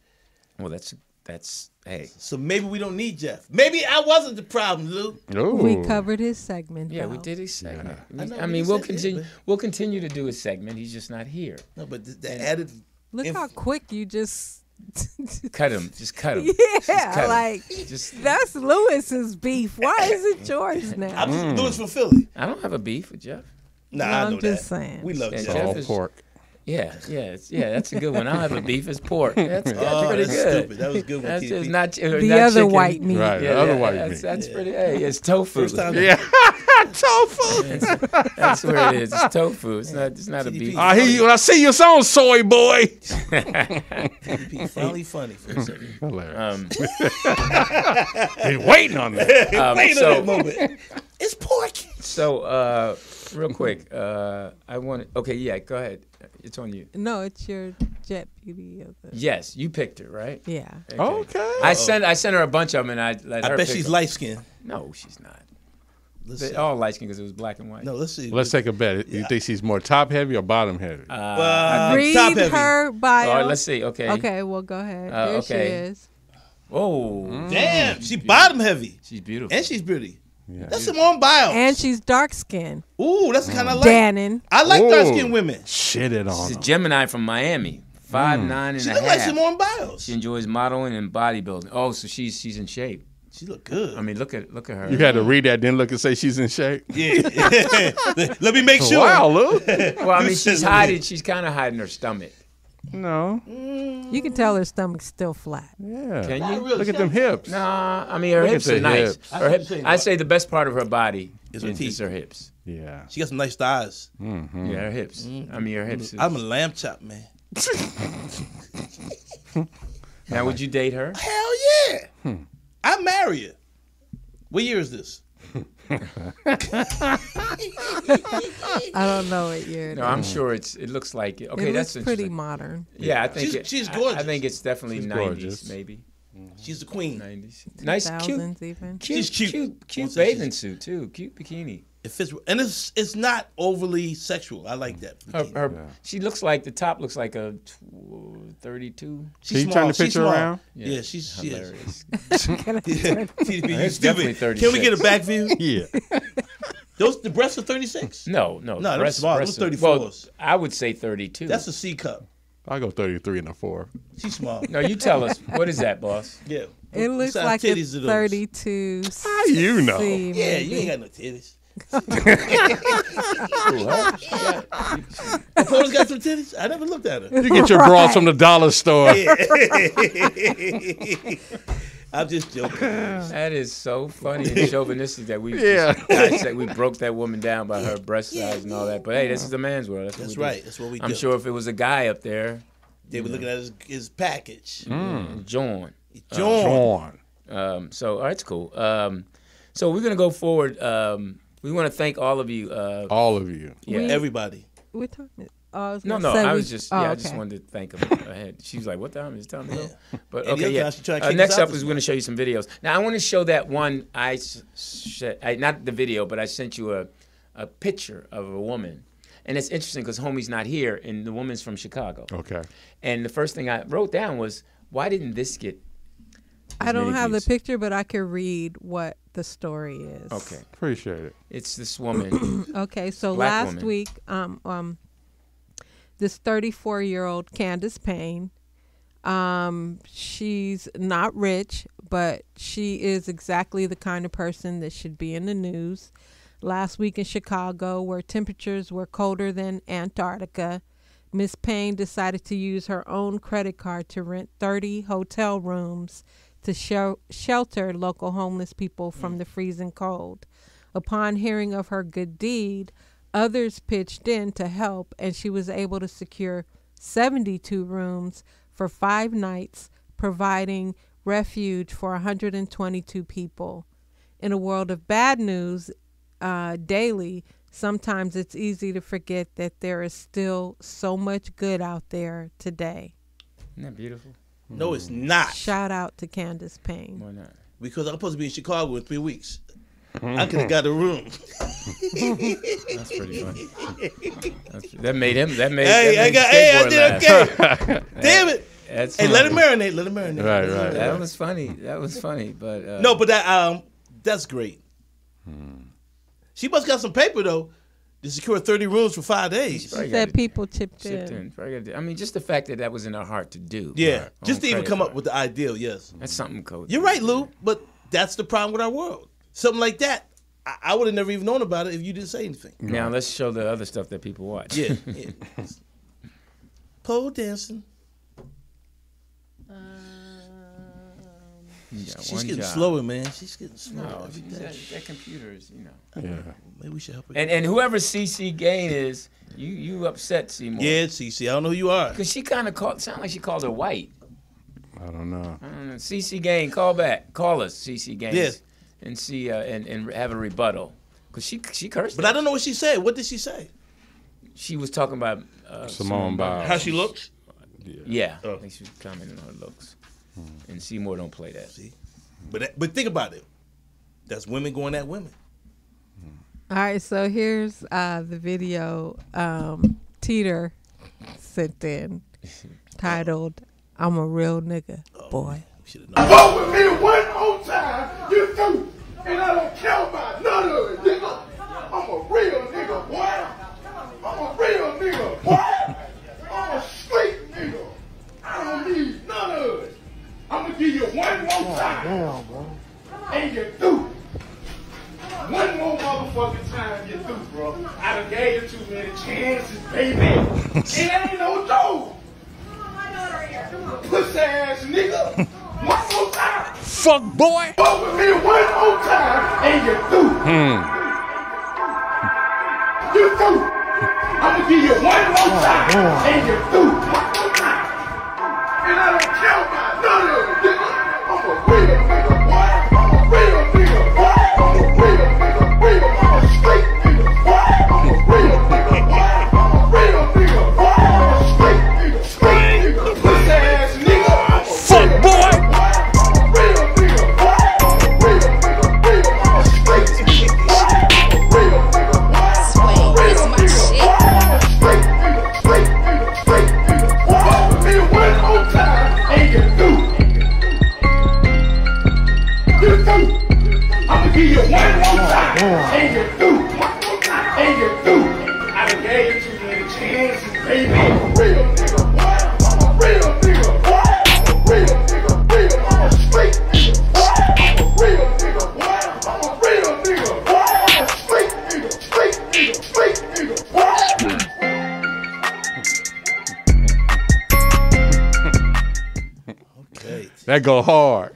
C: Well, that's that's hey.
A: So maybe we don't need Jeff. Maybe I wasn't the problem, Lou.
C: um,
D: We
C: Hmm.
D: covered his segment.
C: Yeah, we
D: though.
C: did his segment. We-
A: I
C: I,
A: know, but
C: mean,
A: he
C: we'll
A: said it,
C: continue.
A: but-
C: we'll continue to do his segment. He's just not here.
A: No, but the, the
C: Mm.
A: added.
D: Look
A: inf-
D: how quick you just.
C: Cut him. Just cut him. Just cut
D: Yeah,
C: him.
D: like
C: Just-
D: that's Lewis's beef. Why is it yours now?
A: I'm Lewis from Philly.
C: I don't have a beef with Jeff.
A: Nah, I
D: I'm
A: know
D: just
A: that.
D: saying.
A: We love
C: Yeah,
A: Jeff.
C: Jeff
B: All
C: is-
B: pork.
C: Yeah, yeah, it's, yeah. That's a good one. I don't have a beef. It's pork. That's, that's
A: Oh,
C: pretty
A: that's
C: good.
A: stupid. That was a good one,
C: That's
A: TDP.
C: it's not chi- or
D: The
C: not
D: other
C: chicken.
D: white meat.
B: Right,
C: Yeah,
B: the other
C: yeah,
B: white
C: that's,
B: meat.
C: That's pretty. Hey, it's tofu.
A: First time.
B: Yeah. tofu.
C: That's where it is. It's tofu. It's not. It's not a
A: TDP.
C: beef.
B: I hear you when I see you. It's on soy boy.
A: TDP, Finally funny for a second.
B: Hilarious.
C: Um,
B: Been waiting on that.
C: um,
A: Wait a
C: so,
A: moment. It's pork.
C: so uh, real quick, uh, I want. Okay, yeah. Go ahead. It's on you.
D: No, it's your jet beauty of the.
C: Yes, you picked her, right?
D: Yeah.
C: Uh,
B: Okay.
C: I sent. I sent her a bunch of them, and I let
A: Oh, I
C: her
A: bet
C: pick
A: she's
C: them.
A: light skinned.
C: No, she's not.
A: Let's
C: They
A: see.
C: all light skin because it was black and white.
A: No, let's see.
B: Let's take a bet. You think she's more top heavy or bottom heavy?
C: Uh,
A: Uh,
C: I think-
D: Read
A: top heavy.
D: her bio.
C: all right, let's see. Okay.
D: Okay, well go ahead.
C: Uh,
D: there
C: okay.
D: she is.
C: Oh,
A: Damn, she bottom heavy.
C: she's beautiful.
A: Mm. And she's pretty. That's some on bio.
D: And Oh. she's dark skinned.
A: Ooh, that's kind of like.
D: Dannon.
A: I like
B: Ooh.
A: dark skinned women.
B: Shit it on.
C: She's a
B: her.
C: Gemini from Miami. Five nine
A: Mm.
C: and
A: She
C: a
A: look like
C: half.
A: Simone Biles.
C: She enjoys modeling and bodybuilding. Oh, so she's she's in shape.
A: She look good.
C: I mean, look at look at her.
B: You had to read that, then look and say she's in shape.
A: yeah. Let me make sure.
B: Wow, Lou.
C: well, I mean, she's
A: said-
C: hiding. She's kind of hiding her stomach.
B: no.
D: You can tell her stomach's still flat.
B: Yeah.
C: Can you?
B: Look at them hips.
C: Nah, I mean, her
B: Look at
C: hips
B: the
C: are nice.
B: hips.
C: Her hips. I say the best part of her body
A: Is
C: is,
A: her teeth.
C: is her hips.
B: Yeah.
A: She got some nice thighs.
B: Mm.
C: Yeah, her hips.
A: Mm-hmm.
C: I mean, her hips. Is...
A: I'm a lamb chop man.
C: Now, would you date her?
A: Hell yeah.
B: Hmm.
A: I marry her. What year is this?
D: I don't know what year.
C: No, I'm
B: Mm.
C: sure it's. It looks like it. Okay,
D: it
C: that's
D: looks pretty
C: interesting.
D: modern.
C: Yeah, I think
A: She's-
C: it-
A: she's
C: I- I,
A: gorgeous.
C: think it's definitely
B: She's
C: 90s,
B: gorgeous.
C: maybe
A: She's the queen.
C: 90s. Nice, cute,
D: Thousands even.
C: cute,
A: She's cute.
C: cute, cute,
A: Won't say she's-
C: bathing suit too. Cute bikini.
A: It fits, and it's it's not overly sexual. I like that.
C: Her, her, She looks like the top looks like a tw- 32.
A: She's
B: Can you turn the
A: she's
B: picture
A: small.
B: around?
A: Yeah, she's she is.
C: Hilarious.
A: Yeah. TDP, you
C: It's definitely
A: stupid. Can we get a
C: 36.
A: back view?
B: Yeah.
A: Those the breasts are 36.
C: No, no.
A: No, them
C: breasts-
A: small, them
C: breasts are-
A: 34s.
C: Well, I would say 32.
A: That's a C cup.
B: I go 33 and a four.
A: She's small.
C: No, you tell us. What is that, boss?
A: Yeah.
D: It looks like it's 32.
C: Ah,
D: How
B: you know?
A: Yeah, you ain't got no titties.
C: What?
A: Paula's got some titties. I never looked at her.
B: You get your bras from the dollar store.
A: Yeah. I'm just joking.
C: That is so funny and chauvinistic that we
A: Yeah.
C: just, that we broke that woman down by her breast size and all that. But hey, this is a man's world. That's, what
A: That's
C: we do.
A: right. That's what we
C: I'm
A: do.
C: sure if it was a guy up there,
A: They were looking at his, his package.
C: Mm. John.
A: John.
C: Um, so, all right, it's cool. Um, so we're gonna go forward. Um, we want to thank all of you. Uh,
B: all of you.
C: Yeah,
D: We-
A: everybody.
D: We're talking. Oh, I was
C: No,
D: gonna
C: no,
D: say
C: I
D: we-
C: was just
D: oh,
C: yeah, I just
D: okay.
C: wanted to thank him ahead. She was like, "What time is it time to go?" But
A: And the
C: okay,
A: other
C: yeah.
A: time she tried to
C: Uh,
A: kick
C: next
A: us out
C: up
A: this
C: is we're gonna show you some videos. Now I want to show that one I, s- sh- I not the video, but I sent you a a picture of a woman, and it's interesting because homie's not here, and the woman's from Chicago.
B: Okay.
C: And the first thing I wrote down was, "Why didn't this get?"
D: I
C: as
D: don't
C: many
D: have
C: views?
D: the picture, but I could read what the story is.
C: Okay.
B: Appreciate it.
C: It's this woman.
D: Okay, so
C: Black
D: last
C: woman.
D: week, um, um, this 34 year old Candace Payne, um, she's not rich, but she is exactly the kind of person that should be in the news. Last week in Chicago, where temperatures were colder than Antarctica, Miss Payne decided to use her own credit card to rent 30 hotel rooms to shel- shelter local homeless people from the freezing cold. Upon hearing of her good deed, others pitched in to help, and she was able to secure 72 rooms for five nights, providing refuge for 122 people. In a world of bad news uh, daily, sometimes it's easy to forget that there is still so much good out there today.
C: Isn't that beautiful?
A: No,
C: Mm.
A: it's not.
D: Shout out to Candace Payne.
C: Why not?
A: Because I'm supposed to be in Chicago in three weeks. I
C: Mm-hmm.
A: could have got a room.
C: That's pretty funny. That's- that made him. That made.
A: Hey, I
C: that made
A: got. Hey, I
C: skateboard
A: did
C: laugh.
A: okay. Damn it.
C: That's
A: hey, let it
C: funny.
A: marinate. Let it marinate.
B: Right, right,
C: That
B: right.
C: was funny. That was funny. But uh,
A: No, but that um, that's great. She must got some paper though to secure thirty rooms for five days.
D: She said people chipped,
C: Chipped
D: in.
C: in. Probably gotta do- I mean, just the fact that that was in our heart to do.
A: Yeah,
C: Right.
A: just
C: On
A: to even
C: credit
A: come up
C: card.
A: with the ideal. Yes,
C: That's something, Coach.
A: you're right, Lou. But that's the problem with our world. Something like that, I, I would have never even known about it if you didn't say anything.
C: Now let's show the other stuff that people watch.
A: Yeah, yeah. Pole dancing.
C: You got
A: She's
C: one
A: getting
C: job.
A: slower, man. She's getting slower.
C: No,
A: every
C: she's
A: day.
C: at- that computer is, you know.
A: Yeah. Maybe we should help her.
C: And and whoever CC Gain is, you you upset Seymour.
A: yeah, CC, I don't know who you are.
C: Cause she kind of called. Sound like she called her white.
B: I don't know.
C: I don't know. CC Gain, call back. Call us, CC Gain.
A: Yes.
C: And see uh, and and have a rebuttal. Cause she she cursed.
A: But I don't know what she said. What did she say?
C: She was talking about uh,
B: Simone Biles.
A: How she looks?
C: Yeah, I think she was commenting on her looks. And Seymour don't play that.
A: See, but that, but think about it. That's women going at women.
D: All right, so here's uh, the video um, Teeter sent in titled, I'm a Real Nigga Boy.
L: Vote with me one more time, you do, and I don't care about none of it, nigga. I'm a real nigga, boy. I'm a real nigga, boy. I'm a street nigga. I don't need none of it. I'm gonna give you one more time, and you do. One more motherfucking time, you do, bro. I done gave you too many chances, baby. it ain't no joke. Pussy ass nigga. One more time.
B: Fuck boy.
L: Fuck with me one more time, and you do.
B: Hmm.
L: You do. I'm gonna give you one more time, and you do. One more time. And I don't care about none of it, nigga. I'm a real nigga, boy. I'm a real nigga, boy. I'm a real nigga, real. I'm a street nigga, boy. I'm a real nigga, boy. I'm a real nigga, boy. I'm a street nigga, street nigga, pussy ass nigga. I'm a Fuck real boy. Nigga, boy. I'm a real nigga, boy. I'm a real nigga, real. I'm a street nigga, boy. I'm a real nigga, boy. I'm a real nigga, boy. I'm a street nigga, street nigga, street nigga, boy. Fuck with me one more time, and you do. You do. I'ma give you one more time, and you do. One more time, and you do. I done gave you too many chances, baby. I'm a real nigga, boy.
B: That go hard.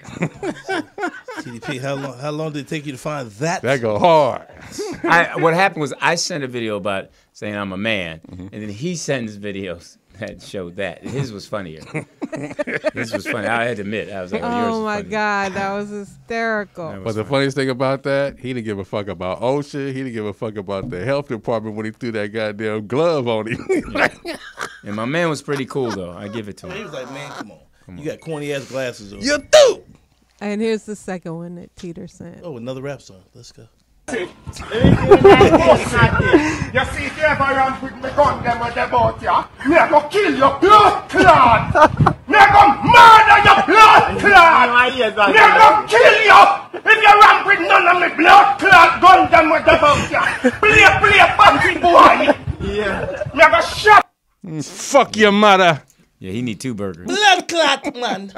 A: CDP, how long? How long did it take you to find that?
B: That go hard.
C: I, what happened was I sent a video about saying I'm a man, and then he sends videos that showed that. His was funnier. His was funny. I had to admit, I was like, oh, yours
D: Oh my God, that was hysterical.
B: But the funniest thing about that, he didn't give a fuck about OSHA. He didn't give a fuck about the health department when he threw that goddamn glove on him.
C: and my man was pretty cool though. I give it to
A: He
C: him.
A: was like, man, come on. You got corny ass glasses on.
C: You
A: do.
D: And here's the second one that Teeter sent.
A: Oh, another rap song. Let's go.
M: You see, if you ever run with me gun, them with them out ya, me a go kill your blood clot. Me a go murder your blood clot. Me a go kill you. If you run with none of me blood clot gun, them with them out ya. Play, play, fucking boy. Yeah. Me a go shot.
B: fuck your mother.
C: Yeah, he need two burgers.
A: Blood clot, man.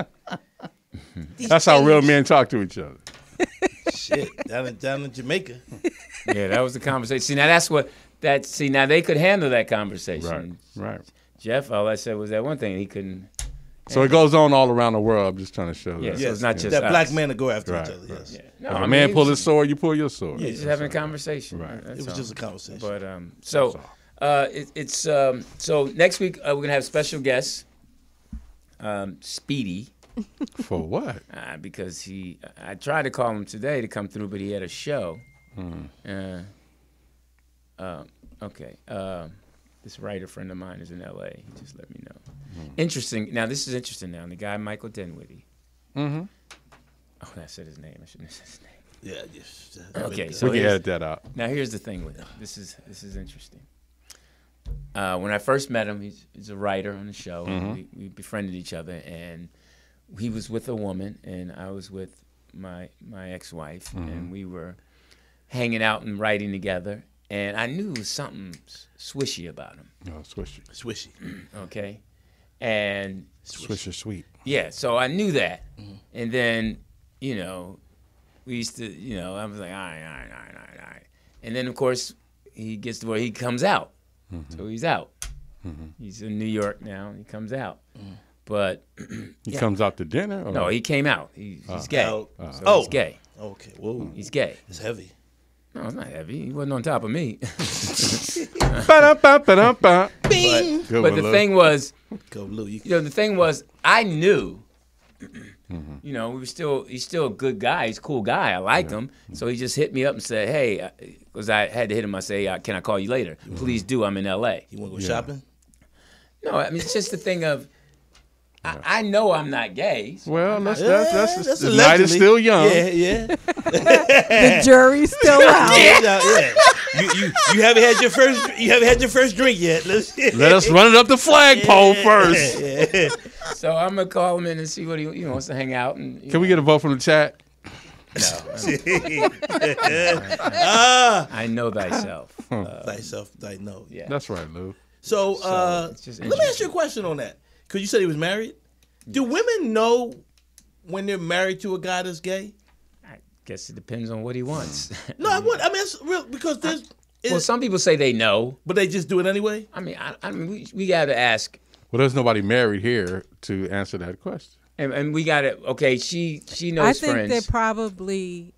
B: That's how real men talk to each other.
A: Shit, down in down in Jamaica.
C: yeah, that was the conversation. See, now that's what that. See, now they could handle that conversation.
B: Right. Right.
C: Jeff, all I said was that one thing he couldn't.
B: So it goes on all around the world. I'm just trying to show
C: Yeah,
B: that.
C: so it's not just
A: That
C: us.
A: black man to go after
B: Right,
A: each other. Yes.
C: No,
B: if a
C: I mean,
B: man
C: it
B: pull
C: was-
B: his sword, you pull your sword.
C: Yeah, just having a conversation. Right.
A: It was just a conversation.
C: But um, so uh, it, it's um, so next week uh, we're gonna have special guests. Um, Speedy.
B: For what?
C: Uh, because he, I tried to call him today to come through, but he had a show.
B: Hmm.
C: Uh, uh, okay. Uh, this writer friend of mine is in L.A. He just let me know. Interesting. Now this is interesting. Now the guy Michael Dinwiddie.
B: Mhm.
C: Oh, I said his name. I shouldn't have said his name.
A: Yeah, yes.
C: Okay,
B: We
C: so
B: can
C: here's-
B: edit that out.
C: Now here's the thing with him. This is this is interesting. Uh, when I first met him, he's, he's a writer on the show.
B: Mhm.
C: And we, we befriended each other, and he was with a woman, and I was with my my ex wife, and we were hanging out and writing together. And I knew it was something s- swishy about him.
B: Oh, swishy.
A: Swishy.
C: okay, and
B: Swisher sweet.
C: yeah, so I knew that. And then, you know, we used to, you know, I was like, all right, all right, all right, all right, all right. And then, of course, he gets to where he comes out. So he's out. He's in New York now. He comes out. But
B: He comes out to dinner? Or?
C: No, he came out. He, he's
B: Oh.
C: gay.
B: Oh.
C: So
B: Oh.
C: he's gay.
A: Okay. Whoa.
C: He's gay.
A: It's heavy.
C: No, it's not heavy. He wasn't on top of me.
B: Ba-dum-ba-ba-dum-ba.
C: Bing.
B: Good
C: But
B: one,
C: the
B: Lou.
C: thing was,
A: Go, Lou, you,
C: know, the thing was, I knew.
B: Mm-hmm.
C: You know, we were still. He's still a good guy. He's a cool guy. I like him. So he just hit me up and said, "Hey," because I had to hit him. I say, uh, "Can I call you later? Please do. I'm in L.A."
A: You want to go shopping?
C: No, I mean it's just the thing of. I, I know I'm not gay. so
B: Well,
C: I'm
B: that's,
C: not-
B: that's, that's, the night is still young.
D: The jury's still out.
A: yeah, no, yeah. You, you, you haven't had your first you haven't had your first drink yet. Let's,
B: Let us run it up the flagpole first.
C: So I'm gonna call him in and see what he, he wants to hang out and. you
B: Can we get a vote from the chat?
A: ah,
C: I know thyself.
A: thyself, thy know.
C: Yeah.
B: That's right, Lou.
A: Uh, So, uh,
C: it's just
A: let me ask you a question on that. Because you said he was married. Do women know when they're married to a guy that's gay?
C: Guess it depends on what he wants.
B: Hmm.
A: No, I would. I mean, it's real because there's.
C: well,
A: it's-
C: some people say they know.
A: but they just do it anyway.
C: I mean, I, I mean, we, we got to ask
B: Well, there's nobody married here to answer that question.
C: And, and we got it. Okay, she she knows
D: I think
C: friends.
D: they're probably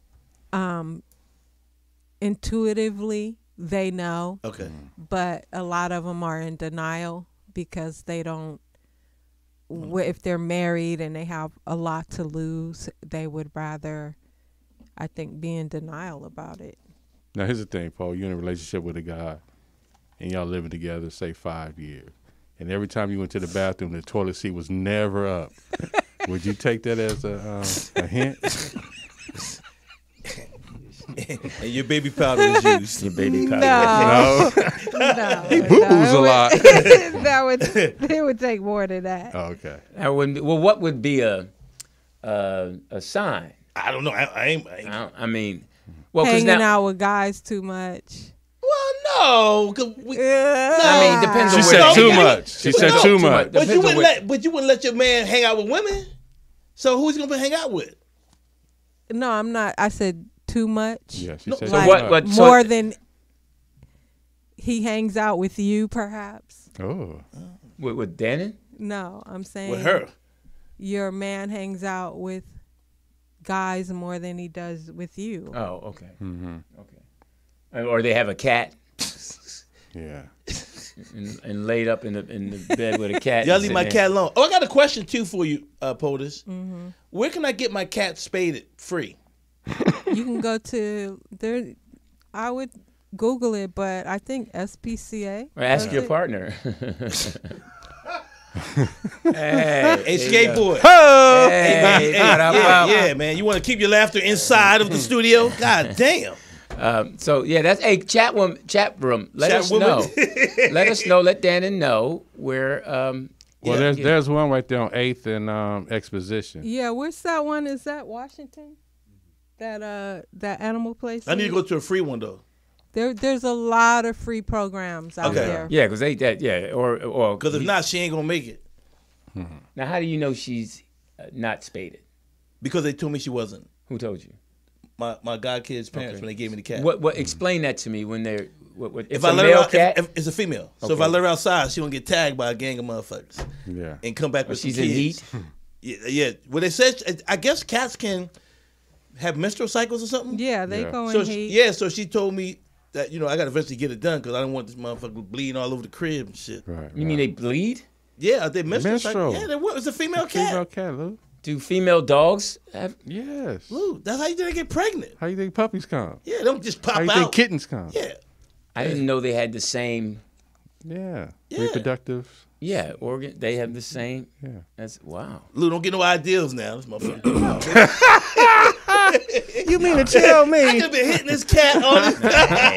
D: um, intuitively they know.
A: Okay.
D: But a lot of them are in denial because they don't. wh- If they're married and they have a lot to lose, they would rather, I think, be in denial about it.
B: Now, here's the thing, Paul. You're in a relationship with a guy, and y'all living together, say five years. And every time you went to the bathroom, the toilet seat was never up. Would you take that as a, um, a hint?
A: and your baby powder is used.
C: Your baby powder.
D: No. no,
B: He
D: no,
B: boo-boos
D: it
B: a
D: would-
B: lot.
D: that would it would take more than that.
B: Oh, okay.
C: I wouldn't. be- Well, what would be a a, a sign?
A: I don't know. I, I ain't. I, ain't-
C: I, don't- I mean, well, because
D: Hanging
C: now
D: out with guys too much.
A: well, no. 'cause We,
C: I mean, it depends
B: She
C: on
B: said
C: where
B: too
C: they-
B: much. She
C: Well,
B: said
C: no,
B: too
A: But
B: much.
C: Depends
A: you
C: on
A: wouldn't
C: where-
A: let. But you wouldn't let your man hang out with women. So who's he gonna hang out with?
D: No, I'm not. I said too much.
B: Yeah, she
A: No,
B: said
A: so
B: too
C: what-
B: much.
C: what- so-
D: more than he hangs out with you, perhaps.
B: Oh.
C: with, with Dannon.
D: No, I'm saying
A: With her.
D: your man hangs out with guys more than he does with you.
C: Oh, okay.
A: Mm-hmm.
C: Okay. Or they have a cat.
B: yeah.
C: And, and laid up in the in the bed with a cat.
A: Y'all
C: and
A: leave
C: sit
A: my
C: there.
A: cat alone. Oh, I got a question too for you, uh, POTUS.
D: Mhm.
A: Where can I get my cat spaded free?
D: you can go to there. I would Google it, but I think SPCA.
C: Or ask
D: does
C: your
D: it.
C: partner.
A: Hey,
C: there you
A: skateboard.
C: go. Hey,
A: man,
C: what up,
A: yeah,
C: up?
A: yeah, man. You want to keep your laughter inside of the studio? God damn.
C: Um, so yeah, that's hey chat room. Chat room. Let
A: Chat
C: us
A: woman.
C: know. let us know. Let Dannon know where. Um,
B: Well,
C: yeah,
B: there's
C: yeah.
B: there's one right there on Eighth and um, Exposition.
D: Yeah, where's that one? Is that Washington? That uh, that animal place.
A: I need to go to a free one though.
D: There, there's a lot of free programs out
A: Okay.
D: there.
C: Yeah, because they that yeah or or
A: Because if not, she ain't gonna make it.
C: Now, how do you know she's uh, not spaded?
A: Because they told me she wasn't.
C: Who told you?
A: My my god kid's parents
C: Okay.
A: when they gave me the cat.
C: What what? Explain that to me when they're what, what,
A: If
C: it's
A: I
C: a
A: let her
C: male
A: out,
C: cat.
A: if, if- it's a female. So if
C: Okay.
A: I let her outside, she gonna get tagged by a gang of motherfuckers.
B: Yeah.
A: And come back
C: Oh,
A: with
C: she's
A: some
C: in
A: kids.
C: heat?
A: Yeah, yeah. Well, they said I guess cats can have menstrual cycles or something.
D: Yeah, they Yeah. go in
A: so she-
D: heat.
A: Yeah, so she told me that you know I gotta eventually get it done because I don't want this motherfucker bleeding all over the crib and shit.
B: Right.
C: you mean they bleed?
A: Yeah, they menstrual.
C: Menstrual.
A: cycle. Yeah, they were. It's a female cat.
B: Female cat, Lou.
C: Do female dogs have?
B: Yes.
A: Lou, that's how you think they get pregnant.
B: How you think puppies come?
A: Yeah, they don't just pop
B: How you
A: out.
B: think kittens come?
A: Yeah.
C: I didn't know they had the same.
B: Yeah. Reproductive.
C: Yeah, organ. They have the same.
B: Yeah.
C: That's wow.
A: Lou, don't get no ideas now. This motherfucker.
B: you mean to tell me?
A: I could have been hitting this cat on this.
C: hey, hey,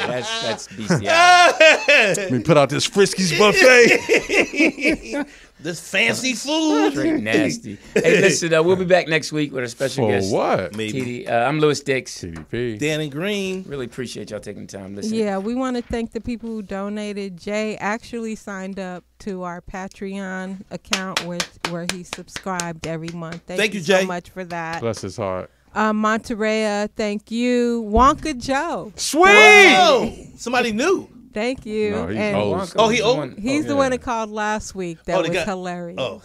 C: hey, that's that's bestiality.
B: Let me put out this Frisky's buffet.
A: this fancy food.
C: Straight nasty. Hey, listen, uh, we'll be back next week with a special
B: For
C: guest.
B: what?
C: Maybe. TD. Uh, I'm Lewis Dix.
B: TDP.
A: Danny Green.
C: Really appreciate y'all taking the time. Listen.
D: Yeah, we want to thank the people who donated. Jay actually signed up to our Patreon account, which where he subscribed every month. Thank,
A: Thank you,
D: so
A: Jay.
D: much for that.
B: Bless his heart.
D: Uh, Monterey, thank you. Wonka Joe,
C: Oh.
A: Whoa, somebody new.
D: thank you.
B: No, he's
D: And
B: old.
A: Oh, he old?
D: He's the
A: Oh, yeah.
D: one that called last week. That
A: Oh, they
D: was
A: got-
D: hilarious.
A: Oh,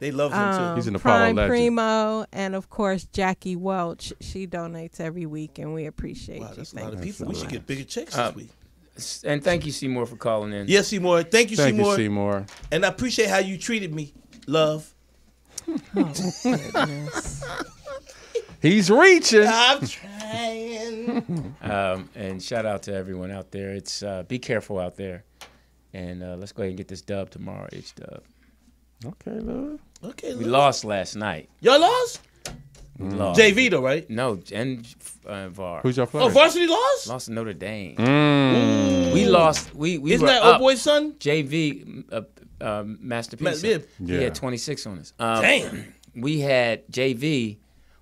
A: they love him too.
D: Um,
B: He's an Apollo
D: Prime
B: legend.
D: Primo and of course Jackie Welch. She donates every week, and we appreciate you.
A: That's a lot of
D: Thank you
A: people.
D: so
A: We should
D: much.
A: get bigger checks
C: Uh,
A: this week.
C: s- Oh, And thank you, Seymour, for calling in.
A: Yes, Seymour. Thank you,
B: Thank you,
A: Seymour.
B: Seymour.
A: And I appreciate how you treated me, love.
B: He's reaching.
A: I'm trying.
C: Um, and shout out to everyone out there. It's uh, be careful out there. And uh, let's go ahead and get this dub tomorrow, H dub.
B: Okay, Lou.
A: okay,
C: We
A: Lou.
C: lost Uh, last night.
A: y'all lost.
C: We lost.
A: JV though, right?
C: No, and uh, VAR.
B: Mm. Who's y'all playing?
A: Oh, varsity lost.
C: Lost to Notre Dame.
B: Mm.
C: We lost. We we
A: Isn't
C: were
A: that
C: up.
A: old boy's son?
C: JV uh, uh, masterpiece.
A: Ma- yeah.
C: He
B: Yeah.
C: had 26 on us. Um,
A: Damn.
C: We had JV.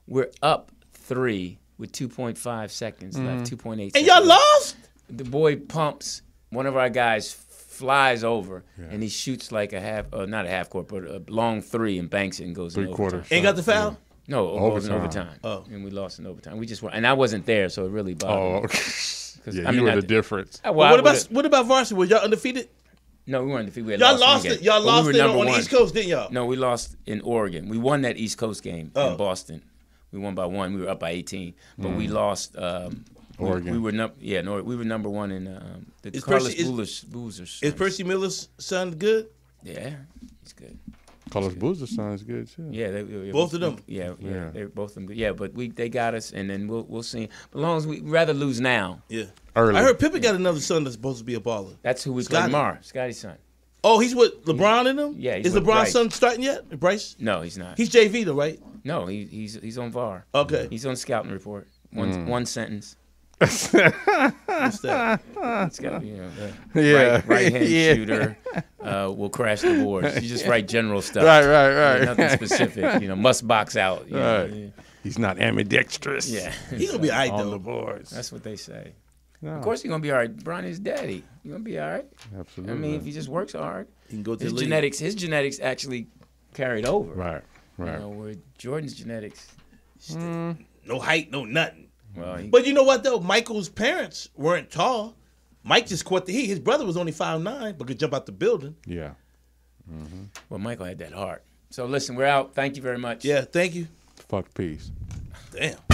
C: We're up three with 2.5 seconds
B: Mm.
C: left. 2.8.
A: And
C: seconds
A: y'all
C: left.
A: lost.
C: The boy pumps. One of our guys flies over and he shoots like a half, uh, not a half court, but a long three and banks it and goes in
B: Three quarter
C: overtime.
A: Ain't got the foul.
C: No, it was in
B: Overtime.
C: overtime.
A: Oh.
C: And we lost in overtime. We just were, and I wasn't there, so it really
B: Oh,
C: bothered. me.
B: okay.
C: 'Cause,
B: Yeah,
C: I
B: you
C: mean,
B: were
C: I
B: the
C: did-
B: difference.
C: I- well, I
A: what about
C: would've-
A: what about varsity? Were y'all undefeated?
C: No, we weren't defeated. We had
A: Y'all
C: lost, one
A: lost
C: game.
A: it. Y'all
C: But
A: lost
C: we were
A: it on
C: number
A: the
C: one.
A: East Coast, didn't y'all?
C: No, we lost in Oregon. We won that East Coast game
A: Oh.
C: in Boston. We won by one. We were up by 18, but we lost. Um, we-
B: Mm. Oregon.
C: We, were num- yeah, no, we were number one in um, the
A: Is
C: Carlos
A: Percy- is-
C: Boozer's. Boozer's
A: Is Percy Miller's son good?
C: Yeah, he's good.
B: Carlos Boozer's sounds good too.
C: Yeah, they, yeah,
A: Both
C: we-
A: of them.
C: we- Yeah, yeah,
B: Yeah.
C: They're both of them. good. Yeah, but we they got us, and then we'll we'll see. But long as we we'd rather lose now,
A: Yeah.
B: Early.
A: I heard Pippen got another son that's supposed to be a baller.
C: that's who we play
A: Scotty.
C: tomorrow. Scotty's son.
A: Oh, he's with LeBron in him.
C: Yeah, he's
A: Is
C: with
A: LeBron's
C: Bryce.
A: son starting yet? Bryce.
C: No, he's not.
A: He's Oh. JV though, right?
C: no, he, he's he's on VAR.
A: Okay.
C: He's on scouting report. One
B: Hmm.
C: one sentence.
A: What's that?
C: It's got to be, you know, uh,
B: Yeah.
C: right, right-hand
B: Yeah.
C: shooter uh, will crash the boards. You just write general stuff.
B: Right, right,
C: You know,
B: right.
C: nothing specific. You know, must box out. you know.
B: Right. He's not ambidextrous.
C: Yeah.
A: He gonna be alright
B: On the
A: though.
B: boards.
C: That's what they say.
B: No,
C: Of course you're going to be all right. Bronny's daddy. You're going to be all right. I
B: Absolutely.
C: mean, if he just works hard.
A: He can go to
C: His
A: the league.
C: genetics, his genetics actually carried over.
B: Right. Right.
C: You know, where Jordan's genetics,
A: No height, no nothing.
C: well, he,
A: But you know what though? Michael's parents weren't tall. Mike just caught the heat. His brother was only five nine, but could jump out the building.
B: Yeah.
C: well, Michael had that heart.
N: So listen, we're out. Thank you very much.
C: Yeah, thank you.
B: Fuck peace.
C: Damn.